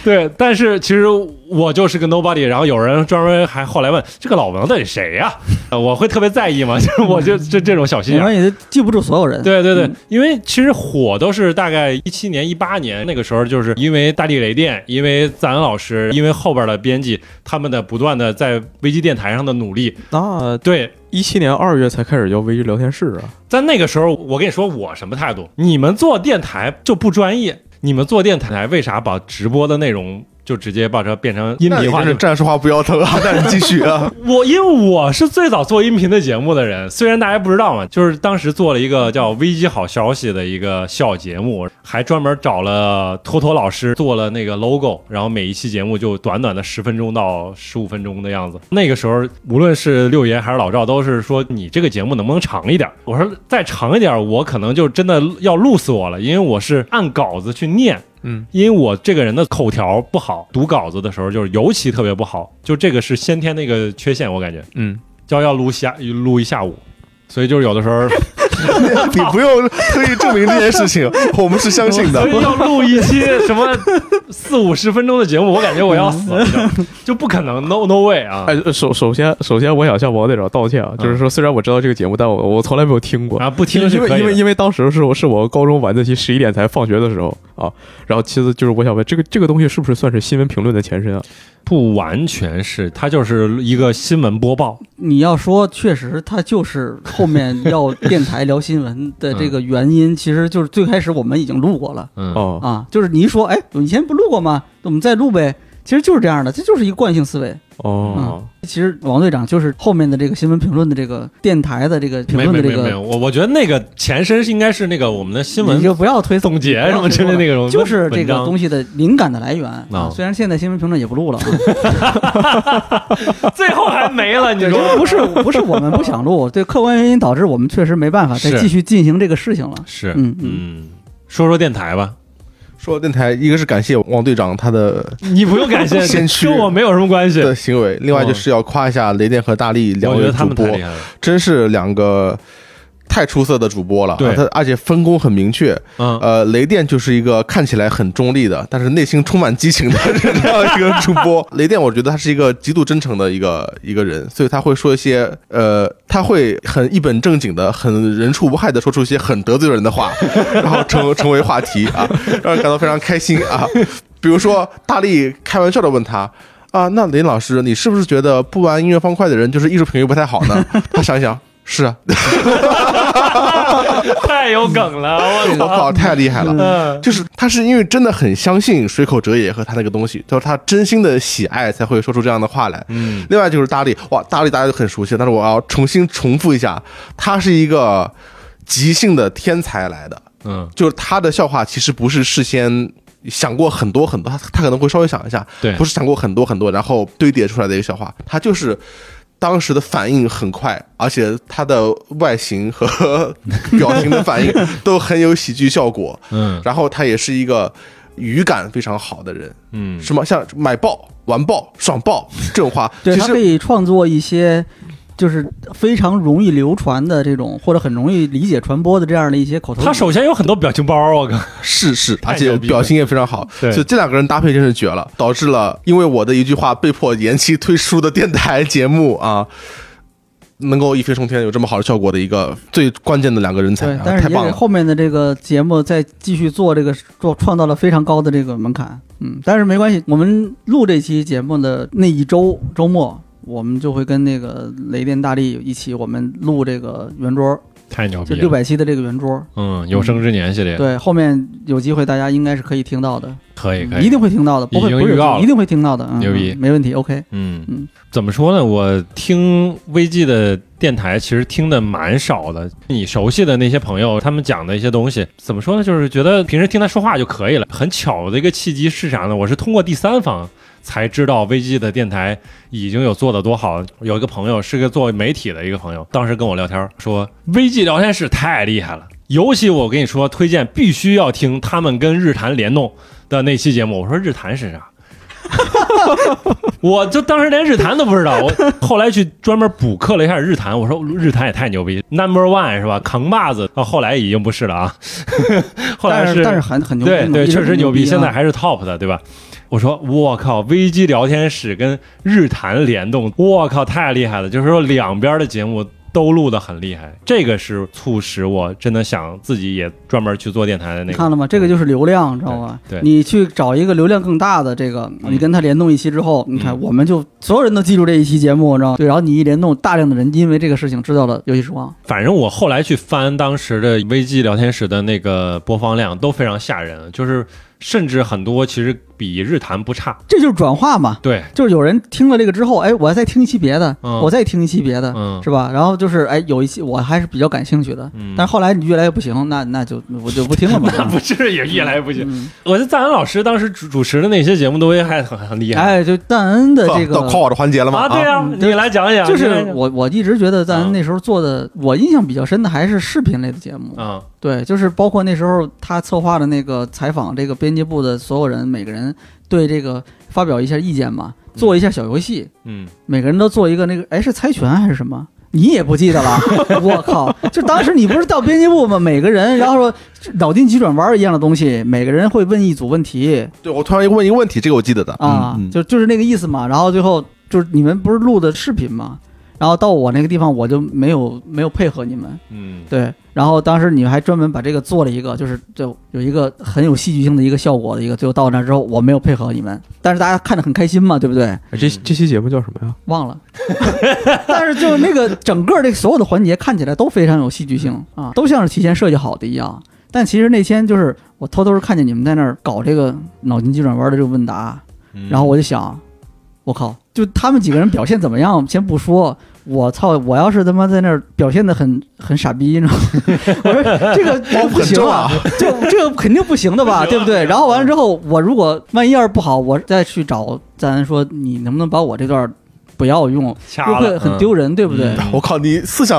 [SPEAKER 1] 对。但是其实我就是个 nobody。然后有人专门还后来问这个老王到底谁呀、 [LAUGHS] 呃我会特别在意吗？ [LAUGHS] 就是我就这这种小心
[SPEAKER 4] 我
[SPEAKER 1] 眼儿。
[SPEAKER 4] 们也记不住所有人。
[SPEAKER 1] 对对对
[SPEAKER 4] 嗯，
[SPEAKER 1] 因为其实火都是大概一七年、一八年那个时候，就是因为大地雷电，因为赞恩老师，因为后边的编辑他们的不断的在危机电台上的努力。
[SPEAKER 2] 那
[SPEAKER 1] 对，
[SPEAKER 2] 一七年二月才开始叫微机聊天室啊，
[SPEAKER 1] 在那个时候，我跟你说我什么态度？你们做电台就不专业，你们做电台为啥把直播的内容就直接把它变成音
[SPEAKER 3] 那你
[SPEAKER 1] 频化
[SPEAKER 3] 真？是站着说话不腰疼
[SPEAKER 1] [LAUGHS]
[SPEAKER 3] 啊！那你继续啊，
[SPEAKER 1] 我因为我是最早做音频的节目的人，虽然大家不知道嘛，就是当时做了一个叫《危机好消息》的一个小节目，还专门找了托托老师做了那个 logo，然后每一期节目就短短的十分钟到十五分钟的样子。那个时候，无论是六爷还是老赵，都是说你这个节目能不能长一点？我说再长一点，我可能就真的要录死我了，因为我是按稿子去念。
[SPEAKER 2] 嗯，
[SPEAKER 1] 因为我这个人的口条不好，读稿子的时候就是尤其特别不好，就这个是先天的一个缺陷，我感觉
[SPEAKER 2] 嗯，
[SPEAKER 1] 就要录下录一下午，所以就是有的时
[SPEAKER 4] [LAUGHS]
[SPEAKER 1] 候
[SPEAKER 3] [LAUGHS] 你不用特意证明这件事情，我们是相信
[SPEAKER 1] [LAUGHS]
[SPEAKER 3] 的
[SPEAKER 1] 所。以要录一期什么四五十分钟的节目，我感觉我要死了，就就不可能，no
[SPEAKER 4] [LAUGHS]
[SPEAKER 1] no way 啊！
[SPEAKER 2] 哎，呃首首先首先我想向王队长道歉啊，就是说虽然我知道这个节目，但我我从来没有听过
[SPEAKER 1] 嗯啊，不
[SPEAKER 2] 因
[SPEAKER 1] 听
[SPEAKER 2] 为
[SPEAKER 1] 是
[SPEAKER 2] 因
[SPEAKER 1] 可
[SPEAKER 2] 为因为
[SPEAKER 1] 以的。
[SPEAKER 2] 因为当时是我是我高中晚自习十一点才放学的时候啊，然后其次就是我想问这个这个东西是不是算是新闻评论的前身啊？
[SPEAKER 1] 不完全是，它就是一个新闻播报，
[SPEAKER 4] 你要说，确实，它就是后面要电台聊新闻的这个原因，其实就是最开始我们已经录过了
[SPEAKER 1] 嗯，
[SPEAKER 2] 哦，
[SPEAKER 4] 啊，就是你一说，哎，以前不录过吗？我们再录呗，其实就是这样的，这就是一个惯性思维。
[SPEAKER 1] 嗯
[SPEAKER 2] 哦，
[SPEAKER 4] 其实王队长就是后面的这个新闻评论的这个电台的这个评
[SPEAKER 1] 没
[SPEAKER 4] 论
[SPEAKER 1] 没
[SPEAKER 4] 的这
[SPEAKER 1] 没没有，
[SPEAKER 4] 个，
[SPEAKER 1] 我我觉得那个前身是应该是那个我们的新闻
[SPEAKER 4] 你就不要推
[SPEAKER 1] 总
[SPEAKER 4] [LAUGHS]
[SPEAKER 1] 结什么之类那种文，
[SPEAKER 4] 就是这个
[SPEAKER 1] 文章
[SPEAKER 4] 东西的灵感的来源啊
[SPEAKER 1] 啊。
[SPEAKER 4] 虽然现在新闻评论也不录了啊，
[SPEAKER 1] [LAUGHS] 最后还没了，你
[SPEAKER 4] 对，
[SPEAKER 1] 说
[SPEAKER 4] 这不是不是我们不想录，对客观原因导致我们确实没办法再
[SPEAKER 1] 是
[SPEAKER 4] 继续进行这个事情了。
[SPEAKER 1] 是
[SPEAKER 4] 嗯嗯，
[SPEAKER 1] 嗯，说说电台吧，
[SPEAKER 3] 说电台，一个是感谢王队长他的
[SPEAKER 1] [LAUGHS] 你不用感 [LAUGHS] 谢，
[SPEAKER 3] 先驱
[SPEAKER 1] 跟我没有什么关系。
[SPEAKER 3] 的行为，另外就是要夸一下雷电和大力
[SPEAKER 1] 嗯
[SPEAKER 3] 两
[SPEAKER 1] 我觉得
[SPEAKER 3] 位
[SPEAKER 1] 他
[SPEAKER 3] 主
[SPEAKER 1] 们
[SPEAKER 3] 播
[SPEAKER 1] 太，厉害了，
[SPEAKER 3] 真是两个太出色的主播了。啊
[SPEAKER 1] 对
[SPEAKER 3] 他而且分工很明确。
[SPEAKER 1] 嗯，
[SPEAKER 3] 呃，雷电就是一个看起来很中立的，但是内心充满激情的 [LAUGHS] 这样一个主播。雷电，我觉得他是一个极度真诚的一个一个人，所以他会说一些呃，他会很一本正经的、很人畜无害的说出一些很得罪人的话， [LAUGHS] 然后成成为话题啊，让人感到非常开心啊。比如说，大力开玩笑的问他。啊，那林老师，你是不是觉得不玩音乐方块的人就是艺术品味不太好呢？ [LAUGHS] 他想一想，是啊，
[SPEAKER 1] [LAUGHS] 太有梗了，我
[SPEAKER 3] 我靠，太厉害了！
[SPEAKER 1] 嗯
[SPEAKER 3] 就是他是因为真的很相信水口哲也和他那个东西，就是他真心的喜爱才会说出这样的话来。
[SPEAKER 1] 嗯，
[SPEAKER 3] 另外就是大力，哇，大力大家都很熟悉，但是我要重新重复一下，他是一个即兴的天才来的，
[SPEAKER 1] 嗯，
[SPEAKER 3] 就是他的笑话其实不是事先。想过很多很多，他他可能会稍微想一下，
[SPEAKER 1] 对
[SPEAKER 3] 不是想过很多很多，然后堆叠出来的一个笑话，他就是当时的反应很快，而且他的外形和 [LAUGHS] 表情的反应都很有喜剧效果，
[SPEAKER 1] 嗯
[SPEAKER 3] 然后他也是一个语感非常好的人，
[SPEAKER 1] 嗯，
[SPEAKER 3] 什么像买爆、完爆、爽爆这种话，
[SPEAKER 4] 对
[SPEAKER 3] 其
[SPEAKER 4] 他可
[SPEAKER 3] 实
[SPEAKER 4] 以创作一些。就是非常容易流传的这种，或者很容易理解传播的这样的一些口头语。
[SPEAKER 1] 他首先有很多表情包，我靠，
[SPEAKER 3] 是是，
[SPEAKER 1] 太
[SPEAKER 3] 而且
[SPEAKER 1] 牛逼了
[SPEAKER 3] 表情也非常好，
[SPEAKER 1] 对
[SPEAKER 3] 所以这两个人搭配真是绝了，导致了因为我的一句话被迫延期推出的电台节目啊。能够一飞冲天，有这么好的效果的一个最关键的两个人才
[SPEAKER 4] 对，，
[SPEAKER 3] 啊
[SPEAKER 4] 但是
[SPEAKER 3] 太
[SPEAKER 4] 也
[SPEAKER 3] 棒
[SPEAKER 4] 给
[SPEAKER 3] 了！
[SPEAKER 4] 后面的这个节目再继续做这个做创造了非常高的这个门槛。嗯，但是没关系，我们录这期节目的那一周周末，我们就会跟那个雷电大力一起，我们录这个圆桌，
[SPEAKER 1] 太牛
[SPEAKER 4] 就
[SPEAKER 1] 逼
[SPEAKER 4] 六
[SPEAKER 1] 了，
[SPEAKER 4] 百期的这个圆桌。
[SPEAKER 1] 嗯，有生之年系列，
[SPEAKER 4] 对，后面有机会大家应该是可以听到的，嗯
[SPEAKER 1] 可以可
[SPEAKER 4] 一
[SPEAKER 1] 以，
[SPEAKER 4] 定会听到的，不会
[SPEAKER 1] 已经
[SPEAKER 4] 不是有
[SPEAKER 1] 预告了
[SPEAKER 4] 一定会听到的。嗯、
[SPEAKER 1] 牛逼
[SPEAKER 4] 嗯没问题。OK，
[SPEAKER 1] 嗯
[SPEAKER 4] 嗯，
[SPEAKER 1] 怎么说呢？我听微记的电台其实听的蛮少的，你熟悉的那些朋友他们讲的一些东西，怎么说呢？就是觉得平时听他说话就可以了。很巧的一个契机是啥呢？我是通过第三方才知道微记的电台已经有做的多好。有一个朋友是个做媒体的一个朋友，当时跟我聊天说，微记聊天室太厉害了。尤其我跟你说，推荐必须要听他们跟日坛联动的那期节目。我说日坛是啥？ [LAUGHS] 我就当时连日坛都不知道，我后来去专门补课了一下日坛，我说日坛也太牛逼，Number One 是吧？扛把子啊，后来已经不是了啊， [LAUGHS] 后来
[SPEAKER 4] 但是但是很很牛逼
[SPEAKER 1] 对
[SPEAKER 4] 嘛，
[SPEAKER 1] 对，
[SPEAKER 4] 一直
[SPEAKER 1] 确实
[SPEAKER 4] 很
[SPEAKER 1] 牛
[SPEAKER 4] 逼啊。
[SPEAKER 1] 现在还是 top 的，对吧？我说我靠，危机聊天室跟日坛联动，我靠，太厉害了！就是说两边的节目都录得很厉害，这个是促使我真的想自己也专门去做电台的那
[SPEAKER 4] 你
[SPEAKER 1] 个。嗯
[SPEAKER 4] 看了吗？这个就是流量，知道吧？
[SPEAKER 1] 对嗯对
[SPEAKER 4] 你去找一个流量更大的这个，你跟他联动一期之后，
[SPEAKER 1] 嗯
[SPEAKER 4] 你看我们就所有人都记住这一期节目，你知道吗？对，然后你一联动，大量的人因为这个事情知道了游戏时光。
[SPEAKER 1] 反正我后来去翻当时的危机聊天室的那个播放量都非常吓人，就是甚至很多其实比日坛不差。
[SPEAKER 4] 这就是转化嘛， [LAUGHS]
[SPEAKER 1] 对，
[SPEAKER 4] 就是有人听了这个之后，哎，我再听一期别的，
[SPEAKER 1] 嗯
[SPEAKER 4] 我再听一期别的，
[SPEAKER 1] 嗯
[SPEAKER 4] 是吧？然后就是哎，有一期我还是比较感兴趣的，
[SPEAKER 1] 嗯
[SPEAKER 4] 但是后来你越来越不行，那那就我就不听了嘛。
[SPEAKER 1] [LAUGHS] 那不至于越来越不行。
[SPEAKER 4] 嗯
[SPEAKER 1] 我觉得赞恩老师当时主主持的那些节目都还很很厉害。
[SPEAKER 4] 哎，就赞恩的这
[SPEAKER 3] 到
[SPEAKER 4] 个
[SPEAKER 3] 到夸我的环节了吗？
[SPEAKER 1] 啊，对呀、
[SPEAKER 4] 嗯
[SPEAKER 1] 你啊来讲一讲，
[SPEAKER 4] 就是我我一直觉得咱
[SPEAKER 1] 嗯
[SPEAKER 4] 那时候做的，我印象比较深的还是视频类的节目。
[SPEAKER 1] 啊，
[SPEAKER 4] 对，就是包括那时候他策划的那个采访，这个编辑部的所有人，每个人对这个发表一下意见嘛，做一下小游戏，
[SPEAKER 1] 嗯，
[SPEAKER 4] 每个人都做一个那个，哎，是猜拳还是什么？你也不记得
[SPEAKER 1] [LAUGHS]
[SPEAKER 4] 了，我靠！就当时你不是到编辑部吗？每个人，然后说脑筋急转弯一样的东西，每个人会问一组问题
[SPEAKER 3] 对我突然问一个问题，这个我记得的
[SPEAKER 4] 啊，
[SPEAKER 3] 嗯嗯
[SPEAKER 4] 就就是那个意思嘛。然后最后就是你们不是录的视频嘛，然后到我那个地方我就没有没有配合你们，
[SPEAKER 1] 嗯，
[SPEAKER 4] 对，然后当时你们还专门把这个做了一个，就是就有一个很有戏剧性的一个效果的一个，最后到那之后我没有配合你们，但是大家看着很开心嘛，对不对？
[SPEAKER 2] 哎这这期节目叫什么呀？
[SPEAKER 3] [LAUGHS]
[SPEAKER 4] 忘了，但是就那个整个这个所有的环节看起来都非常有戏剧性
[SPEAKER 3] 嗯
[SPEAKER 4] 啊，都像是提前设计好的一样。但其实那天就是我偷偷看见你们在那儿搞这个脑筋急转弯的这个问答，
[SPEAKER 1] 嗯
[SPEAKER 3] 嗯
[SPEAKER 4] 然后我就想，我靠，就他们几个人表现怎么样，先不说，我操，我要是他妈在那儿表现的很很傻逼，你知道吗？ [LAUGHS] 我说这个这个不行啊，就这个肯定不行的吧，对不对？然后完了之后，我如果万一要是不好，我再去找咱说，你能不能把我这段不要用，
[SPEAKER 1] 掐
[SPEAKER 4] 又会
[SPEAKER 1] 了，
[SPEAKER 4] 很丢人，对不对？
[SPEAKER 1] 嗯
[SPEAKER 3] [LAUGHS] 我靠，你思想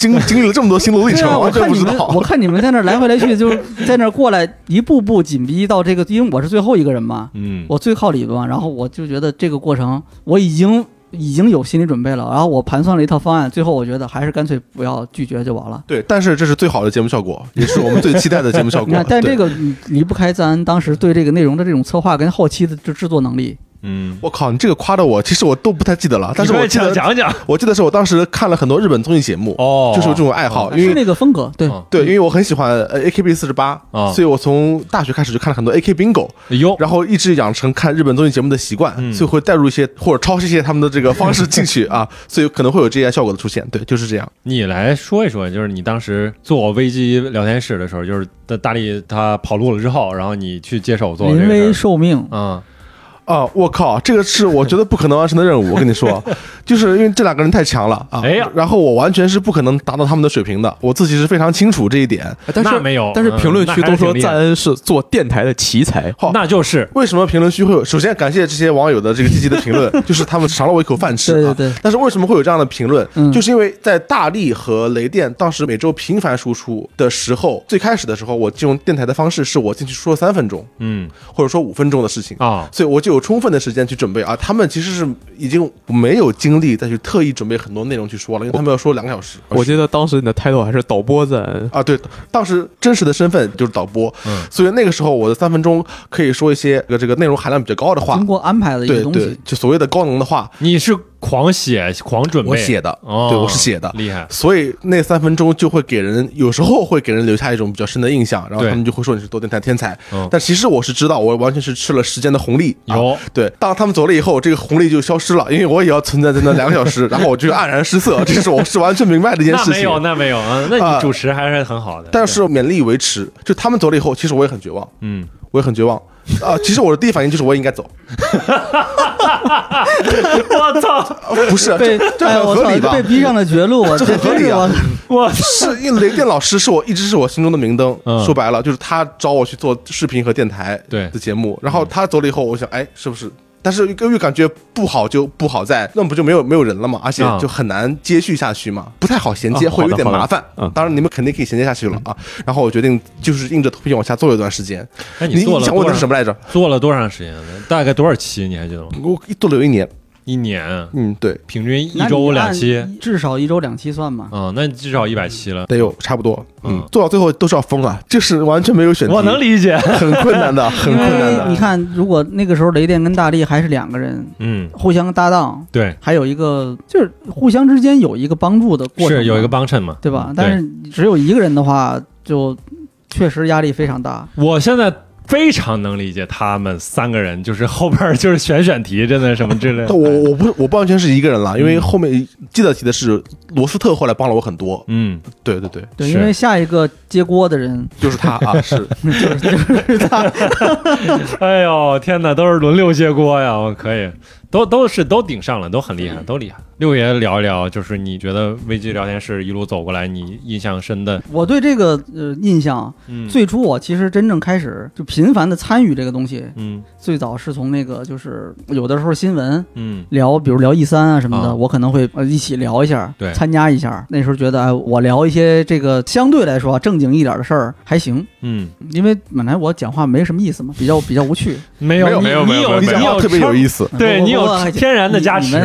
[SPEAKER 3] 经经历了这么多心路历
[SPEAKER 4] 对
[SPEAKER 3] 程，
[SPEAKER 4] 啊，我
[SPEAKER 3] 完全
[SPEAKER 4] 看
[SPEAKER 3] 不
[SPEAKER 4] 你
[SPEAKER 3] 知
[SPEAKER 4] 们，
[SPEAKER 3] 道。
[SPEAKER 4] 我看你们在那儿来回来去，就是在那儿过来一步步紧逼到这个，因为我是最后一个人嘛，
[SPEAKER 1] 嗯，
[SPEAKER 4] 我最靠理论，然后我就觉得这个过程我已经已经有心理准备了，然后我盘算了一套方案，最后我觉得还是干脆不要拒绝就完了。
[SPEAKER 3] 对，但是这是最好的节目
[SPEAKER 1] [LAUGHS]
[SPEAKER 3] 效果，也是我们最期待的节目效
[SPEAKER 4] 你
[SPEAKER 3] 果。
[SPEAKER 4] 看，但
[SPEAKER 3] 对
[SPEAKER 4] 这个你离不开咱当时对这个内容的这种策划跟后期的制制作能力。
[SPEAKER 1] 嗯，
[SPEAKER 3] 我靠，你这个夸的我，其实我都不太记得了，但是我记
[SPEAKER 1] 讲
[SPEAKER 3] 得，
[SPEAKER 1] 讲讲
[SPEAKER 3] 我记得是我当时看了很多日本综艺节目，
[SPEAKER 1] 哦
[SPEAKER 3] 就是有这种爱好，因
[SPEAKER 4] 是
[SPEAKER 3] 为。嗯
[SPEAKER 4] 那个风格，对，
[SPEAKER 1] 哦
[SPEAKER 3] 对，因为我很喜欢呃 A K B 四十八
[SPEAKER 1] 啊，
[SPEAKER 3] 所以我从大学开始就看了很多 A K Bingo，
[SPEAKER 1] 哟，
[SPEAKER 3] 然后一直养成看日本综艺节目的习惯，
[SPEAKER 1] 哦嗯
[SPEAKER 3] 所以会带入一些或者抄袭一些他们的这个方式进去啊，所以可能会有这些效果的出现。对，就是这样。
[SPEAKER 1] 你来说一说，就是你当时做危机聊天室的时候，就是大大力他跑路了之后，然后你去接手做这
[SPEAKER 4] 临危
[SPEAKER 1] 个事
[SPEAKER 4] 受命。
[SPEAKER 1] 儿，啊，
[SPEAKER 3] 啊，我靠，这个是我觉得不可能完成的
[SPEAKER 4] [LAUGHS]
[SPEAKER 3] 任务。我跟你说，就是因为这两个人太强了啊，
[SPEAKER 1] 哎呀
[SPEAKER 3] 然后我完全是不可能达到他们的水平的，我自己是非常清楚这一点。
[SPEAKER 2] 哎但
[SPEAKER 1] 那
[SPEAKER 2] 是
[SPEAKER 1] 没有
[SPEAKER 2] 但是
[SPEAKER 1] 嗯
[SPEAKER 2] 评论
[SPEAKER 1] 那
[SPEAKER 2] 区
[SPEAKER 1] 还
[SPEAKER 2] 都
[SPEAKER 1] 是挺
[SPEAKER 2] 说
[SPEAKER 1] 厉害哦
[SPEAKER 2] 赞恩是做电台的奇才。
[SPEAKER 3] 好
[SPEAKER 1] 那就是
[SPEAKER 3] 为什么评论区会有？首先感谢这些网友的这个积极的评
[SPEAKER 4] [LAUGHS]
[SPEAKER 3] 论，就是他们赏了我一口饭吃。
[SPEAKER 4] 对对
[SPEAKER 3] 啊
[SPEAKER 4] 对，
[SPEAKER 3] 但是为什么会有这样的评论？
[SPEAKER 4] 嗯
[SPEAKER 3] 就是因为在大力和雷电当时每周频繁输出的时候，最开始的时候，我进入电台的方式是我进去说三分钟，
[SPEAKER 1] 嗯
[SPEAKER 3] 或者说五分钟的事情。
[SPEAKER 1] 啊，
[SPEAKER 3] 所以我就有充分的时间去准备啊。他们其实是已经没有精力再去特意准备很多内容去说了，因为他们要说两个小时。
[SPEAKER 2] 我记得当时你的 title 还是导播赞恩，
[SPEAKER 3] 啊，对，当时真实的身份就是导播，
[SPEAKER 2] 嗯
[SPEAKER 3] 所以那个时候我的三分钟可以说一些这个这个内容含量比较高的话
[SPEAKER 4] 经，过安排的一个
[SPEAKER 3] 对
[SPEAKER 4] 东
[SPEAKER 3] 对啊
[SPEAKER 4] 西，，
[SPEAKER 3] 就所谓的高能的话，
[SPEAKER 1] 你是狂写狂准备，
[SPEAKER 3] 我写的，
[SPEAKER 1] 哦，
[SPEAKER 3] 对，我是写的。
[SPEAKER 1] 厉害，
[SPEAKER 3] 所以那三分钟就会给人，有时候会给人留下一种比较深的印象，然后
[SPEAKER 1] 对
[SPEAKER 3] 他们就会说你是多电台天才。
[SPEAKER 1] 嗯
[SPEAKER 3] 但其实我是知道，我完全是吃了时间的红利。啊
[SPEAKER 1] 有
[SPEAKER 3] 对，当他们走了以后，这个红利就消失了，因为我也要存在在那两个
[SPEAKER 1] [LAUGHS]
[SPEAKER 3] 小时，然后我就黯然失色，这是我是完全明白的一件
[SPEAKER 1] 那
[SPEAKER 3] 事
[SPEAKER 1] 没
[SPEAKER 3] 情。
[SPEAKER 1] 有那没有啊，那
[SPEAKER 3] 啊
[SPEAKER 1] 你主持还是很好的，
[SPEAKER 3] 但是勉力维持，就他们走了以后，其实我也很绝望，
[SPEAKER 1] 嗯，
[SPEAKER 3] 我也很绝望。啊、其实我的第一反应就是我也应该走，
[SPEAKER 1] [LAUGHS] 我操，
[SPEAKER 3] 不是，
[SPEAKER 4] 被
[SPEAKER 3] 这这
[SPEAKER 4] 哎
[SPEAKER 3] 很
[SPEAKER 4] 我
[SPEAKER 3] 合
[SPEAKER 4] 操
[SPEAKER 3] 理，吧？
[SPEAKER 4] 被逼上了绝路，我
[SPEAKER 3] 这
[SPEAKER 4] 这
[SPEAKER 3] 很合
[SPEAKER 4] 真
[SPEAKER 3] 理
[SPEAKER 4] 是
[SPEAKER 3] 啊
[SPEAKER 4] 我
[SPEAKER 1] 我
[SPEAKER 3] 是因为雷电老师是我一直是我心中的明灯。
[SPEAKER 1] 嗯
[SPEAKER 3] 说白了，就是他找我去做视频和电台
[SPEAKER 1] 对嗯
[SPEAKER 3] 的节目，然后他走了以后，我想，哎，是不是但是又又感觉不好就不好在，那不就没有没有人了嘛，而且
[SPEAKER 1] 啊
[SPEAKER 3] 就很难接续下去嘛，不太好衔接，
[SPEAKER 2] 啊
[SPEAKER 3] 会有
[SPEAKER 2] 好的
[SPEAKER 3] 点
[SPEAKER 2] 好的
[SPEAKER 3] 麻烦。
[SPEAKER 2] 嗯
[SPEAKER 3] 当然你们肯定可以衔接下去了啊。然后我决定就是硬着头皮往下做一段时间。
[SPEAKER 1] 那
[SPEAKER 3] 你
[SPEAKER 1] 做了
[SPEAKER 3] 想问
[SPEAKER 1] 多
[SPEAKER 3] 的是什
[SPEAKER 1] 长？
[SPEAKER 3] 么来着？
[SPEAKER 1] 做了多长时间了？大概多少期？你还记得吗？
[SPEAKER 3] 我做了有一年，
[SPEAKER 1] 一年，
[SPEAKER 3] 嗯，对，
[SPEAKER 1] 平均
[SPEAKER 4] 那
[SPEAKER 1] 一
[SPEAKER 4] 你
[SPEAKER 1] 周两
[SPEAKER 4] 按
[SPEAKER 1] 期，
[SPEAKER 4] 一，至少一周两期算
[SPEAKER 3] 啊
[SPEAKER 4] 嘛。
[SPEAKER 1] 嗯，那至少一百期了。
[SPEAKER 3] 得有差不多。嗯，
[SPEAKER 1] 嗯
[SPEAKER 3] 做到最后都是要疯啊，就是完全没有选题，
[SPEAKER 1] 我能理解，
[SPEAKER 3] 很困难的，很
[SPEAKER 4] 因
[SPEAKER 3] 困难
[SPEAKER 4] 为
[SPEAKER 3] 的。
[SPEAKER 4] 你看，如果那个时候雷电跟大力还是两个人
[SPEAKER 1] 嗯，
[SPEAKER 4] 互相搭档，
[SPEAKER 1] 对，
[SPEAKER 4] 还有一个就是互相之间有一个帮助的过程嘛，
[SPEAKER 1] 是有一个帮衬嘛，
[SPEAKER 4] 对吧？
[SPEAKER 1] 嗯
[SPEAKER 4] 但是只有一个人的话，就确实压力非常大。
[SPEAKER 1] 我现在非常能理解他们三个人，就是后边儿就是选选题，真的什么之 [LAUGHS] 类的。
[SPEAKER 3] 但我我不我不完全是一个人了，因为
[SPEAKER 1] 嗯
[SPEAKER 3] 后面记得提的是罗斯特，后来帮了我很多。
[SPEAKER 1] 嗯，
[SPEAKER 3] 对对对，
[SPEAKER 4] 对，
[SPEAKER 1] 是
[SPEAKER 4] 因为下一个接锅的人 [LAUGHS]
[SPEAKER 3] 就是他
[SPEAKER 1] [LAUGHS]
[SPEAKER 3] 啊，是
[SPEAKER 4] 就是就是他，
[SPEAKER 1] 哎呦天哪，都是轮流接锅呀！我可以，嗯都都是都顶上了，都很厉害，都厉害。六爷聊一聊，就是你觉得危机聊天室一路走过来，你印象深的，
[SPEAKER 4] 我对这个呃印象，
[SPEAKER 1] 嗯，
[SPEAKER 4] 最初我其实真正开始就频繁的参与这个东西，
[SPEAKER 1] 嗯
[SPEAKER 4] 最早是从那个就是有的时候新闻
[SPEAKER 1] 嗯
[SPEAKER 4] 聊，比如聊 E 三啊什么的，
[SPEAKER 1] 啊
[SPEAKER 4] 我可能会呃一起聊一下，
[SPEAKER 1] 对
[SPEAKER 4] 参加一下。那时候觉得，哎，我聊一些这个相对来说啊正经一点的事儿还行，
[SPEAKER 1] 嗯，
[SPEAKER 4] 因为本来我讲话没什么意思嘛，比较比较无趣。
[SPEAKER 1] 没有
[SPEAKER 2] 没有
[SPEAKER 1] 你
[SPEAKER 2] 没有没
[SPEAKER 1] 你
[SPEAKER 2] 有
[SPEAKER 1] 有你
[SPEAKER 2] 没有
[SPEAKER 3] 讲
[SPEAKER 1] 有
[SPEAKER 3] 话特别有意思。
[SPEAKER 1] [LAUGHS] 对
[SPEAKER 4] 不
[SPEAKER 1] 你有天然的加。持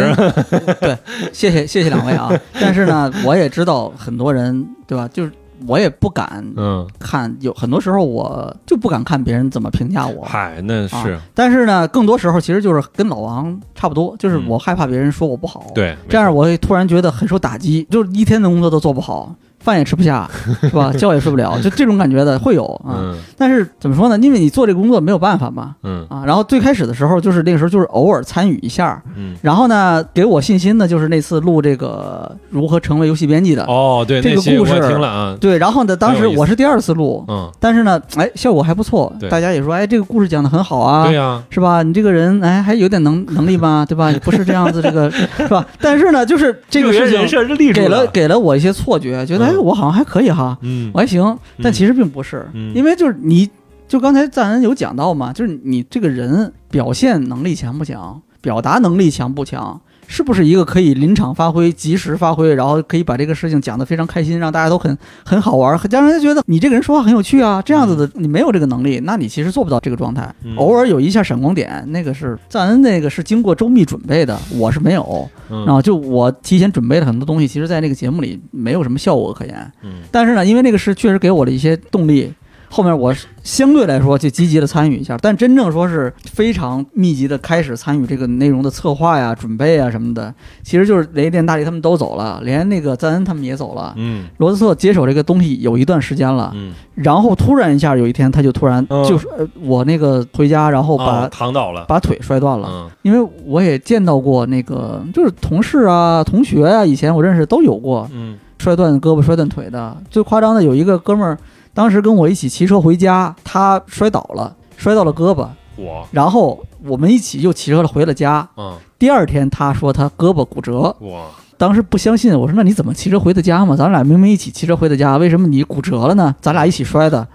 [SPEAKER 1] [LAUGHS]
[SPEAKER 4] 不不不你你们对，谢谢谢谢两位啊！但是呢，我也知道很多人，对吧？就是我也不敢
[SPEAKER 1] 嗯，
[SPEAKER 4] 看，有很多时候我就不敢看别人怎么评价我。
[SPEAKER 1] 嗨，那是、
[SPEAKER 4] 啊但是呢，更多时候其实就是跟老王差不多，就是我害怕别人说我不好。
[SPEAKER 1] 嗯对，
[SPEAKER 4] 这样我会突然觉得很受打击，就是一天的工作都做不好，饭也吃不下，是吧？觉也睡不了，就这种感觉的会有
[SPEAKER 1] 没错
[SPEAKER 4] 啊。
[SPEAKER 1] 嗯
[SPEAKER 4] 但是怎么说呢？因为你做这个工作没有办法嘛。
[SPEAKER 1] 嗯
[SPEAKER 4] 啊，然后最开始的时候就是那个时候就是偶尔参与一下，
[SPEAKER 1] 嗯，
[SPEAKER 4] 然后呢给我信心的就是那次录这个如何成为游戏编辑的，
[SPEAKER 1] 哦，对，
[SPEAKER 4] 这个
[SPEAKER 1] 那些
[SPEAKER 4] 故
[SPEAKER 1] 我
[SPEAKER 4] 事
[SPEAKER 1] 听了啊，
[SPEAKER 4] 对，然后呢当时我是第二次录，
[SPEAKER 1] 嗯，
[SPEAKER 4] 但是呢哎效果还不错
[SPEAKER 1] 对，
[SPEAKER 4] 大家也说哎这个故事讲的很好啊，
[SPEAKER 1] 对呀、
[SPEAKER 4] 是吧？你这个人哎还有点能能力吧，对吧？你不是这样子这个是吧？但是呢就是这个
[SPEAKER 1] 六
[SPEAKER 4] 事
[SPEAKER 1] 爷人
[SPEAKER 4] 情
[SPEAKER 1] 设是立住
[SPEAKER 4] 给了给了我一些错觉，觉得哎我好像还可以哈，
[SPEAKER 1] 嗯
[SPEAKER 4] 我还行，但其实并不是，
[SPEAKER 1] 嗯
[SPEAKER 4] 因为就是你就刚才赞恩有讲到嘛，就是你这个人表现能力强不强，表达能力强不强，是不是一个可以临场发挥、及时发挥，然后可以把这个事情讲得非常开心，让大家都很很好玩，很让人家觉得你这个人说话很有趣啊，这样子的你没有这个能力，那你其实做不到这个状态。
[SPEAKER 1] 嗯
[SPEAKER 4] 偶尔有一下闪光点，那个是赞恩那个是经过周密准备的，我是没有。
[SPEAKER 1] 嗯
[SPEAKER 4] 然后就我提前准备了很多东西，其实在那个节目里没有什么效果可言。
[SPEAKER 1] 嗯
[SPEAKER 4] 但是呢，因为那个是确实给我了一些动力，后面我相对来说就积极的参与一下。但真正说是非常密集的开始参与这个内容的策划呀、准备啊什么的，其实就是雷电、大力他们都走了，连那个赞恩他们也走了。
[SPEAKER 1] 嗯
[SPEAKER 4] 罗斯特接手这个东西有一段时间了，
[SPEAKER 1] 嗯，
[SPEAKER 4] 然后突然一下有一天，他就突然
[SPEAKER 1] 嗯
[SPEAKER 4] 就是、呃、我那个回家，然后把、
[SPEAKER 1] 哦躺倒了，
[SPEAKER 4] 把腿摔断了。
[SPEAKER 1] 嗯
[SPEAKER 4] 因为我也见到过那个，就是同事啊、同学啊，以前我认识都有过
[SPEAKER 1] 嗯
[SPEAKER 4] 摔断胳膊、摔断腿的。最夸张的有一个哥们儿，当时跟我一起骑车回家，他摔倒了，摔到了胳膊，
[SPEAKER 1] 我
[SPEAKER 4] 然后我们一起又骑车回了家。
[SPEAKER 1] 嗯
[SPEAKER 4] 第二天他说他胳膊骨折，
[SPEAKER 1] 我
[SPEAKER 4] 当时不相信，我说那你怎么骑车回的家嘛？咱俩明明一起骑车回的家，为什么你骨折了呢？咱俩一起摔的。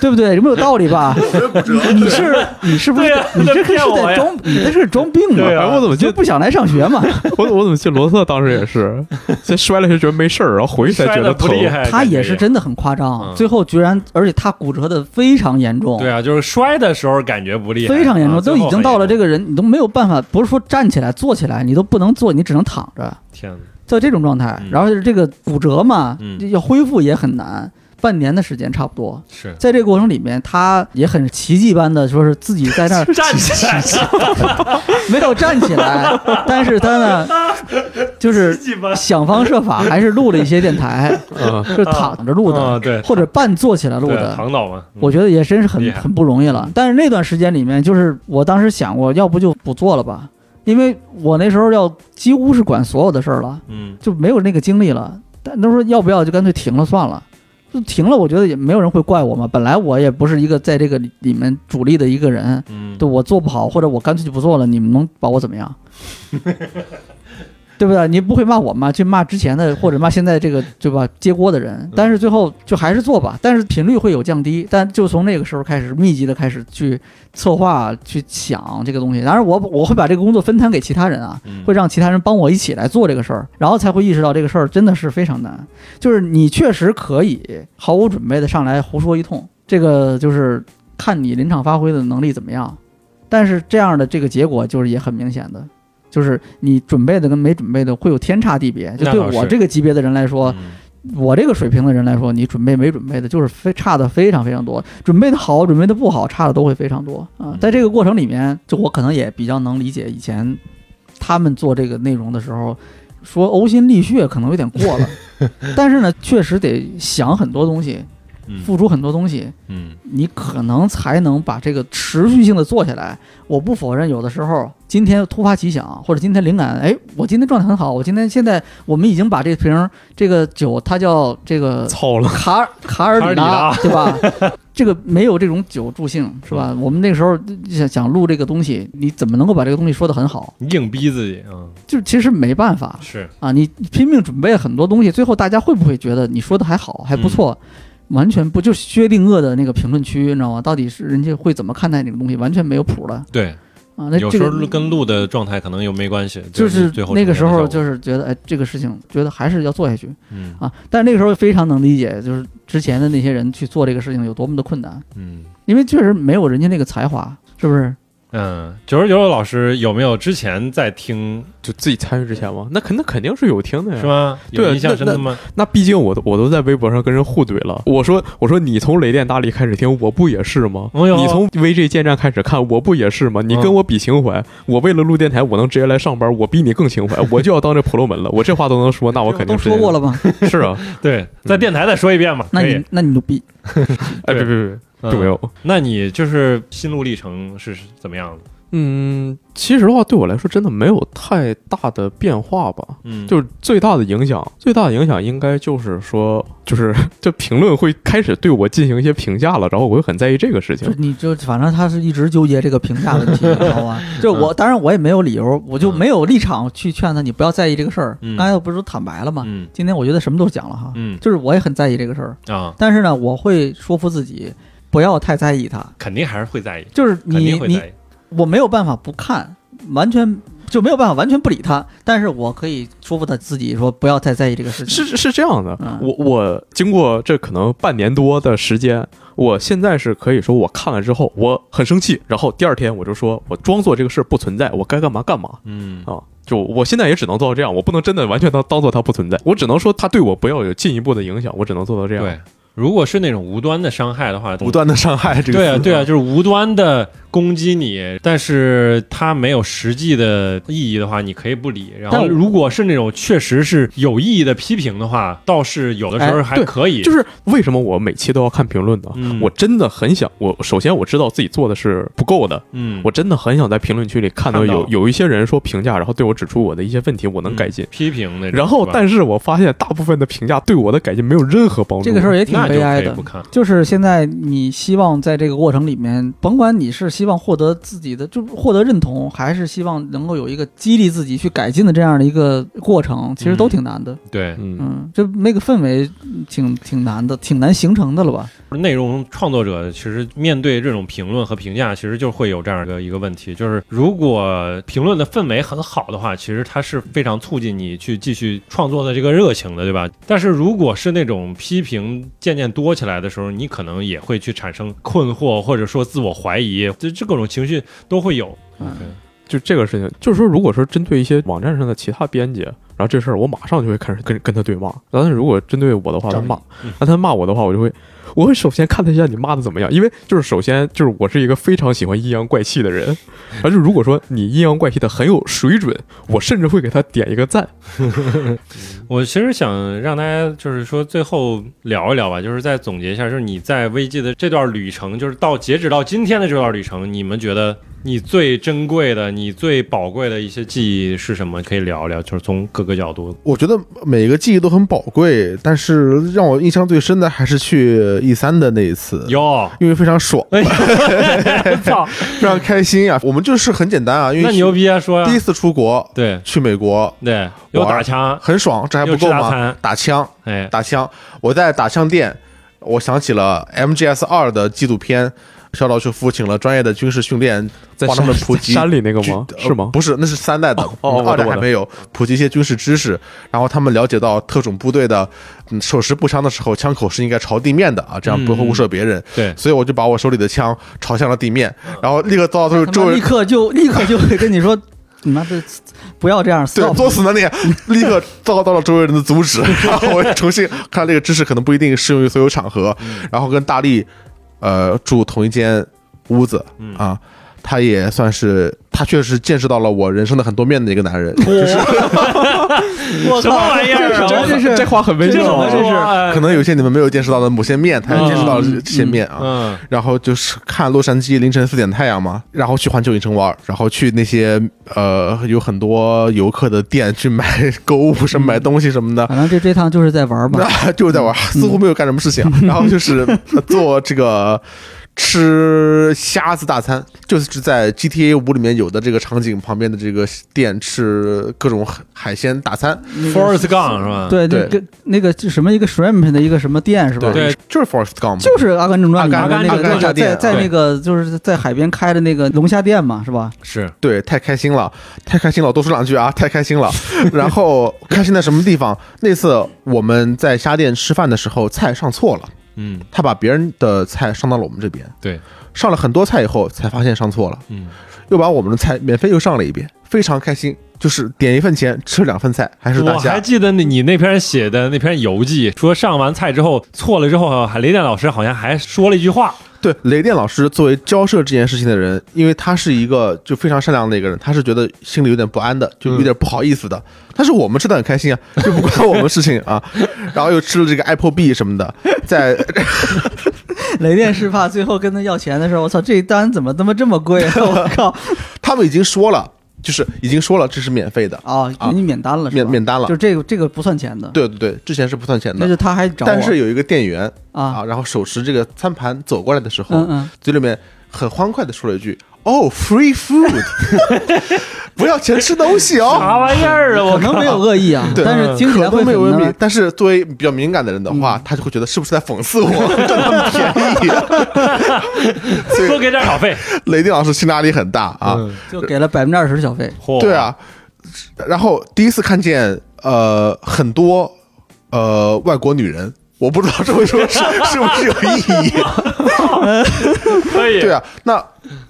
[SPEAKER 4] 对不对？有没有道理吧？你是你是不是
[SPEAKER 1] 对呀
[SPEAKER 4] 你这
[SPEAKER 1] 他
[SPEAKER 4] 个
[SPEAKER 1] 骗
[SPEAKER 4] 是
[SPEAKER 1] 我
[SPEAKER 4] 在
[SPEAKER 1] 呀
[SPEAKER 4] 装你这是装病吧
[SPEAKER 1] 对？啊呀
[SPEAKER 2] 哎，我怎么记
[SPEAKER 4] 就
[SPEAKER 2] 得
[SPEAKER 4] 不想来
[SPEAKER 1] [LAUGHS]
[SPEAKER 4] 上学嘛。
[SPEAKER 2] [LAUGHS] 我我怎么记得罗特当时也是，先摔了一下觉得没事儿，然后回去才
[SPEAKER 1] 摔
[SPEAKER 2] 觉
[SPEAKER 1] 得
[SPEAKER 2] 得
[SPEAKER 1] 不
[SPEAKER 2] 疼。
[SPEAKER 1] 厉害，
[SPEAKER 4] 他
[SPEAKER 1] 感觉
[SPEAKER 4] 也是。真的很夸张，
[SPEAKER 1] 嗯
[SPEAKER 4] 最后居然，而且他骨折的非常严重，
[SPEAKER 1] 对啊，就是摔的时候感觉不厉害，
[SPEAKER 4] 非常严重，
[SPEAKER 1] 啊
[SPEAKER 4] 都已经到了这。个人，你都没有办法，不是说站起来、坐起来，你都不能坐，你只能躺着，
[SPEAKER 1] 最后还天
[SPEAKER 4] 在这种状态。
[SPEAKER 1] 嗯
[SPEAKER 4] 然后就是这个骨折嘛，
[SPEAKER 1] 嗯
[SPEAKER 4] 要恢复也很难，半年的时间差不多。 [LAUGHS]
[SPEAKER 1] 是
[SPEAKER 4] 在这个过程里面，他也很奇迹般的，说是自己在那
[SPEAKER 1] [LAUGHS]
[SPEAKER 4] 儿
[SPEAKER 1] 站起来，
[SPEAKER 4] 没有站起来，但是他呢，就是
[SPEAKER 1] 鸡巴
[SPEAKER 4] 想方设法，还是录了一些电台，
[SPEAKER 2] 嗯，
[SPEAKER 4] 就是躺着录的，
[SPEAKER 1] 啊对
[SPEAKER 4] 或者半坐起来录
[SPEAKER 1] 对
[SPEAKER 4] 的，
[SPEAKER 1] 躺倒嘛，嗯
[SPEAKER 4] 我觉得也真是
[SPEAKER 1] 厉
[SPEAKER 4] 很
[SPEAKER 1] 害嗯
[SPEAKER 4] 很不容易了。但是那段时间里面，就是我当时想过，要不就不做了吧，因为我那时候要几乎是管所有的事儿了，
[SPEAKER 1] 嗯
[SPEAKER 4] 就没有那个精力了。但那时候要不要就干脆停了算了，就停了。我觉得也没有人会怪我嘛，本来我也不是一个在这个里里面主力的一个人，
[SPEAKER 1] 嗯，
[SPEAKER 4] 对我做不好，或者我干脆就不做了，你们能把我怎么样？ [LAUGHS] 对不对？你不会骂我骂，去骂之前的或者骂现在这个对吧接锅的人，但是最后就还是做吧，但是频率会有降低，但就从那个时候开始密集的开始去策划去想这个东西，当然我我会把这个工作分摊给其他人啊，
[SPEAKER 1] 嗯
[SPEAKER 4] 会让其他人帮我一起来做这个事儿，然后才会意识到这个事儿真的是非常难，就是你确实可以毫无准备的上来胡说一通，这个就是看你临场发挥的能力怎么样，但是这样的这个结果就是也很明显的。就是你准备的跟没准备的会有天差地别。就
[SPEAKER 1] 那
[SPEAKER 4] 对
[SPEAKER 1] 倒
[SPEAKER 4] 我
[SPEAKER 1] 是
[SPEAKER 4] 这个级别的人来说，
[SPEAKER 1] 嗯
[SPEAKER 4] 我这个水平的人来说，你准备没准备的，就是非差的非常非常多。准备的好，准备的不好，差的都会非常多啊、
[SPEAKER 1] 嗯
[SPEAKER 4] 在这个过程里面，就我可能也比较能理解以前他们做这个内容的时候。说呕心沥血可能有点过了，但是呢，确实得想很多东西，
[SPEAKER 1] 嗯
[SPEAKER 4] 付出很多东西，
[SPEAKER 1] 嗯
[SPEAKER 4] 你可能才能把这个持续性的做下来。我不否认，有的时候今天突发奇想，或者今天灵感，哎，我今天状态很好，我今天现在我们已经把这瓶儿这个酒，它叫这个
[SPEAKER 2] 操了，
[SPEAKER 4] 卡尔卡尔
[SPEAKER 1] 卡
[SPEAKER 4] 里拉，对吧？ [LAUGHS] 嗯这个没有这种酒助兴，是吧？我们那个时候想想录这个东西，你怎么能够把这个东西说得很好？
[SPEAKER 1] 硬逼自己，嗯，
[SPEAKER 4] 就其实没办法，
[SPEAKER 1] 是
[SPEAKER 4] 啊，你拼命准备很多东西，最后大家会不会觉得你说的还好，
[SPEAKER 1] 嗯
[SPEAKER 4] 还不错？完全不就薛定谔的那个评论区，你知道吗？到底是人家会怎么看待这个东西，完全没有谱了
[SPEAKER 1] 对，
[SPEAKER 4] 啊！那
[SPEAKER 1] 有
[SPEAKER 4] 这
[SPEAKER 1] 时候
[SPEAKER 4] 个
[SPEAKER 1] 录跟录的状态可能又没关系，
[SPEAKER 4] 就是
[SPEAKER 1] 最后
[SPEAKER 4] 那个时候
[SPEAKER 1] 是
[SPEAKER 4] 就是觉得，哎，这个事情觉得还是要做下去
[SPEAKER 1] 嗯
[SPEAKER 4] 啊。但是那个时候非常能理解，就是之前的那些人去做这个事情有多么的困难，
[SPEAKER 1] 嗯。
[SPEAKER 4] 因为确实没有人家那个才华，是不是？
[SPEAKER 1] 嗯，九十九老师有没有之前在听
[SPEAKER 2] 就自己参与之前嘛，那肯那肯定是有听
[SPEAKER 4] 啊
[SPEAKER 2] 的呀，
[SPEAKER 1] 是吗？
[SPEAKER 2] 对
[SPEAKER 1] 有印象
[SPEAKER 2] 那
[SPEAKER 1] 深的吗？
[SPEAKER 2] 那毕竟我都我都在微博上跟人互怼了，我说我说你从雷电大力开始听，我不也是吗？
[SPEAKER 1] 哎呦嗯
[SPEAKER 2] 你从 VJ 建站开始看，我不也是吗？你跟我比情怀，我为了录电台，我能直接来上班，我比你更情怀，我就要当这婆罗门了，我这话都能说，那我肯定
[SPEAKER 4] 都
[SPEAKER 2] 是
[SPEAKER 4] 说过
[SPEAKER 1] [LAUGHS]
[SPEAKER 4] 了吧？
[SPEAKER 2] 了，是啊，
[SPEAKER 1] 对，在电台再说一遍嘛，
[SPEAKER 4] 嗯那
[SPEAKER 1] 可
[SPEAKER 4] 你哦
[SPEAKER 1] 以。
[SPEAKER 4] 那你牛逼，
[SPEAKER 2] 哎，
[SPEAKER 1] 对
[SPEAKER 2] 别别别，
[SPEAKER 1] 嗯
[SPEAKER 2] 就没有。
[SPEAKER 1] 那你就是心路历程是怎么样的？
[SPEAKER 2] 嗯，其实的话，对我来说真的没有太大的变化吧。
[SPEAKER 1] 嗯，
[SPEAKER 2] 就是最大的影响，最大的影响应该就是说， [LAUGHS] 就是这评论会开始对我进行一些评价了，然后我会很在意这个事情
[SPEAKER 4] 就。你就反正他是一直纠结这个评价问题，你知道吗？就
[SPEAKER 1] 嗯
[SPEAKER 4] 我当然我也没有理由，我就没有立场去劝他，你不要在意这个事儿。
[SPEAKER 1] 嗯
[SPEAKER 4] 刚才我不是都坦白了吗？
[SPEAKER 1] 嗯
[SPEAKER 4] 今天我觉得什么都讲了哈，
[SPEAKER 1] 嗯
[SPEAKER 4] 就是我也很在意这个事儿，
[SPEAKER 1] 啊，
[SPEAKER 4] 但是呢，我会说服自己不要太在意它。
[SPEAKER 1] 肯定还是会在意，
[SPEAKER 4] 就是
[SPEAKER 1] 肯
[SPEAKER 4] 你
[SPEAKER 1] 定会
[SPEAKER 4] 你
[SPEAKER 1] 在意。
[SPEAKER 4] 我没有办法不看，完全就没有办法完全不理他，但是我可以说服他自己说不要太在意这个事情。
[SPEAKER 2] 是是这样的
[SPEAKER 4] 嗯，
[SPEAKER 2] 我我经过这可能半年多的时间，我现在是可以说我看了之后我很生气，然后第二天我就说我装作这个事儿不存在，我该干嘛干嘛
[SPEAKER 1] 嗯
[SPEAKER 4] 哦
[SPEAKER 2] 啊。就我现在也只能做到这样，我不能真的完全当当做它不存在，我只能说它对我不要有进一步的影响，我只能做到这样。
[SPEAKER 1] 对，如果是那种无端的伤害的话，
[SPEAKER 3] [LAUGHS] 不断的伤害这个
[SPEAKER 1] 对啊
[SPEAKER 3] 词
[SPEAKER 1] 对啊，就是无端的攻击你，但是它没有实际的意义的话，你可以不理。然后
[SPEAKER 4] 但
[SPEAKER 1] 如果是那种确实是有意义的批评的话，倒是有的时候
[SPEAKER 2] 哎
[SPEAKER 1] 还
[SPEAKER 2] 对
[SPEAKER 1] 可以。
[SPEAKER 2] 就是为什么我每期都要看评论呢？
[SPEAKER 1] 嗯
[SPEAKER 2] 我真的很想，我首先我知道自己做的是不够的，
[SPEAKER 1] 嗯，
[SPEAKER 2] 我真的很想在评论区里看到
[SPEAKER 1] 看到
[SPEAKER 2] 有有一些人说评价，然后对我指出我的一些问题，我能改进。
[SPEAKER 1] 嗯批评那种。
[SPEAKER 2] 然后，
[SPEAKER 1] 是吧
[SPEAKER 2] 但是我发现大部分的评价对我的改进没有任何帮助。
[SPEAKER 4] 这个事儿也挺
[SPEAKER 1] 那就
[SPEAKER 4] 悲哀
[SPEAKER 1] 可以
[SPEAKER 4] 的
[SPEAKER 1] 不，看。
[SPEAKER 4] 就是现在，你希望在这个过程里面，甭管你是希望获得自己的，就获得认同，还是希望能够有一个激励自己去改进的这样的一个过程，其实都挺难的。
[SPEAKER 1] 对，
[SPEAKER 2] 嗯，
[SPEAKER 4] 嗯，这那个氛围嗯挺挺难的，挺难形成的了吧？
[SPEAKER 1] 内容创作者其实面对这种评论和评价，其实就会有这样的一个问题，就是如果评论的氛围很好的话，其实它是非常促进你去继续创作的这个热情的，对吧？但是如果是那种批评渐渐多起来的时候，你可能也会去产生困惑，或者说自我怀疑，这这各种情绪都会有。
[SPEAKER 4] 嗯
[SPEAKER 2] 就这个事情，就是说，如果说针对一些网站上的其他编辑，然后这事儿我马上就会开始跟跟他对骂。但是如果针对我的话，他
[SPEAKER 3] 仗义
[SPEAKER 2] 骂，那他骂我的话，我就会，我会首先看他一下你骂的怎么样，因为就是首先就是我是一个非常喜欢阴阳怪气的人，而就如果说你阴阳怪气的很有水准，我甚至会给他点一个赞。
[SPEAKER 1] 我其实想让大家就是说最后聊一聊吧，就是再总结一下，就是你在危机的这段旅程，就是到截止到今天的这段旅程，你们觉得你最珍贵的、你最宝贵的一些记忆是什么？可以聊聊，就是从各个角度。
[SPEAKER 3] 我觉得每个记忆都很宝贵，但是让我印象最深的还是去 E 三的那一次，
[SPEAKER 1] 哟，
[SPEAKER 3] 因为非常爽，
[SPEAKER 1] 哎呀，操，
[SPEAKER 3] 非常开心呀、我们就是很简单啊，因为
[SPEAKER 1] 那牛逼啊！说呀
[SPEAKER 3] 第一，次出国
[SPEAKER 1] 对
[SPEAKER 3] 去美国
[SPEAKER 1] 对，有
[SPEAKER 3] 玩
[SPEAKER 1] 打枪，
[SPEAKER 3] 很爽，这还不
[SPEAKER 1] 又吃
[SPEAKER 3] 够
[SPEAKER 1] 大
[SPEAKER 3] 吗？
[SPEAKER 1] 餐，
[SPEAKER 3] 打枪，
[SPEAKER 1] 哎，
[SPEAKER 3] 打枪，我在打枪店，我想起了 MGS 二的纪录片，肖老师夫请了专业的军事训练，
[SPEAKER 2] 在
[SPEAKER 3] 帮他
[SPEAKER 2] 山
[SPEAKER 3] 们普及
[SPEAKER 2] 山里那个吗？
[SPEAKER 3] 具呃
[SPEAKER 2] 是吗？
[SPEAKER 3] 不是，那是三代的，
[SPEAKER 2] 哦我懂
[SPEAKER 3] 二代
[SPEAKER 2] 我
[SPEAKER 3] 还
[SPEAKER 2] 懂
[SPEAKER 3] 没有普及一些军事知识，然后他们了解到特种部队的嗯手持步枪的时候，枪口是应该朝地面的啊，这样不
[SPEAKER 2] 嗯
[SPEAKER 3] 会误射别人。
[SPEAKER 1] 对，
[SPEAKER 3] 所以我就把我手里的枪朝向了地面，
[SPEAKER 2] 嗯
[SPEAKER 3] 然后立刻遭到
[SPEAKER 4] 他
[SPEAKER 3] 周
[SPEAKER 4] 妈
[SPEAKER 3] 围
[SPEAKER 4] 立刻就立刻就会跟你说，你妈的不要这样
[SPEAKER 3] 对
[SPEAKER 4] stop，
[SPEAKER 3] 作死那里，立刻遭到了周围人的阻止。然后我又重新看这个知识，可能不一定适用于所有场合。
[SPEAKER 1] 嗯
[SPEAKER 3] 然后跟大力，呃，住同一间屋子
[SPEAKER 1] 嗯
[SPEAKER 3] 啊，他也算是，他确实见识到了我人生的很多面的一个男人。
[SPEAKER 1] 啊
[SPEAKER 4] 我
[SPEAKER 1] 什么
[SPEAKER 4] 靠，
[SPEAKER 1] 玩意
[SPEAKER 4] 这
[SPEAKER 1] 儿啊
[SPEAKER 4] 是真的是
[SPEAKER 2] 这话很
[SPEAKER 1] 这
[SPEAKER 2] 微
[SPEAKER 1] 怎
[SPEAKER 2] 妙
[SPEAKER 1] 么
[SPEAKER 2] 啊，
[SPEAKER 1] 说啊？
[SPEAKER 3] 可能有些你们没有见识到的某些面，他也见识到了这些面啊。
[SPEAKER 1] 嗯，
[SPEAKER 3] 然后就是看洛杉矶凌晨四点太阳嘛，然后去环球影城玩儿，然后去那些呃有很多游客的店去买 [LAUGHS] 购物什么买
[SPEAKER 1] 嗯
[SPEAKER 3] 东西什么的，
[SPEAKER 4] 反正这这趟就是在玩儿吧，
[SPEAKER 3] [LAUGHS] 那就是在玩，似乎没有干什么事情。啊
[SPEAKER 1] 嗯
[SPEAKER 3] 然后
[SPEAKER 1] [LAUGHS]
[SPEAKER 3] 就是呃做这个吃虾子大餐，就是在 GTA 五里面有的这个场景旁边的这个店吃各种海海鲜大餐，
[SPEAKER 1] Forest Gump 是吧？
[SPEAKER 4] 对，那
[SPEAKER 3] 对
[SPEAKER 4] 个那个什么一个 shrimp 的一个什么店是吧？
[SPEAKER 1] 对，
[SPEAKER 3] 就是 Forest Gump，
[SPEAKER 4] 就是《阿甘正传》里面的那
[SPEAKER 1] 阿甘
[SPEAKER 4] 个那
[SPEAKER 3] 阿甘
[SPEAKER 4] 个
[SPEAKER 3] 正
[SPEAKER 4] 在
[SPEAKER 3] 传
[SPEAKER 4] 在
[SPEAKER 1] 对
[SPEAKER 4] 那个就是在海边开的那个龙虾店嘛，是吧？
[SPEAKER 1] 是
[SPEAKER 3] 对，太开心了，太开心了，我多说两句
[SPEAKER 1] [LAUGHS]
[SPEAKER 3] 啊，太开心了。然后开心在什么地方？那次我们在虾店吃饭的时候，菜上错了，
[SPEAKER 1] 嗯
[SPEAKER 3] 他把别人的菜上到了我们这边，
[SPEAKER 1] 对，
[SPEAKER 3] 上了很多菜以后才发现上错了，
[SPEAKER 1] 嗯，
[SPEAKER 3] 又把我们的菜免费又上了一遍，非常开心。就是点一份钱吃两份菜，还是大
[SPEAKER 1] 我还
[SPEAKER 3] 虾。
[SPEAKER 1] 记得你你那篇写的那篇游记，说上完菜之后错了之后，还雷电老师好像还说了一句话，
[SPEAKER 3] 对雷电老师作为交涉这件事情的人，因为他是一个就非常善良的一个人，他是觉得心里有点不安的，就有点不好意思的。但是我们吃的很开心啊，就不关我们事情啊。然后又吃了这个 Apple B 什么的，在
[SPEAKER 4] 雷电是怕最后跟他要钱的时候，我操，这一单怎么他妈这么贵啊！我
[SPEAKER 3] [LAUGHS]
[SPEAKER 4] 靠，
[SPEAKER 3] 他们已经说了，就是已经说了这是免费的，
[SPEAKER 4] 啊，给你免单了，是吧
[SPEAKER 3] 免免单了
[SPEAKER 4] 就。这个这个不算钱的，，
[SPEAKER 3] 对对对，之前是不算钱
[SPEAKER 4] 那
[SPEAKER 3] 的。
[SPEAKER 4] 就他还找我，
[SPEAKER 3] 但是有一个店员
[SPEAKER 4] 啊，
[SPEAKER 3] 啊，然后手持这个餐盘走过来的时候，
[SPEAKER 4] 嗯嗯，
[SPEAKER 3] 嘴里面很欢快的说了一句：“哦，free food，不要钱吃东西哦。”
[SPEAKER 1] 啥玩意儿啊？
[SPEAKER 4] 可
[SPEAKER 1] 我
[SPEAKER 4] 能没有恶意啊，
[SPEAKER 3] [LAUGHS] 对嗯
[SPEAKER 4] 但是 [LAUGHS] 听起
[SPEAKER 3] 可
[SPEAKER 4] 来会
[SPEAKER 3] 能没有
[SPEAKER 4] 很嗯
[SPEAKER 3] 问
[SPEAKER 4] 呢
[SPEAKER 3] 题，但是作为比较敏感的人的话，他就会觉得是不是在讽刺我 [LAUGHS] 占他们便
[SPEAKER 1] 靠多给点小费
[SPEAKER 3] 宜？雷电老师心理压力很大啊，
[SPEAKER 1] 嗯
[SPEAKER 4] 就给了百分之二十小费，
[SPEAKER 1] 嚯
[SPEAKER 3] 对啊。然后第一次看见呃很多呃外国女人，我不知道这么说是是不是有意义？
[SPEAKER 1] 可以，
[SPEAKER 3] 对啊，那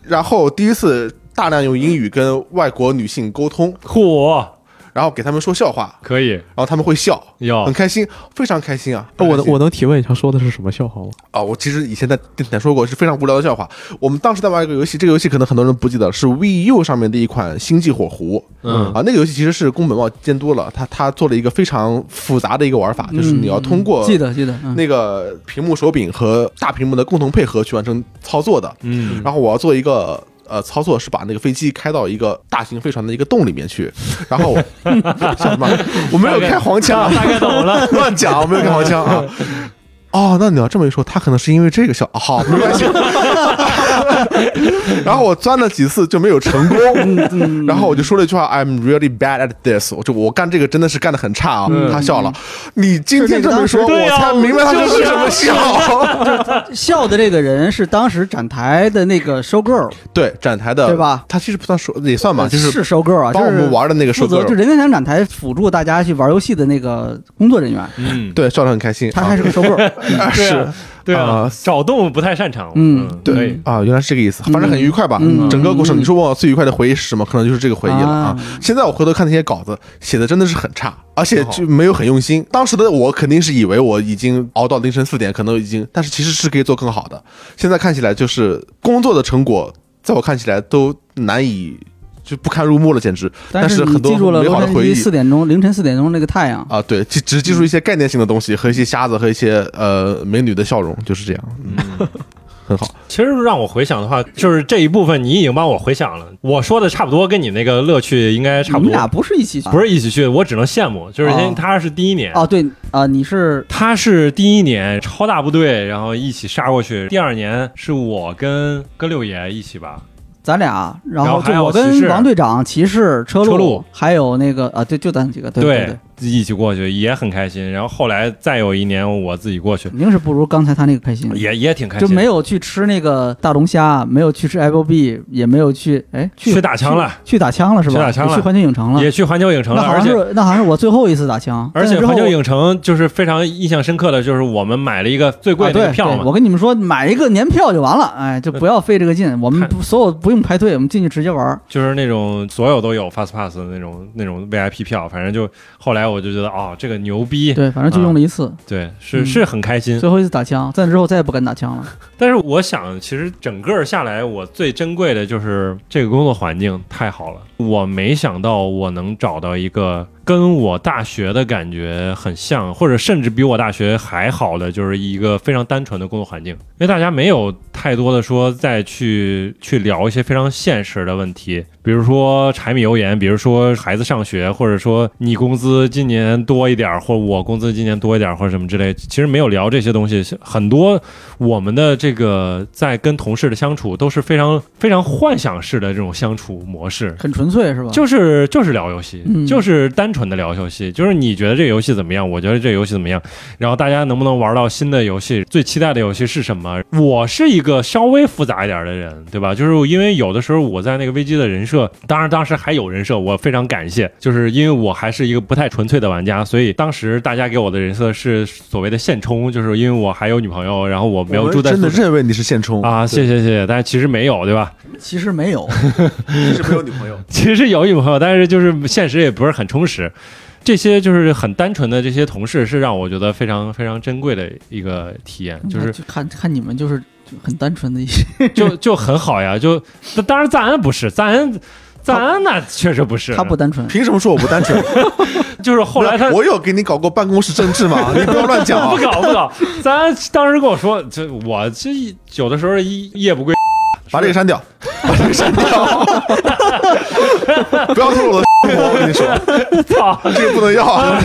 [SPEAKER 3] 然后第一次大量用英语跟外国女性沟通，
[SPEAKER 1] 嚯，
[SPEAKER 3] 然后给他们说笑话，
[SPEAKER 1] 可以
[SPEAKER 3] 然后他们会笑，
[SPEAKER 1] 哟
[SPEAKER 3] 很开心，非常开心啊！
[SPEAKER 2] 哎我
[SPEAKER 3] 很
[SPEAKER 2] 能
[SPEAKER 3] 开心
[SPEAKER 2] 我能提问一下，说的是什么笑话吗？
[SPEAKER 3] 啊、我其实以前在电台说过是非常无聊的笑话。我们当时在玩一个游戏，这个游戏可能很多人不记得，是 VU 上面的一款《星际火狐》。
[SPEAKER 1] 嗯
[SPEAKER 3] 啊，那个游戏其实是宫本茂监督了，他他做了一个非常复杂的一个玩法，就是你要通过
[SPEAKER 4] 记得记得，嗯
[SPEAKER 3] 那个屏幕手柄和大屏幕的共同配合去完成操作的。
[SPEAKER 1] 嗯，
[SPEAKER 3] 然后我要做一个呃操作，是把那个飞机开到一个大型飞船的一个洞里面去。然后我 [LAUGHS] 想什么？我没有开黄腔啊，
[SPEAKER 1] 大概懂
[SPEAKER 3] [LAUGHS]
[SPEAKER 1] 了，
[SPEAKER 3] 乱讲，我没有开黄腔啊。 [LAUGHS] 哦，那你要这么一说，他可能是因为这个笑， [LAUGHS] 好、没关系。然后我钻了几次就没有成
[SPEAKER 4] 嗯
[SPEAKER 3] 功，然后我就说了一句话：“I'm really bad at this。”我就我干这个真的是干得很差啊。他笑了，你今天这么一说，
[SPEAKER 1] 对
[SPEAKER 3] 我
[SPEAKER 1] 啊
[SPEAKER 3] 才明白他是为什么笑。 [LAUGHS]
[SPEAKER 4] 笑的这个人是当时展台的那个收购，
[SPEAKER 3] 对，展台的
[SPEAKER 4] 对吧
[SPEAKER 3] 他其实不算说也算吧，就是
[SPEAKER 4] 收购啊，
[SPEAKER 3] 帮我
[SPEAKER 4] 就是
[SPEAKER 3] 们玩的那个
[SPEAKER 4] 负
[SPEAKER 3] 收
[SPEAKER 4] 责
[SPEAKER 3] 割
[SPEAKER 4] 就。人家想展台辅助大家去玩游戏的那个工作人员，
[SPEAKER 1] 嗯，
[SPEAKER 3] 对，笑得很开心。
[SPEAKER 4] 他还 [LAUGHS] 是
[SPEAKER 3] [LAUGHS]
[SPEAKER 4] 个收购，
[SPEAKER 3] 啊
[SPEAKER 1] 对
[SPEAKER 3] 是
[SPEAKER 1] 啊对啊
[SPEAKER 3] 啊，
[SPEAKER 1] 找动物不太擅长，
[SPEAKER 4] 嗯
[SPEAKER 1] 可以
[SPEAKER 3] 对啊，原来是这个意思，反正很愉快吧。
[SPEAKER 4] 嗯
[SPEAKER 3] 整个故事，
[SPEAKER 4] 嗯
[SPEAKER 3] 你说问我最愉快的回忆是什么？可能就是这个回忆了啊
[SPEAKER 4] 啊。
[SPEAKER 3] 现在我回头看那些稿子，写的真的是很差，而且就没有很用心。当时的我肯定是以为我已经熬到凌晨四点，可能已经，但是其实是可以做更好的。现在看起来就是工作的成果，在我看起来都难以就不堪入目了，简直。但
[SPEAKER 4] 是
[SPEAKER 3] 很
[SPEAKER 4] 你
[SPEAKER 3] 多
[SPEAKER 4] 记住了
[SPEAKER 3] 美
[SPEAKER 4] 洛
[SPEAKER 3] 好的
[SPEAKER 4] 杉
[SPEAKER 3] 回忆
[SPEAKER 4] 矶四点钟凌晨四点钟那个太阳，
[SPEAKER 3] 啊，对，只只
[SPEAKER 4] [LAUGHS]
[SPEAKER 3] 记住一些概念性的东西和一些瞎子和一些呃美女的笑容，就是这样，嗯，
[SPEAKER 5] 很好。
[SPEAKER 1] 其实让我回想的话，就是这一部分你已经帮我回想了，我说的差不多，跟你那个乐趣应该差不
[SPEAKER 4] 你们俩
[SPEAKER 1] 多。
[SPEAKER 4] 不是一起去，
[SPEAKER 1] 不是一起去，我只能羡慕，就是因为
[SPEAKER 4] 哦
[SPEAKER 1] 他是第一年，
[SPEAKER 4] 哦，对啊、你是
[SPEAKER 1] 他是第一年超大部队，然后一起杀过去。第二年是我跟跟六爷一起吧，
[SPEAKER 4] 咱俩，然
[SPEAKER 1] 然后
[SPEAKER 4] 后
[SPEAKER 1] 还
[SPEAKER 4] 就
[SPEAKER 1] 有
[SPEAKER 4] 我
[SPEAKER 1] 骑
[SPEAKER 4] 跟
[SPEAKER 1] 士
[SPEAKER 4] 王队长、骑士、车
[SPEAKER 1] 车路
[SPEAKER 4] 还有那个啊，对，就咱几个，对对，
[SPEAKER 1] 一起过去也很开心。然后后来再有一年我自己过去，
[SPEAKER 4] 肯定是不如刚才他那个开心，
[SPEAKER 1] 也也挺开
[SPEAKER 4] 就
[SPEAKER 1] 心，
[SPEAKER 4] 没有去吃那个大龙虾，没有去吃 Apple B，也没有去哎去
[SPEAKER 1] 去打枪了，
[SPEAKER 4] 去打枪了是吧？
[SPEAKER 1] 去打枪了
[SPEAKER 4] 也去环球影城了，
[SPEAKER 1] 也去环球影城了，
[SPEAKER 4] 那好
[SPEAKER 1] 而
[SPEAKER 4] 像
[SPEAKER 1] 且
[SPEAKER 4] 是那好像是我最后一次打枪，
[SPEAKER 1] 而且
[SPEAKER 4] 但是之后
[SPEAKER 1] 环球影城就是非常印象深刻的，就是我们买了一个最贵
[SPEAKER 4] 啊
[SPEAKER 1] 的那
[SPEAKER 4] 对
[SPEAKER 1] 个票
[SPEAKER 4] 对
[SPEAKER 1] 嘛，
[SPEAKER 4] 我跟你们说，买一个年票就完了，哎，就不要费这个劲。我们
[SPEAKER 1] 看
[SPEAKER 4] 不所有不用排队，我们进去直
[SPEAKER 1] [LAUGHS]
[SPEAKER 4] 接玩儿。
[SPEAKER 1] 就是那种所有都有 Fast Pass 的那种那种 VIP 票，反正就后来我就觉得哦，这个牛逼，
[SPEAKER 4] 对，反正就用了一次，
[SPEAKER 1] 对，是
[SPEAKER 4] 嗯
[SPEAKER 1] 是很开心。
[SPEAKER 4] 最后一次打枪，在那之后再也不敢打枪了。
[SPEAKER 1] 但是我想，其实整个下来，我最珍贵的就是这个工作环境太好了。我没想到我能找到一个跟我大学的感觉很像，或者甚至比我大学还好的，就是一个非常单纯的工作环境。因为大家没有太多的说再去去聊一些非常现实的问题，比如说柴米油盐，比如说孩子上学，或者说你工资今年多一点儿，或我工资今年多一点儿，或者什么之类。其实没有聊这些东西，很多我们的这个在跟同事的相处都是非常非常幻想式的这种相处模式，
[SPEAKER 4] 很纯粹是吧？
[SPEAKER 1] 就是就是聊游戏，
[SPEAKER 4] 啊嗯
[SPEAKER 1] 就是单纯的聊游戏，就是你觉得这个游戏怎么样，我觉得这个游戏怎么样，然后大家能不能玩到新的游戏，最期待的游戏是什么？我是一个稍微复杂一点的人，对吧？就是因为有的时候我在那个危机的人设，当然当时还有人设，我非常感谢，就是因为我还是一个不太纯粹的玩家，所以当时大家给我的人设是所谓的现充，就是因为我还有女朋友，然后我没有
[SPEAKER 5] 我
[SPEAKER 1] 住
[SPEAKER 5] 们
[SPEAKER 1] 在
[SPEAKER 5] 真的
[SPEAKER 1] 宿舍
[SPEAKER 5] 认为你是现充
[SPEAKER 1] 啊，谢谢谢谢，但其实没有，对吧？
[SPEAKER 4] 其实没有，
[SPEAKER 5] 你是没有女朋友。
[SPEAKER 1] [LAUGHS] 其实有女朋友，但是就是现实也不是很充实。这些就是很单纯的这些同事，是让我觉得非常非常珍贵的一个体
[SPEAKER 4] 嗯
[SPEAKER 1] 验， [LAUGHS] 就是
[SPEAKER 4] 看看你们就是就很单纯的一些， [LAUGHS]
[SPEAKER 1] 就就很好呀。就那当然赞恩不是赞恩，赞恩那确实不是，
[SPEAKER 4] 他不单纯。
[SPEAKER 5] 凭什么说我不单纯？
[SPEAKER 1] 就是 [LAUGHS] 后来他
[SPEAKER 5] 我有给你搞过办公室政治
[SPEAKER 1] [LAUGHS]
[SPEAKER 5] 吗？你不要乱讲啊
[SPEAKER 1] 不！搞不搞，赞恩当时跟我说，这我这有的时候一夜不归。
[SPEAKER 5] 把这个删掉，
[SPEAKER 1] [LAUGHS]
[SPEAKER 5] 把这个删掉， [LAUGHS] 不要透露我的 [LAUGHS] 生活。我跟你说，
[SPEAKER 1] 操！
[SPEAKER 5] 这个不能要啊。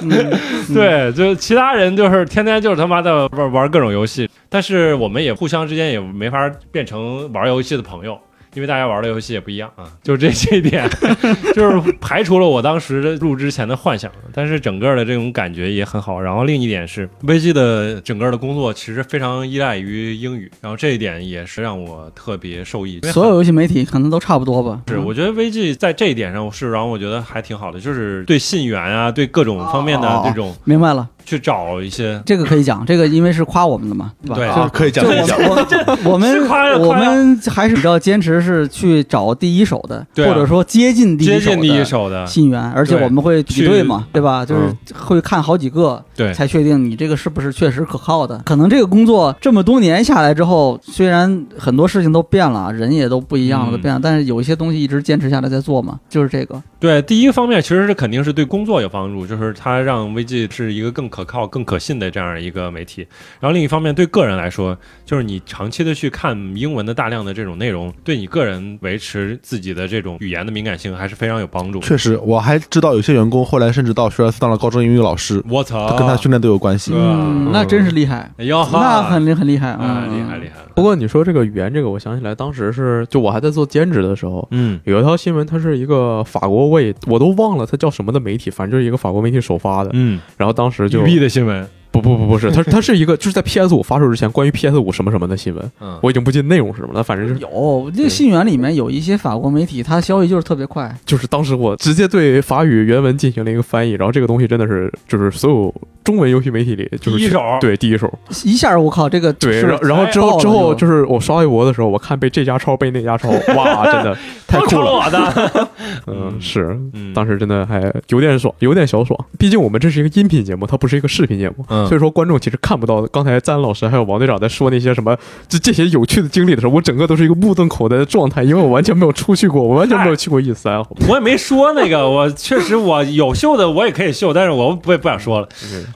[SPEAKER 4] 嗯，
[SPEAKER 1] 对，就其他人就是天天就是他妈的玩玩各种游戏，但是我们也互相之间也没法变成玩游戏的朋友，因为大家玩的游戏也不一样啊。就这这一点， [LAUGHS] 就是排除了我当时的入之前的幻想，但是整个的这种感觉也很好。然后另一点是，危机的整个的工作其实非常依赖于英语，然后这一点也是让我特别受益。因为很
[SPEAKER 4] 所有游戏媒体可能都差不多吧。
[SPEAKER 1] 是，我觉得 VG 在这一点上是让我觉得还挺好的，就是对信源啊，对各种方面的
[SPEAKER 4] 哦
[SPEAKER 1] 这种
[SPEAKER 4] 明白了，
[SPEAKER 1] 去找一些
[SPEAKER 4] 这个可以讲，这个因为是夸我们的嘛，对吧？
[SPEAKER 1] 对
[SPEAKER 5] 啊，可以讲，
[SPEAKER 4] 就
[SPEAKER 5] 可以讲。
[SPEAKER 4] 我我
[SPEAKER 1] 是
[SPEAKER 4] 们
[SPEAKER 1] 夸呀
[SPEAKER 4] 我们我
[SPEAKER 1] 夸呀
[SPEAKER 4] 们还是比较坚持是去找第一手的，
[SPEAKER 1] 对啊
[SPEAKER 4] 或者说接近第一
[SPEAKER 1] 接
[SPEAKER 4] 手
[SPEAKER 1] 近第一
[SPEAKER 4] 的
[SPEAKER 1] 手的，
[SPEAKER 4] 信源，而且
[SPEAKER 1] 啊对嗯
[SPEAKER 4] 我们会比对嘛，对吧？就是会看好几个，
[SPEAKER 1] 对
[SPEAKER 4] 才确定你这个是不是确实可靠的。可能这个工作这么多年下来之后，虽然很多事情都变了，人也都不一样了，
[SPEAKER 1] 嗯
[SPEAKER 4] 都变了，但是有一些东西一直坚持下来在做嘛，就是这个。
[SPEAKER 1] 对。第一个方面其实是肯定是对工作有帮助，就是它让 VG 是一个更可靠、更可信的这样一个媒体。然后另一方面，对个人来说，就是你长期的去看英文的大量的这种内容，对你个人维持自己的这种语言的敏感性还是非常有帮助。
[SPEAKER 5] 确实，我还知道有些员工后来甚至到学而思当了高中英语老师，
[SPEAKER 1] 我操，
[SPEAKER 5] 跟他训练都有关系
[SPEAKER 1] 啊对。啊
[SPEAKER 4] 嗯，那真是厉害，
[SPEAKER 1] 哎呦哈，
[SPEAKER 4] 那很厉很厉害，
[SPEAKER 1] 啊，
[SPEAKER 4] 嗯，
[SPEAKER 1] 厉害厉害了，
[SPEAKER 2] 不过你说这个语言这个，我想起来当时是就我还在做兼职的时候，
[SPEAKER 1] 嗯
[SPEAKER 2] 有一条新闻，它是一个法国我也我都忘了它叫什么的媒体，反正就是一个法国媒体首发的。
[SPEAKER 1] 嗯，
[SPEAKER 2] 然后当时就
[SPEAKER 1] 牛逼的新闻，
[SPEAKER 2] 不不不不是，它它是一个就是在 PS 五发售之前关于 PS 五什么什么的新闻，
[SPEAKER 1] 嗯，
[SPEAKER 2] 我已经不记得内容是什么了，反正就是
[SPEAKER 4] 有这个信源里面有一些法国媒体，它消息就是特别快，
[SPEAKER 2] 就是当时我直接对法语原文进行了一个翻译，然后这个东西真的是就是所有中文游戏媒体里就是
[SPEAKER 1] 第一手，
[SPEAKER 2] 对第一手。
[SPEAKER 4] 一下我靠，这个
[SPEAKER 2] 对，
[SPEAKER 4] 是
[SPEAKER 2] 然后然后之
[SPEAKER 4] 爆
[SPEAKER 2] 后
[SPEAKER 4] 了
[SPEAKER 2] 之后就是是我刷微博的时候，我看被这家抄被那家抄，哇，真的太
[SPEAKER 1] 都
[SPEAKER 2] 酷
[SPEAKER 1] 抄
[SPEAKER 2] 了。
[SPEAKER 1] 哦我的，
[SPEAKER 2] 嗯，
[SPEAKER 1] 嗯
[SPEAKER 2] 是，
[SPEAKER 1] 嗯
[SPEAKER 2] 当时真的还有点爽，有点小爽。毕竟我们这是一个音频节目，它不是一个视频节目，
[SPEAKER 1] 嗯
[SPEAKER 2] 所以说观众其实看不到刚才赞恩老师还有王队长在说那些什么这这些有趣的经历的时候，我整个都是一个目瞪口呆的状态，因为我完全没有出去过，我完全没有去过 E 三，好吧？
[SPEAKER 1] 我也没说那个，我确实我有秀的我也可以秀，但是我不不想说了。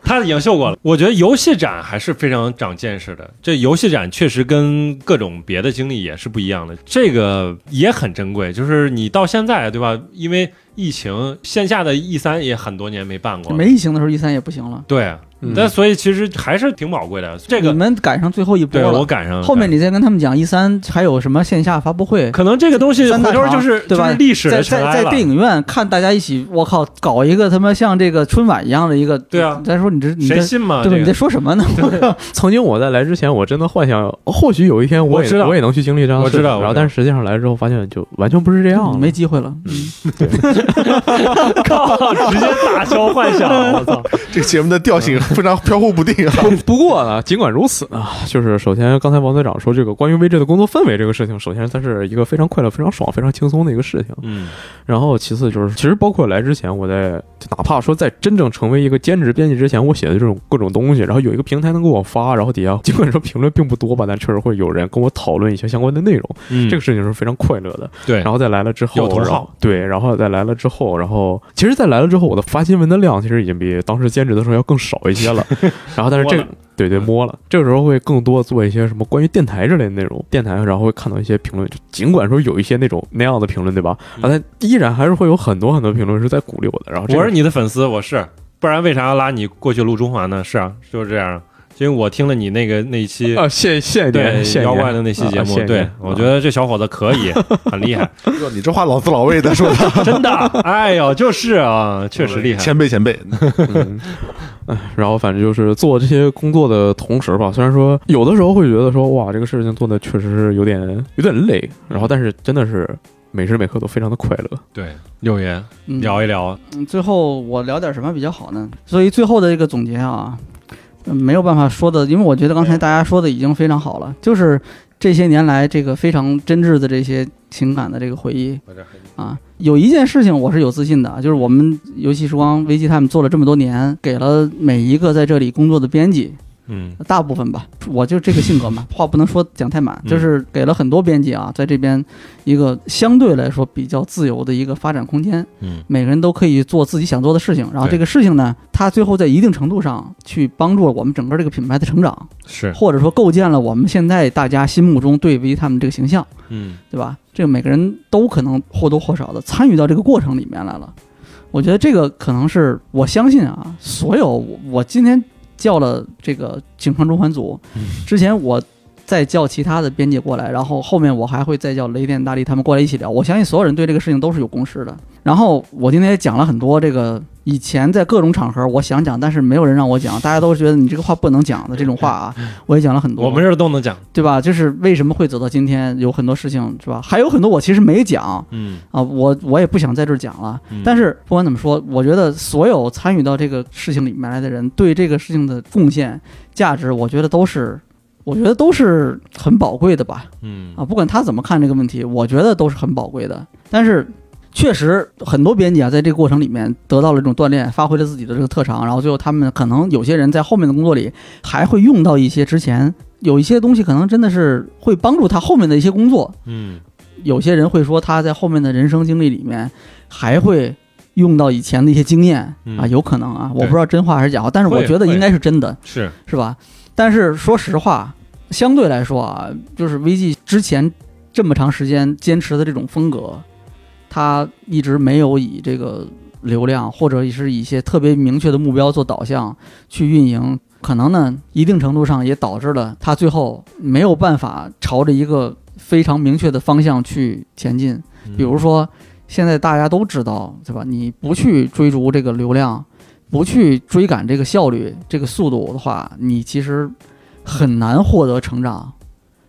[SPEAKER 1] 他已经秀过了，我觉得游戏展还是非常长见识的。这游戏展确实跟各种别的经历也是不一样的，这个也很珍贵。就是你到现在对吧？因为疫情，线下的 E 三也很多年没办过了，
[SPEAKER 4] 没疫情的时候，一三也不行了。
[SPEAKER 1] 对。啊
[SPEAKER 2] 嗯
[SPEAKER 1] 但所以其实还是挺宝贵的。这
[SPEAKER 4] 你
[SPEAKER 1] 个
[SPEAKER 4] 们赶上最后一
[SPEAKER 1] 嗯
[SPEAKER 4] 波
[SPEAKER 1] 对我
[SPEAKER 4] 了，
[SPEAKER 1] 赶上
[SPEAKER 4] 嗯后面你再跟他们讲一，E 三还有什么线下发布会，
[SPEAKER 1] 可能这个东西
[SPEAKER 4] 三
[SPEAKER 1] 回
[SPEAKER 4] 大
[SPEAKER 1] 头
[SPEAKER 4] 厂
[SPEAKER 1] 就是
[SPEAKER 4] 对吧
[SPEAKER 1] 就是历史
[SPEAKER 4] 在
[SPEAKER 1] 的尘埃
[SPEAKER 4] 在在
[SPEAKER 1] 了
[SPEAKER 4] 电。影院看大家一起，我靠，搞一个他妈像这个春晚一样的一个，
[SPEAKER 1] 对啊
[SPEAKER 4] 再说你这你这
[SPEAKER 1] 谁信嘛？
[SPEAKER 4] 对吧？
[SPEAKER 1] 这
[SPEAKER 4] 你
[SPEAKER 1] 个
[SPEAKER 4] 在说什
[SPEAKER 1] [LAUGHS]
[SPEAKER 4] 么呢？
[SPEAKER 2] 曾经我在来之前，我真的幻想，或许有一天我也
[SPEAKER 1] 我知道
[SPEAKER 2] 也能去经历这样的
[SPEAKER 1] 我知道
[SPEAKER 2] 事情
[SPEAKER 1] 我知道
[SPEAKER 2] 然后但是实际上来之后发现就完全不是这
[SPEAKER 1] 啊
[SPEAKER 2] 样了。
[SPEAKER 4] 没机会了。嗯，
[SPEAKER 1] 靠，直接打消幻想，
[SPEAKER 4] [LAUGHS]
[SPEAKER 1] 我操！
[SPEAKER 5] 这个节目的调性非常飘忽不
[SPEAKER 1] [LAUGHS]
[SPEAKER 5] 定啊。
[SPEAKER 2] 不过呢，尽管如此呢，啊就是首先刚才王队长说这个关于微智的工作氛围这个事情，首先它是一个非常快乐、非常爽、非常轻松的一个事情。
[SPEAKER 1] 嗯
[SPEAKER 2] 然后其次就是，其实包括来之前，我在就哪怕说在真正成为一个兼职编辑之前，我写的这种各种东西，然后有一个平台能给我发，然后底下尽管说评论并不多吧，但确实会有人跟我讨论一些相关的内容，
[SPEAKER 1] 嗯，
[SPEAKER 2] 这个事情是非常快乐的。
[SPEAKER 1] 对，
[SPEAKER 2] 然后再来了之后，
[SPEAKER 1] 有头
[SPEAKER 2] 然后
[SPEAKER 1] 号
[SPEAKER 2] 对，然后再来了之后，然后其实，在来了之后，我的发新闻的量其实已经比当时兼职的时候要更少一些了。
[SPEAKER 1] [LAUGHS]
[SPEAKER 2] 然后，但是
[SPEAKER 1] 摸
[SPEAKER 2] 这个
[SPEAKER 1] 了
[SPEAKER 2] 对对摸了，这个时候会更多做一些什么关于电台之类的内容，电台，然后会看到一些评论，就尽管说有一些那种那样的评论，对吧？啊，但依然还是会有很多很多评论是在鼓励我的。然后这
[SPEAKER 1] 嗯
[SPEAKER 2] 个
[SPEAKER 1] 我是你的粉丝，我是，不然为啥要拉你过去录中华呢？是啊，就是这样，因为我听了你那个那期
[SPEAKER 4] 呃
[SPEAKER 2] 啊，谢谢
[SPEAKER 1] 对
[SPEAKER 2] 谢谢
[SPEAKER 1] 妖怪的那
[SPEAKER 4] 啊
[SPEAKER 1] 期节目，对我觉
[SPEAKER 2] 得
[SPEAKER 1] 得这小伙子可
[SPEAKER 4] [LAUGHS]
[SPEAKER 1] 以，很厉害，
[SPEAKER 5] 哟你这话老子老魏的说 [LAUGHS] 的，
[SPEAKER 1] 真的，哎呦，就是啊，确实厉害，
[SPEAKER 5] 前辈前辈，
[SPEAKER 2] 嗯，哎，然后反正就是做这些工作的同时吧，虽然说有的时候会觉得说哇，这个事情做的确实是有点有点累，然后但是真的是每时每刻都非常的快乐。
[SPEAKER 1] 对，六爷
[SPEAKER 4] 嗯
[SPEAKER 1] 聊一聊，
[SPEAKER 4] 嗯，最后我聊点什么比较好呢？所以最后的这个总结啊，嗯没有办法说的，因为我觉得刚才大家说的已经非常好了，就是这些年来这个非常真挚的这些情感的这个回忆啊，有一件事情我是有自信的，就是我们游戏时光危机他们做了这么多年，给了每一个在这里工作的编辑
[SPEAKER 1] 嗯
[SPEAKER 4] 大部分吧，我就这个性格嘛，话不能说讲太满，就是给了很多编辑啊，在这边一个相对来说比较自由的一个发展空间。
[SPEAKER 1] 嗯
[SPEAKER 4] 每个人都可以做自己想做的事情，然后
[SPEAKER 1] 对
[SPEAKER 4] 这个事情呢，它最后在一定程度上去帮助了我们整个这个品牌的成长，
[SPEAKER 1] 是，
[SPEAKER 4] 或者说构建了我们现在大家心目中对 V 他们这个形象，
[SPEAKER 1] 嗯
[SPEAKER 4] 对吧？这个每个人都可能或多或少的参与到这个过程里面来了。我觉得这个可能是我相信啊，所有我我今天叫了这个警方中环组，
[SPEAKER 1] 嗯
[SPEAKER 4] 之前我再叫其他的编辑过来，然后后面我还会再叫雷电大力他们过来一起聊。我相信所有人对这个事情都是有共识的。然后我今天也讲了很多这个以前在各种场合我想讲，但是没有人让我讲，大家都觉得你这个话不能讲的这种话啊，我也讲了很
[SPEAKER 1] 嗯
[SPEAKER 4] 多。
[SPEAKER 1] 我们这儿都能讲，
[SPEAKER 4] 对吧？就是为什么会走到今天，有很多事情是吧？还有很多我其实没讲
[SPEAKER 1] 嗯
[SPEAKER 4] 啊，我我也不想在这儿讲了。但是不管怎么说，我觉得所有参与到这个事情里面来的人，对这个事情的贡献、价值，我觉得都是，我觉得都是很宝贵的吧。
[SPEAKER 1] 嗯
[SPEAKER 4] 啊，不管他怎么看这个问题，我觉得都是很宝贵的。但是确实很多编辑啊，在这个过程里面得到了这种锻炼，发挥了自己的这个特长，然后最后他们可能有些人在后面的工作里还会用到一些之前有一些东西，可能真的是会帮助他后面的一些工作。
[SPEAKER 1] 嗯
[SPEAKER 4] 有些人会说他在后面的人生经历里面还会。用到以前的一些经验
[SPEAKER 1] 嗯
[SPEAKER 4] 啊，有可能啊，我
[SPEAKER 1] 对
[SPEAKER 4] 不知道真话还是假话，但是我
[SPEAKER 1] 会
[SPEAKER 4] 觉得
[SPEAKER 1] 会
[SPEAKER 4] 应该是真的。
[SPEAKER 1] 是，
[SPEAKER 4] 是吧？但是说实话，相对来说啊，就是 VG 之前这么长时间坚持的这种风格，它一直没有以这个流量或者是以一些特别明确的目标做导向去运营，可能呢，一定程度上也导致了它最后没有办法朝着一个非常明确的方向去前进。比
[SPEAKER 1] 嗯
[SPEAKER 4] 如说，现在大家都知道，对吧？你不去追逐这个流量，不去追赶这个效率、这个速度的话，你其实很难获得成长。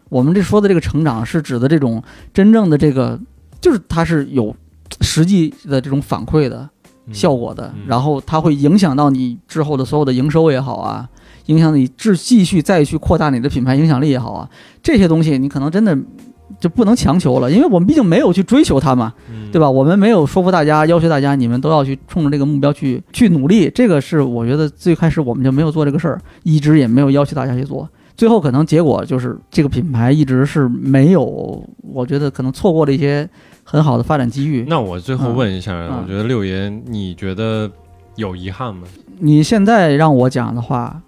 [SPEAKER 4] 我们这说的这个成长，是指的这种真正的这个，就是它是有实际的这种反馈的
[SPEAKER 1] 嗯
[SPEAKER 4] 效果的
[SPEAKER 1] 嗯，
[SPEAKER 4] 然后它会影响到你之后的所有的营收也好啊，影响你继继续再去扩大你的品牌影响力也好啊，这些东西你可能真的就不能强求了，因为我们毕竟没有去追求它
[SPEAKER 1] 嗯
[SPEAKER 4] 嘛，对吧？我们没有说服大家、要求大家，你们都要去冲着这个目标去去努力。这个是我觉得最开始我们就没有做这个事儿，一直也没有要求大家去做。最后可能结果就是这个品牌一直是没有，我觉得可能错过了一些很好的发展机遇。
[SPEAKER 1] 那我最后问一下，
[SPEAKER 4] 嗯
[SPEAKER 1] 我觉得六爷，你觉得有遗憾吗？
[SPEAKER 4] 你现在让我讲的话，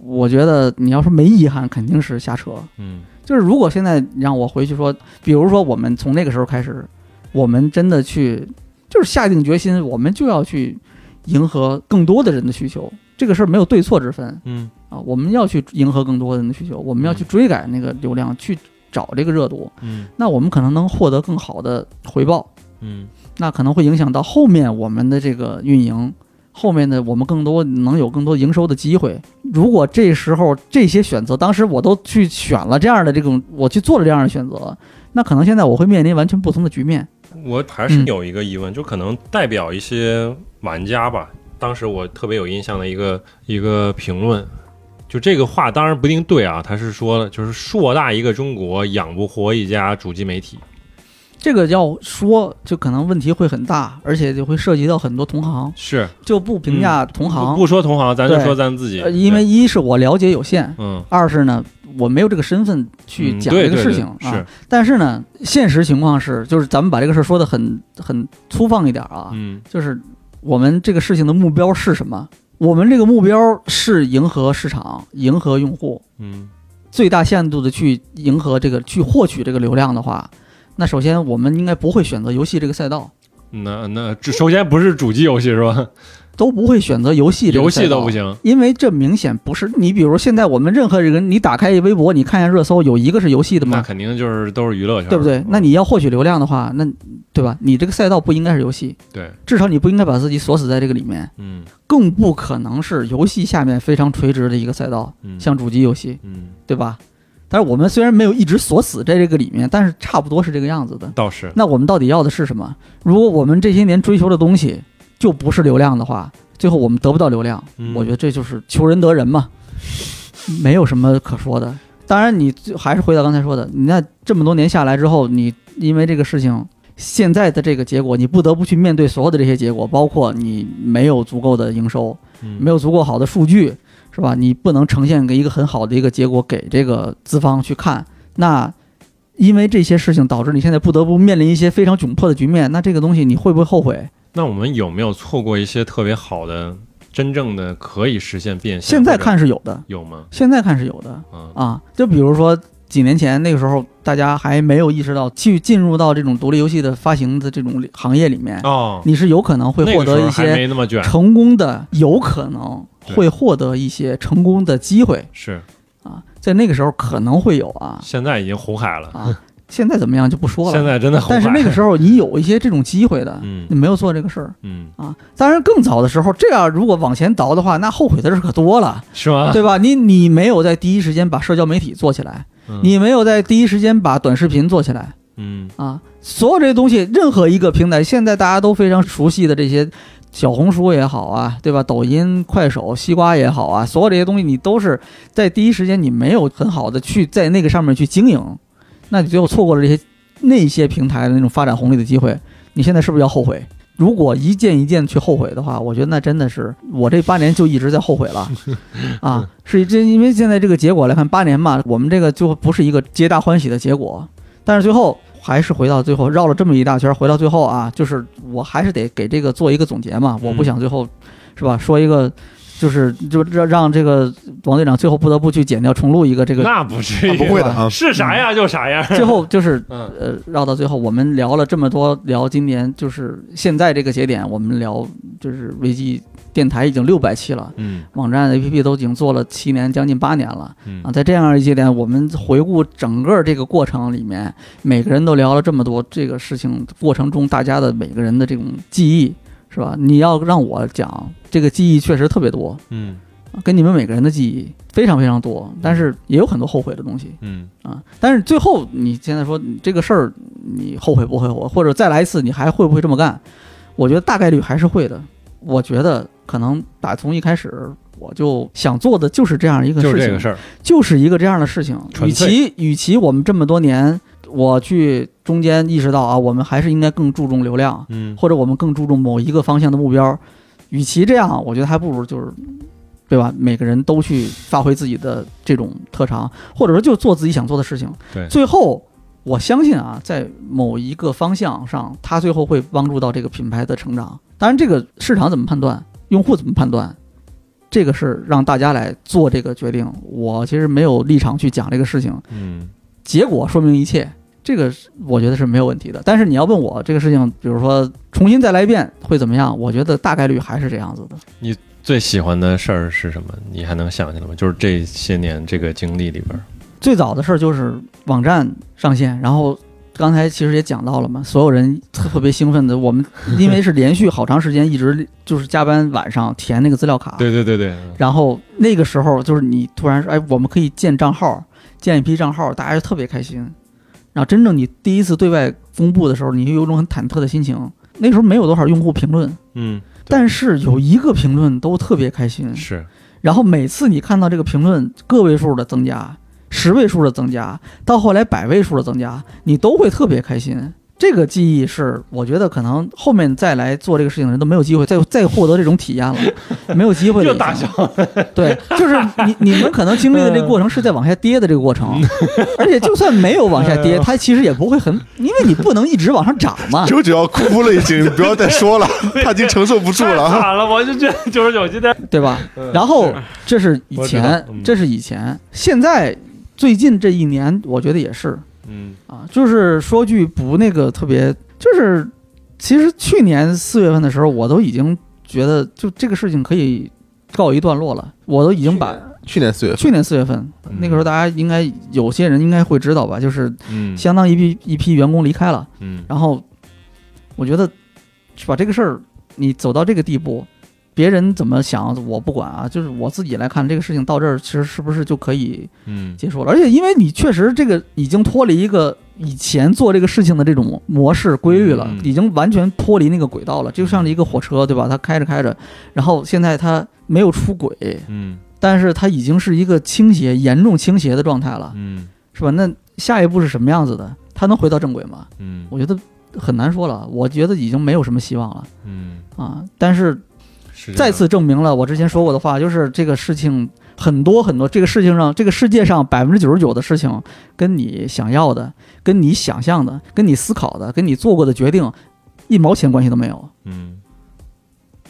[SPEAKER 4] 我觉得你要说没遗憾，肯定是瞎扯。
[SPEAKER 1] 嗯
[SPEAKER 4] 就是如果现在让我回去说，比如说我们从那个时候开始，我们真的去，就是下定决心，我们就要去迎合更多的人的需求。这个事儿没有对错之分
[SPEAKER 1] 嗯
[SPEAKER 4] 啊，我们要去迎合更多人的需求，我们要去追赶那个流量，去找这个热度，
[SPEAKER 1] 嗯
[SPEAKER 4] 那我们可能能获得更好的回报，
[SPEAKER 1] 嗯
[SPEAKER 4] 那可能会影响到后面我们的这个运营，后面的我们更多能有更多营收的机会。如果这时候这些选择，当时我都去选了这样的这种，我去做了这样的选择，那可能现在我会面临完全不同的局面。
[SPEAKER 1] 我还是
[SPEAKER 4] 嗯
[SPEAKER 1] 有一个疑问，就可能代表一些玩家吧。当时我特别有印象的一个一个评论，就这个话当然不一定对啊，他是说就是硕大一个中国养不活一家主机媒体。
[SPEAKER 4] 这个要说，就可能问题会很大，而且就会涉及到很多同行，
[SPEAKER 1] 是
[SPEAKER 4] 就不评价同
[SPEAKER 1] 嗯不
[SPEAKER 4] 行，
[SPEAKER 1] 不说同行，咱就
[SPEAKER 4] 对
[SPEAKER 1] 说咱自己
[SPEAKER 4] 呃，因为一是我了解有限，
[SPEAKER 1] 嗯，
[SPEAKER 4] 二是呢我没有这个身份去
[SPEAKER 1] 嗯
[SPEAKER 4] 讲
[SPEAKER 1] 对
[SPEAKER 4] 这
[SPEAKER 1] 对
[SPEAKER 4] 个事
[SPEAKER 1] 对
[SPEAKER 4] 情、啊。
[SPEAKER 1] 是
[SPEAKER 4] 但是呢，现实情况是，就是咱们把这个事儿说的很很粗放一点啊，
[SPEAKER 1] 嗯
[SPEAKER 4] 就是我们这个事情的目标是什么？我们这个目标是迎合市场、迎合用户，
[SPEAKER 1] 嗯
[SPEAKER 4] 最大限度的去迎合这个、去获取这个流量的话，那首先我们应该不会选择游戏这个赛道，
[SPEAKER 1] 那那这首先不是主机游戏是吧？
[SPEAKER 4] 都不会选择游戏这
[SPEAKER 1] 游
[SPEAKER 4] 个赛道啊
[SPEAKER 1] 戏都不。行，
[SPEAKER 4] 因为这明显不是你，比如现在我们任何人，你打开微博，你看一下热搜，有一个是游戏的
[SPEAKER 1] 那
[SPEAKER 4] 吗？
[SPEAKER 1] 肯定就是都是娱乐圈，
[SPEAKER 4] 对不对？那你要获取流量的话，那对吧？你这个赛道不应该是游戏，
[SPEAKER 1] 对，
[SPEAKER 4] 至少你不应该把自己锁死在这个里面，
[SPEAKER 1] 嗯
[SPEAKER 4] 更不可能是游戏下面非常垂直的一个赛道，
[SPEAKER 1] 嗯
[SPEAKER 4] 像主机游戏，
[SPEAKER 1] 嗯
[SPEAKER 4] 对吧？但是我们虽然没有一直锁死在这个里面，但是差不多是这个样子的。
[SPEAKER 1] 倒是
[SPEAKER 4] 那我们到底要的是什么？如果我们这些年追求的东西就不是流量的话，最后我们得不到流量，
[SPEAKER 1] 嗯
[SPEAKER 4] 我觉得这就是求人得人嘛，没有什么可说的。当然，你最还是回到刚才说的，你那这么多年下来之后，你因为这个事情，现在的这个结果，你不得不去面对所有的这些结果，包括你没有足够的营收，没
[SPEAKER 1] 没
[SPEAKER 4] 有足够好的数据，是吧？你不能呈现给一个很好的一个结果给这个资方去看。那因为这些事情导致你现在不得不面临一些非常窘迫的局面，那这个东西你会不会后悔？
[SPEAKER 1] 那我们有没有错过一些特别好的、真正的可以实现变现？
[SPEAKER 4] 现在看是有的
[SPEAKER 1] 或者，有吗？
[SPEAKER 4] 现在看是有的
[SPEAKER 1] 嗯
[SPEAKER 4] 啊。就比如说几年前那个时候，大家还没有意识到去进入到这种独立游戏的发行的这种行业里面，
[SPEAKER 1] 哦，
[SPEAKER 4] 你是有可能会
[SPEAKER 1] 那
[SPEAKER 4] 获
[SPEAKER 1] 个时
[SPEAKER 4] 得
[SPEAKER 1] 候
[SPEAKER 4] 一
[SPEAKER 1] 还
[SPEAKER 4] 些
[SPEAKER 1] 没那么卷， [LAUGHS]
[SPEAKER 4] 成功的，有可能会获得一些成功的机会
[SPEAKER 1] 是
[SPEAKER 4] 啊。在那个时候可能会有啊，
[SPEAKER 1] 现在已经红海了，
[SPEAKER 4] 啊，现在怎么样就不说了。
[SPEAKER 1] 现在真的红海。
[SPEAKER 4] 但是那个时候你有一些这种机会的，
[SPEAKER 1] 嗯
[SPEAKER 4] 你没有做这个事儿
[SPEAKER 1] 嗯，
[SPEAKER 4] 啊。当然，更早的时候，这样如果往前倒的话，那后悔的事儿可多了，
[SPEAKER 1] 是吗？
[SPEAKER 4] 对吧？你你没有在第一时间把社交媒体做起来，
[SPEAKER 1] 嗯
[SPEAKER 4] 你没有在第一时间把短视频做起来
[SPEAKER 1] 嗯
[SPEAKER 4] 啊。所有这些东西，任何一个平台，现在大家都非常熟悉的这些。小红书也好啊，对吧？抖音、快手、西瓜也好啊，所有这些东西你都是在第一时间你没有很好的去在那个上面去经营，那你最后错过了这些那些平台的那种发展红利的机会，你现在是不是要后悔？如果一件一件去后悔的话，我觉得那真的是我这八年就一直在后悔了，啊，是这因为现在这个结果来看，八年嘛，我们这个就不是一个皆大欢喜的结果，但是最后还是回到最后绕了这么一大圈，回到最后啊，就是我还是得给这个做一个总结嘛，我不想最后是吧说一个。就是就让让这个王队长最后不得不去剪掉重录一个这个，
[SPEAKER 1] 那不至于，
[SPEAKER 5] 不会的啊，
[SPEAKER 1] 是啥样就啥样。[LAUGHS]
[SPEAKER 4] 最后就是
[SPEAKER 1] 嗯
[SPEAKER 4] 呃，绕到最后，我们聊了这么多，聊今年就是现在这个节点，我们聊就是危机电台已经六百期了，
[SPEAKER 1] 嗯
[SPEAKER 4] 网站 APP 都已经做了七年，将近八年了啊。
[SPEAKER 1] 嗯
[SPEAKER 4] 在这样一节点，我们回顾整个这个过程里面，每个人都聊了这么多，这个事情过程中大家的每个人的这种记忆，是吧？你要让我讲，这个记忆确实特别多，
[SPEAKER 1] 嗯
[SPEAKER 4] 啊跟你们每个人的记忆非常非常多，但是也有很多后悔的东西。
[SPEAKER 1] 嗯，
[SPEAKER 4] 啊，但是最后你现在说你这个事儿，你后悔不后悔，或者再来一次，你还会不会这么干？我觉得大概率还是会的。我觉得可能打从一开始我就想做的就是这样一个事
[SPEAKER 1] 就
[SPEAKER 4] 情，
[SPEAKER 1] 是这个事儿。
[SPEAKER 4] 就是一个这样的事情。
[SPEAKER 1] 纯
[SPEAKER 4] 与
[SPEAKER 1] 粹
[SPEAKER 4] 其与其我们这么多年，我去中间意识到啊，我们还是应该更注重流量，
[SPEAKER 1] 嗯，
[SPEAKER 4] 或者我们更注重某一个方向的目标。与其这样，我觉得还不如就是，对吧？每个人都去发挥自己的这种特长，或者说就做自己想做的事情。
[SPEAKER 1] 对
[SPEAKER 4] 最后我相信啊，在某一个方向上，它最后会帮助到这个品牌的成长。当然，这个市场怎么判断，用户怎么判断，这个是让大家来做这个决定。我其实没有立场去讲这个事情。
[SPEAKER 1] 嗯，
[SPEAKER 4] 结果说明一切，这个是我觉得是没有问题的。但是你要问我这个事情，比如说重新再来一遍会怎么样，我觉得大概率还是这样子的。
[SPEAKER 1] 最喜欢的事儿是什么？你还能想起来吗？就是这些年这个经历里边儿，
[SPEAKER 4] 最早的事儿就是网站上线，然后刚才其实也讲到了嘛，所有人特别兴奋的，我们因为是连续好长时间一直就是加班晚上填那个资料卡，
[SPEAKER 1] 对对对对，
[SPEAKER 4] 然后那个时候就是你突然说，哎，我们可以建账号，建一批账号，大家就特别开心。然后真正你第一次对外公布的时候，你就有种很忐忑的心情。那时候没有多少用户评论，
[SPEAKER 1] 嗯，
[SPEAKER 4] 但是有一个评论都特别开心。
[SPEAKER 1] 是，
[SPEAKER 4] 然后每次你看到这个评论个位数的增加、十位数的增加，到后来百位数的增加，你都会特别开心。这个记忆是，我觉得可能后面再来做这个事情的人都没有机会再再获得这种体
[SPEAKER 1] [LAUGHS]
[SPEAKER 4] 验了，没有机会了
[SPEAKER 1] 又
[SPEAKER 4] 已
[SPEAKER 1] 打
[SPEAKER 4] 经
[SPEAKER 1] 消，
[SPEAKER 4] 对，就是你你们可能经历的这个过程是在往下跌的这个过程，
[SPEAKER 1] 嗯
[SPEAKER 4] 而且就算没有往
[SPEAKER 1] [LAUGHS]
[SPEAKER 4] 下
[SPEAKER 1] 哎
[SPEAKER 4] 跌，它其实也不会很，因为你不能一直往上涨嘛。
[SPEAKER 5] 九九要哭了，已经不要再说
[SPEAKER 1] [LAUGHS]
[SPEAKER 5] 了，他已经承受不住
[SPEAKER 1] 太
[SPEAKER 5] 了。
[SPEAKER 1] 惨了，我就觉得九十九今天
[SPEAKER 4] 对吧？然后这是以
[SPEAKER 1] 嗯我知道
[SPEAKER 4] 前
[SPEAKER 1] 嗯，
[SPEAKER 4] 这是以前，现在最近这一年，我觉得也是
[SPEAKER 1] 嗯
[SPEAKER 4] 啊，就是说句不那个特别，就是其实去年四月份的时候，我都已经觉得就这个事情可以告一段落了，我都已经把
[SPEAKER 5] 去年四月份，
[SPEAKER 4] 去年四月份那个时候，大家应该有些人应该会知道吧，就是
[SPEAKER 1] 嗯
[SPEAKER 4] 相当一批一批员工离开了，
[SPEAKER 1] 嗯
[SPEAKER 4] 然后我觉得是吧，这个事儿你走到这个地步，别人怎么想我不管啊，就是我自己来看这个事情到这儿，其实是不是就可以
[SPEAKER 1] 嗯
[SPEAKER 4] 结束了？而且因为你确实这个已经脱离一个以前做这个事情的这种模式规律了
[SPEAKER 1] 嗯，
[SPEAKER 4] 已经完全脱离那个轨道了，就像是一个火车对吧？它开着开着，然后现在它没有出轨，
[SPEAKER 1] 嗯
[SPEAKER 4] 但是它已经是一个倾斜、严重倾斜的状态了。
[SPEAKER 1] 嗯
[SPEAKER 4] 是吧？那下一步是什么样子的？他能回到正轨吗？
[SPEAKER 1] 嗯
[SPEAKER 4] 我觉得很难说了。我觉得已经没有什么希望了
[SPEAKER 1] 嗯，
[SPEAKER 4] 啊！但是
[SPEAKER 1] 是这样
[SPEAKER 4] 再次证明了我之前说过的话，就是这个事情很多很多，这个事情上，这个世界上百分之九十九的事情，跟你想要的、跟你想象的、跟你思考的、跟你做过的决定，一毛钱关系都没有，
[SPEAKER 1] 嗯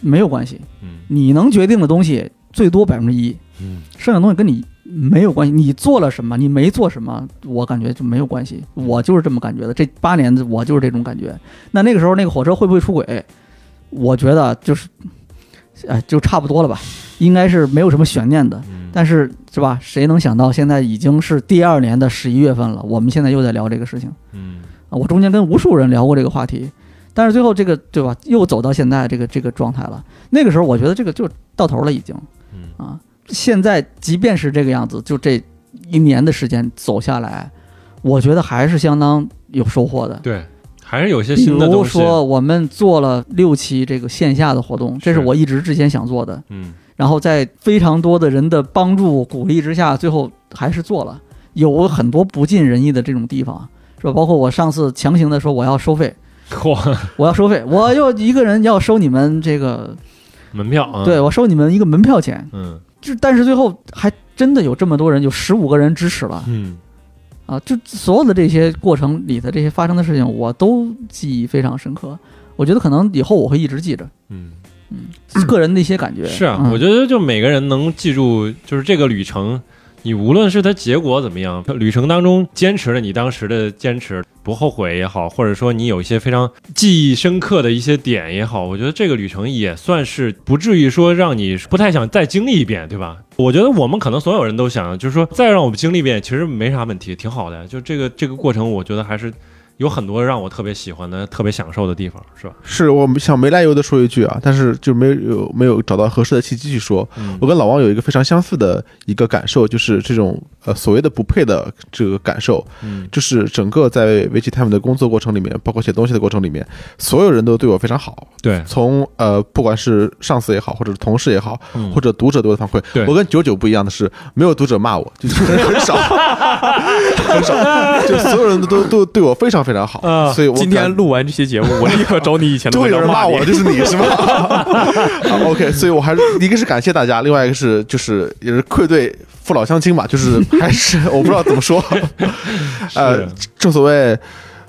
[SPEAKER 4] 没有关系。
[SPEAKER 1] 嗯
[SPEAKER 4] 你能决定的东西最多百分之一，
[SPEAKER 1] 嗯
[SPEAKER 4] 剩下的东西跟你没有关系，你做了什么，你没做什么，我感觉就没有关系。我就是这么感觉的，这八年我就是这种感觉。那那个时候那个火车会不会出轨？我觉得就是，哎，就差不多了吧，应该是没有什么悬念的。
[SPEAKER 1] 嗯，
[SPEAKER 4] 但是是吧？谁能想到现在已经是第二年的十一月份了，我们现在又在聊这个事情
[SPEAKER 1] 嗯
[SPEAKER 4] 啊！我中间跟无数人聊过这个话题，但是最后这个对吧，又走到现在这个这个状态了。那个时候我觉得这个就到头了，已经。
[SPEAKER 1] 嗯
[SPEAKER 4] 啊，现在即便是这个样子，就这一年的时间走下来，我觉得还是相当有收获的。
[SPEAKER 1] 对，还是有些
[SPEAKER 4] 比
[SPEAKER 1] 新的
[SPEAKER 4] 如
[SPEAKER 1] 东西，
[SPEAKER 4] 说，我们做了六期这个线下的活动，这是
[SPEAKER 1] 是
[SPEAKER 4] 我一直之前想做的。
[SPEAKER 1] 嗯
[SPEAKER 4] 然后在非常多的人的帮助鼓励之下，最后还是做了。有很多不尽人意的这种地方，是吧？包括我上次强行的说我要收费，
[SPEAKER 1] 嚯，
[SPEAKER 4] 我要收费，我又一个人要收你们这个，
[SPEAKER 1] 门票啊，
[SPEAKER 4] 对，我收你们一个门票钱。
[SPEAKER 1] 嗯
[SPEAKER 4] 就但是最后还真的有这么多人，有十五个人支持了
[SPEAKER 1] 嗯
[SPEAKER 4] 啊！就所有的这些过程里的这些发生的事情，我都记忆非常深刻。我觉得可能以后我会一直记着
[SPEAKER 1] 嗯，
[SPEAKER 4] 个人的一些感觉。
[SPEAKER 1] 是啊，
[SPEAKER 4] 嗯
[SPEAKER 1] 我觉得就每个人能记住，就是这个旅程，你无论是它结果怎么样，旅程当中坚持了你当时的坚持，不后悔也好，或者说你有一些非常记忆深刻的一些点也好，我觉得这个旅程也算是不至于说让你不太想再经历一遍，对吧？我觉得我们可能所有人都想，就是说再让我们经历一遍，其实没啥问题，挺好的。就这个这个过程，我觉得还是有很多让我特别喜欢的、特别享受的地方，是吧？
[SPEAKER 3] 是我们想没来由的说一句啊，但是就没有没有找到合适的契机去说。
[SPEAKER 1] 嗯
[SPEAKER 3] 我跟老王有一个非常相似的一个感受，就是这种呃所谓的不配的这个感受，
[SPEAKER 1] 嗯
[SPEAKER 3] 就是整个在 VG Time 的工作过程里面，包括写东西的过程里面，所有人都对我非常好，
[SPEAKER 1] 对，
[SPEAKER 3] 从呃不管是上司也好，或者是同事也好，
[SPEAKER 1] 嗯
[SPEAKER 3] 或者读者对我的反馈
[SPEAKER 1] 对，
[SPEAKER 3] 我跟九九不一样的是，没有读者骂我，就是很少，很少，就所有人都都对我非常非常好
[SPEAKER 1] 啊，
[SPEAKER 3] 所以我
[SPEAKER 2] 今
[SPEAKER 3] 感
[SPEAKER 2] 天录完这期节目，我立刻找你以前的
[SPEAKER 3] 就会
[SPEAKER 2] 文
[SPEAKER 3] 有
[SPEAKER 2] 章
[SPEAKER 3] 人骂
[SPEAKER 2] 你
[SPEAKER 3] 我，。就是 [LAUGHS] 你是吗啊？OK，所以我还是一个是感谢大家，另外一个是就是也是愧对父老乡亲吧，就是还是我不知道怎么说， [LAUGHS] 呃，正所谓。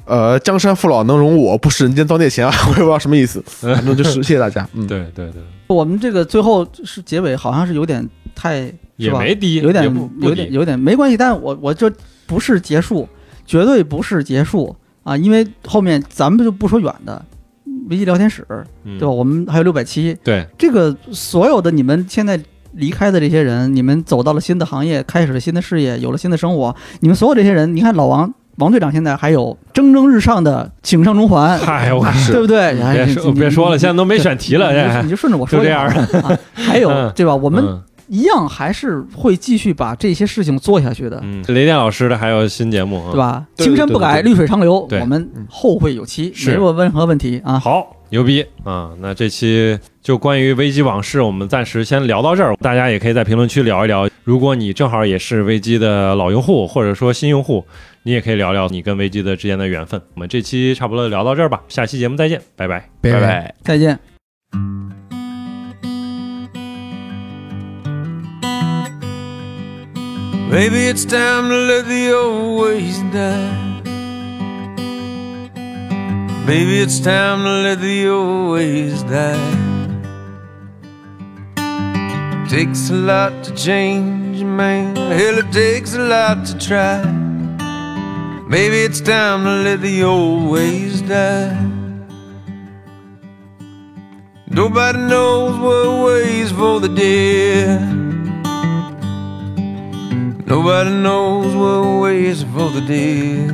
[SPEAKER 3] 呃，江山父老能容我，不食人间造孽钱啊！ [LAUGHS] 我也不知道什么意思，反正就是谢谢大家。嗯，
[SPEAKER 1] 对对对，
[SPEAKER 4] 我们这个最后是结尾，好像是有点太
[SPEAKER 1] 也
[SPEAKER 4] 是吧
[SPEAKER 1] 没低，
[SPEAKER 4] 有点
[SPEAKER 1] 也不不
[SPEAKER 4] 有
[SPEAKER 1] 低
[SPEAKER 4] 点有点没关系，但我我就不是结束，绝对不是结束啊，因为后面咱们就不说远的。危机聊天室，
[SPEAKER 1] 嗯
[SPEAKER 4] 对吧？我们还有六百七，
[SPEAKER 1] 对
[SPEAKER 4] 这个所有的你们现在离开的这些人，你们走到了新的行业，开始了新的事业，有了新的生活，你们所有这些人，你看老王王队长现在还有蒸蒸日上的请上中环，
[SPEAKER 1] 嗨，我
[SPEAKER 4] [LAUGHS] 对不对？哎
[SPEAKER 1] 别说别说了，现在都没选题了，
[SPEAKER 4] 你就
[SPEAKER 1] 哎
[SPEAKER 4] 你就顺着我说
[SPEAKER 1] 就这样
[SPEAKER 4] 就好了。啊还有
[SPEAKER 1] 嗯
[SPEAKER 4] 对吧？我们
[SPEAKER 1] 嗯
[SPEAKER 4] 一样还是会继续把这些事情做下去的，
[SPEAKER 1] 嗯，雷电老师的还有新节目啊，
[SPEAKER 4] 对？吧？
[SPEAKER 3] 对
[SPEAKER 4] 青山不
[SPEAKER 3] 对
[SPEAKER 4] 改，
[SPEAKER 3] 对对
[SPEAKER 4] 绿水长流，
[SPEAKER 1] 对
[SPEAKER 4] 我们后会有期，
[SPEAKER 1] 是
[SPEAKER 4] 没有任何问题啊。
[SPEAKER 1] 好，牛逼啊！那这期就关于危机往事，我们暂时先聊到这儿。大家也可以在评论区聊一聊，如果你正好也是危机的老用户，或者说新用户，你也可以聊聊你跟危机的之间的缘分。我们这期差不多聊到这儿吧，下期节目再见，拜拜。
[SPEAKER 2] 拜拜。
[SPEAKER 4] 再见。
[SPEAKER 6] Maybe it's time to let the old ways die. Maybe it's time to let the old ways die. Takes a lot to change, a man. Hell, it takes a lot to try. Maybe it's time to let the old ways die. Nobody knows what ways for the dead. Nobody knows what ways for the dead.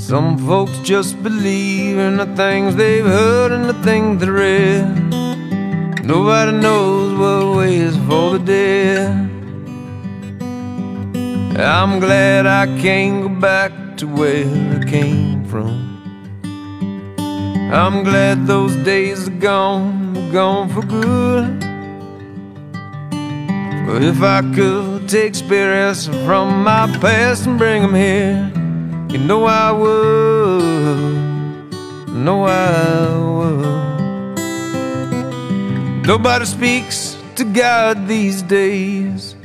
[SPEAKER 6] Some folks just believe in the things they've heard and the things they read. Nobody knows what ways for the dead. I'm glad I can't go back to where I came from. I'm glad those days are gone, gone for good. But if I could take spirits from my past and bring 'em here, you know I would. No, I would. Nobody speaks to God these days.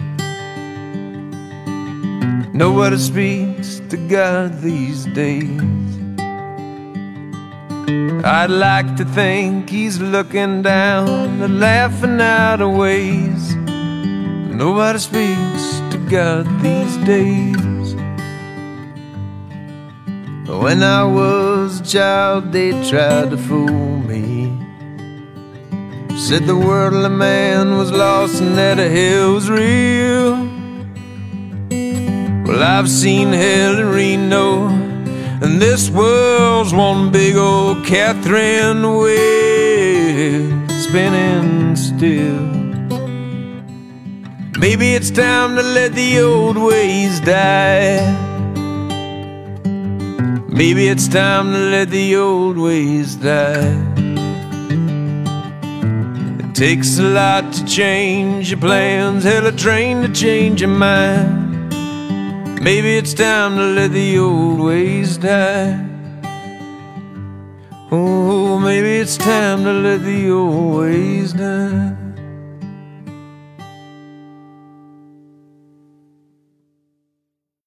[SPEAKER 6] Nobody speaks to God these days. I'd like to think He's looking down and laughing out of ways. Nobody speaks to God these days. When I was a child, they tried to fool me. Said the worldly man was lost and that hell was real. Well, I've seen hell in Reno, and this world's one big old Catherine wheel spinning still. Maybe it's time to let the old ways die. Maybe it's time to let the old ways die. It takes a lot to change your plans, hell, a train to change your mind. Maybe it's time to let the old ways die. Oh, maybe it's time to let the old ways die.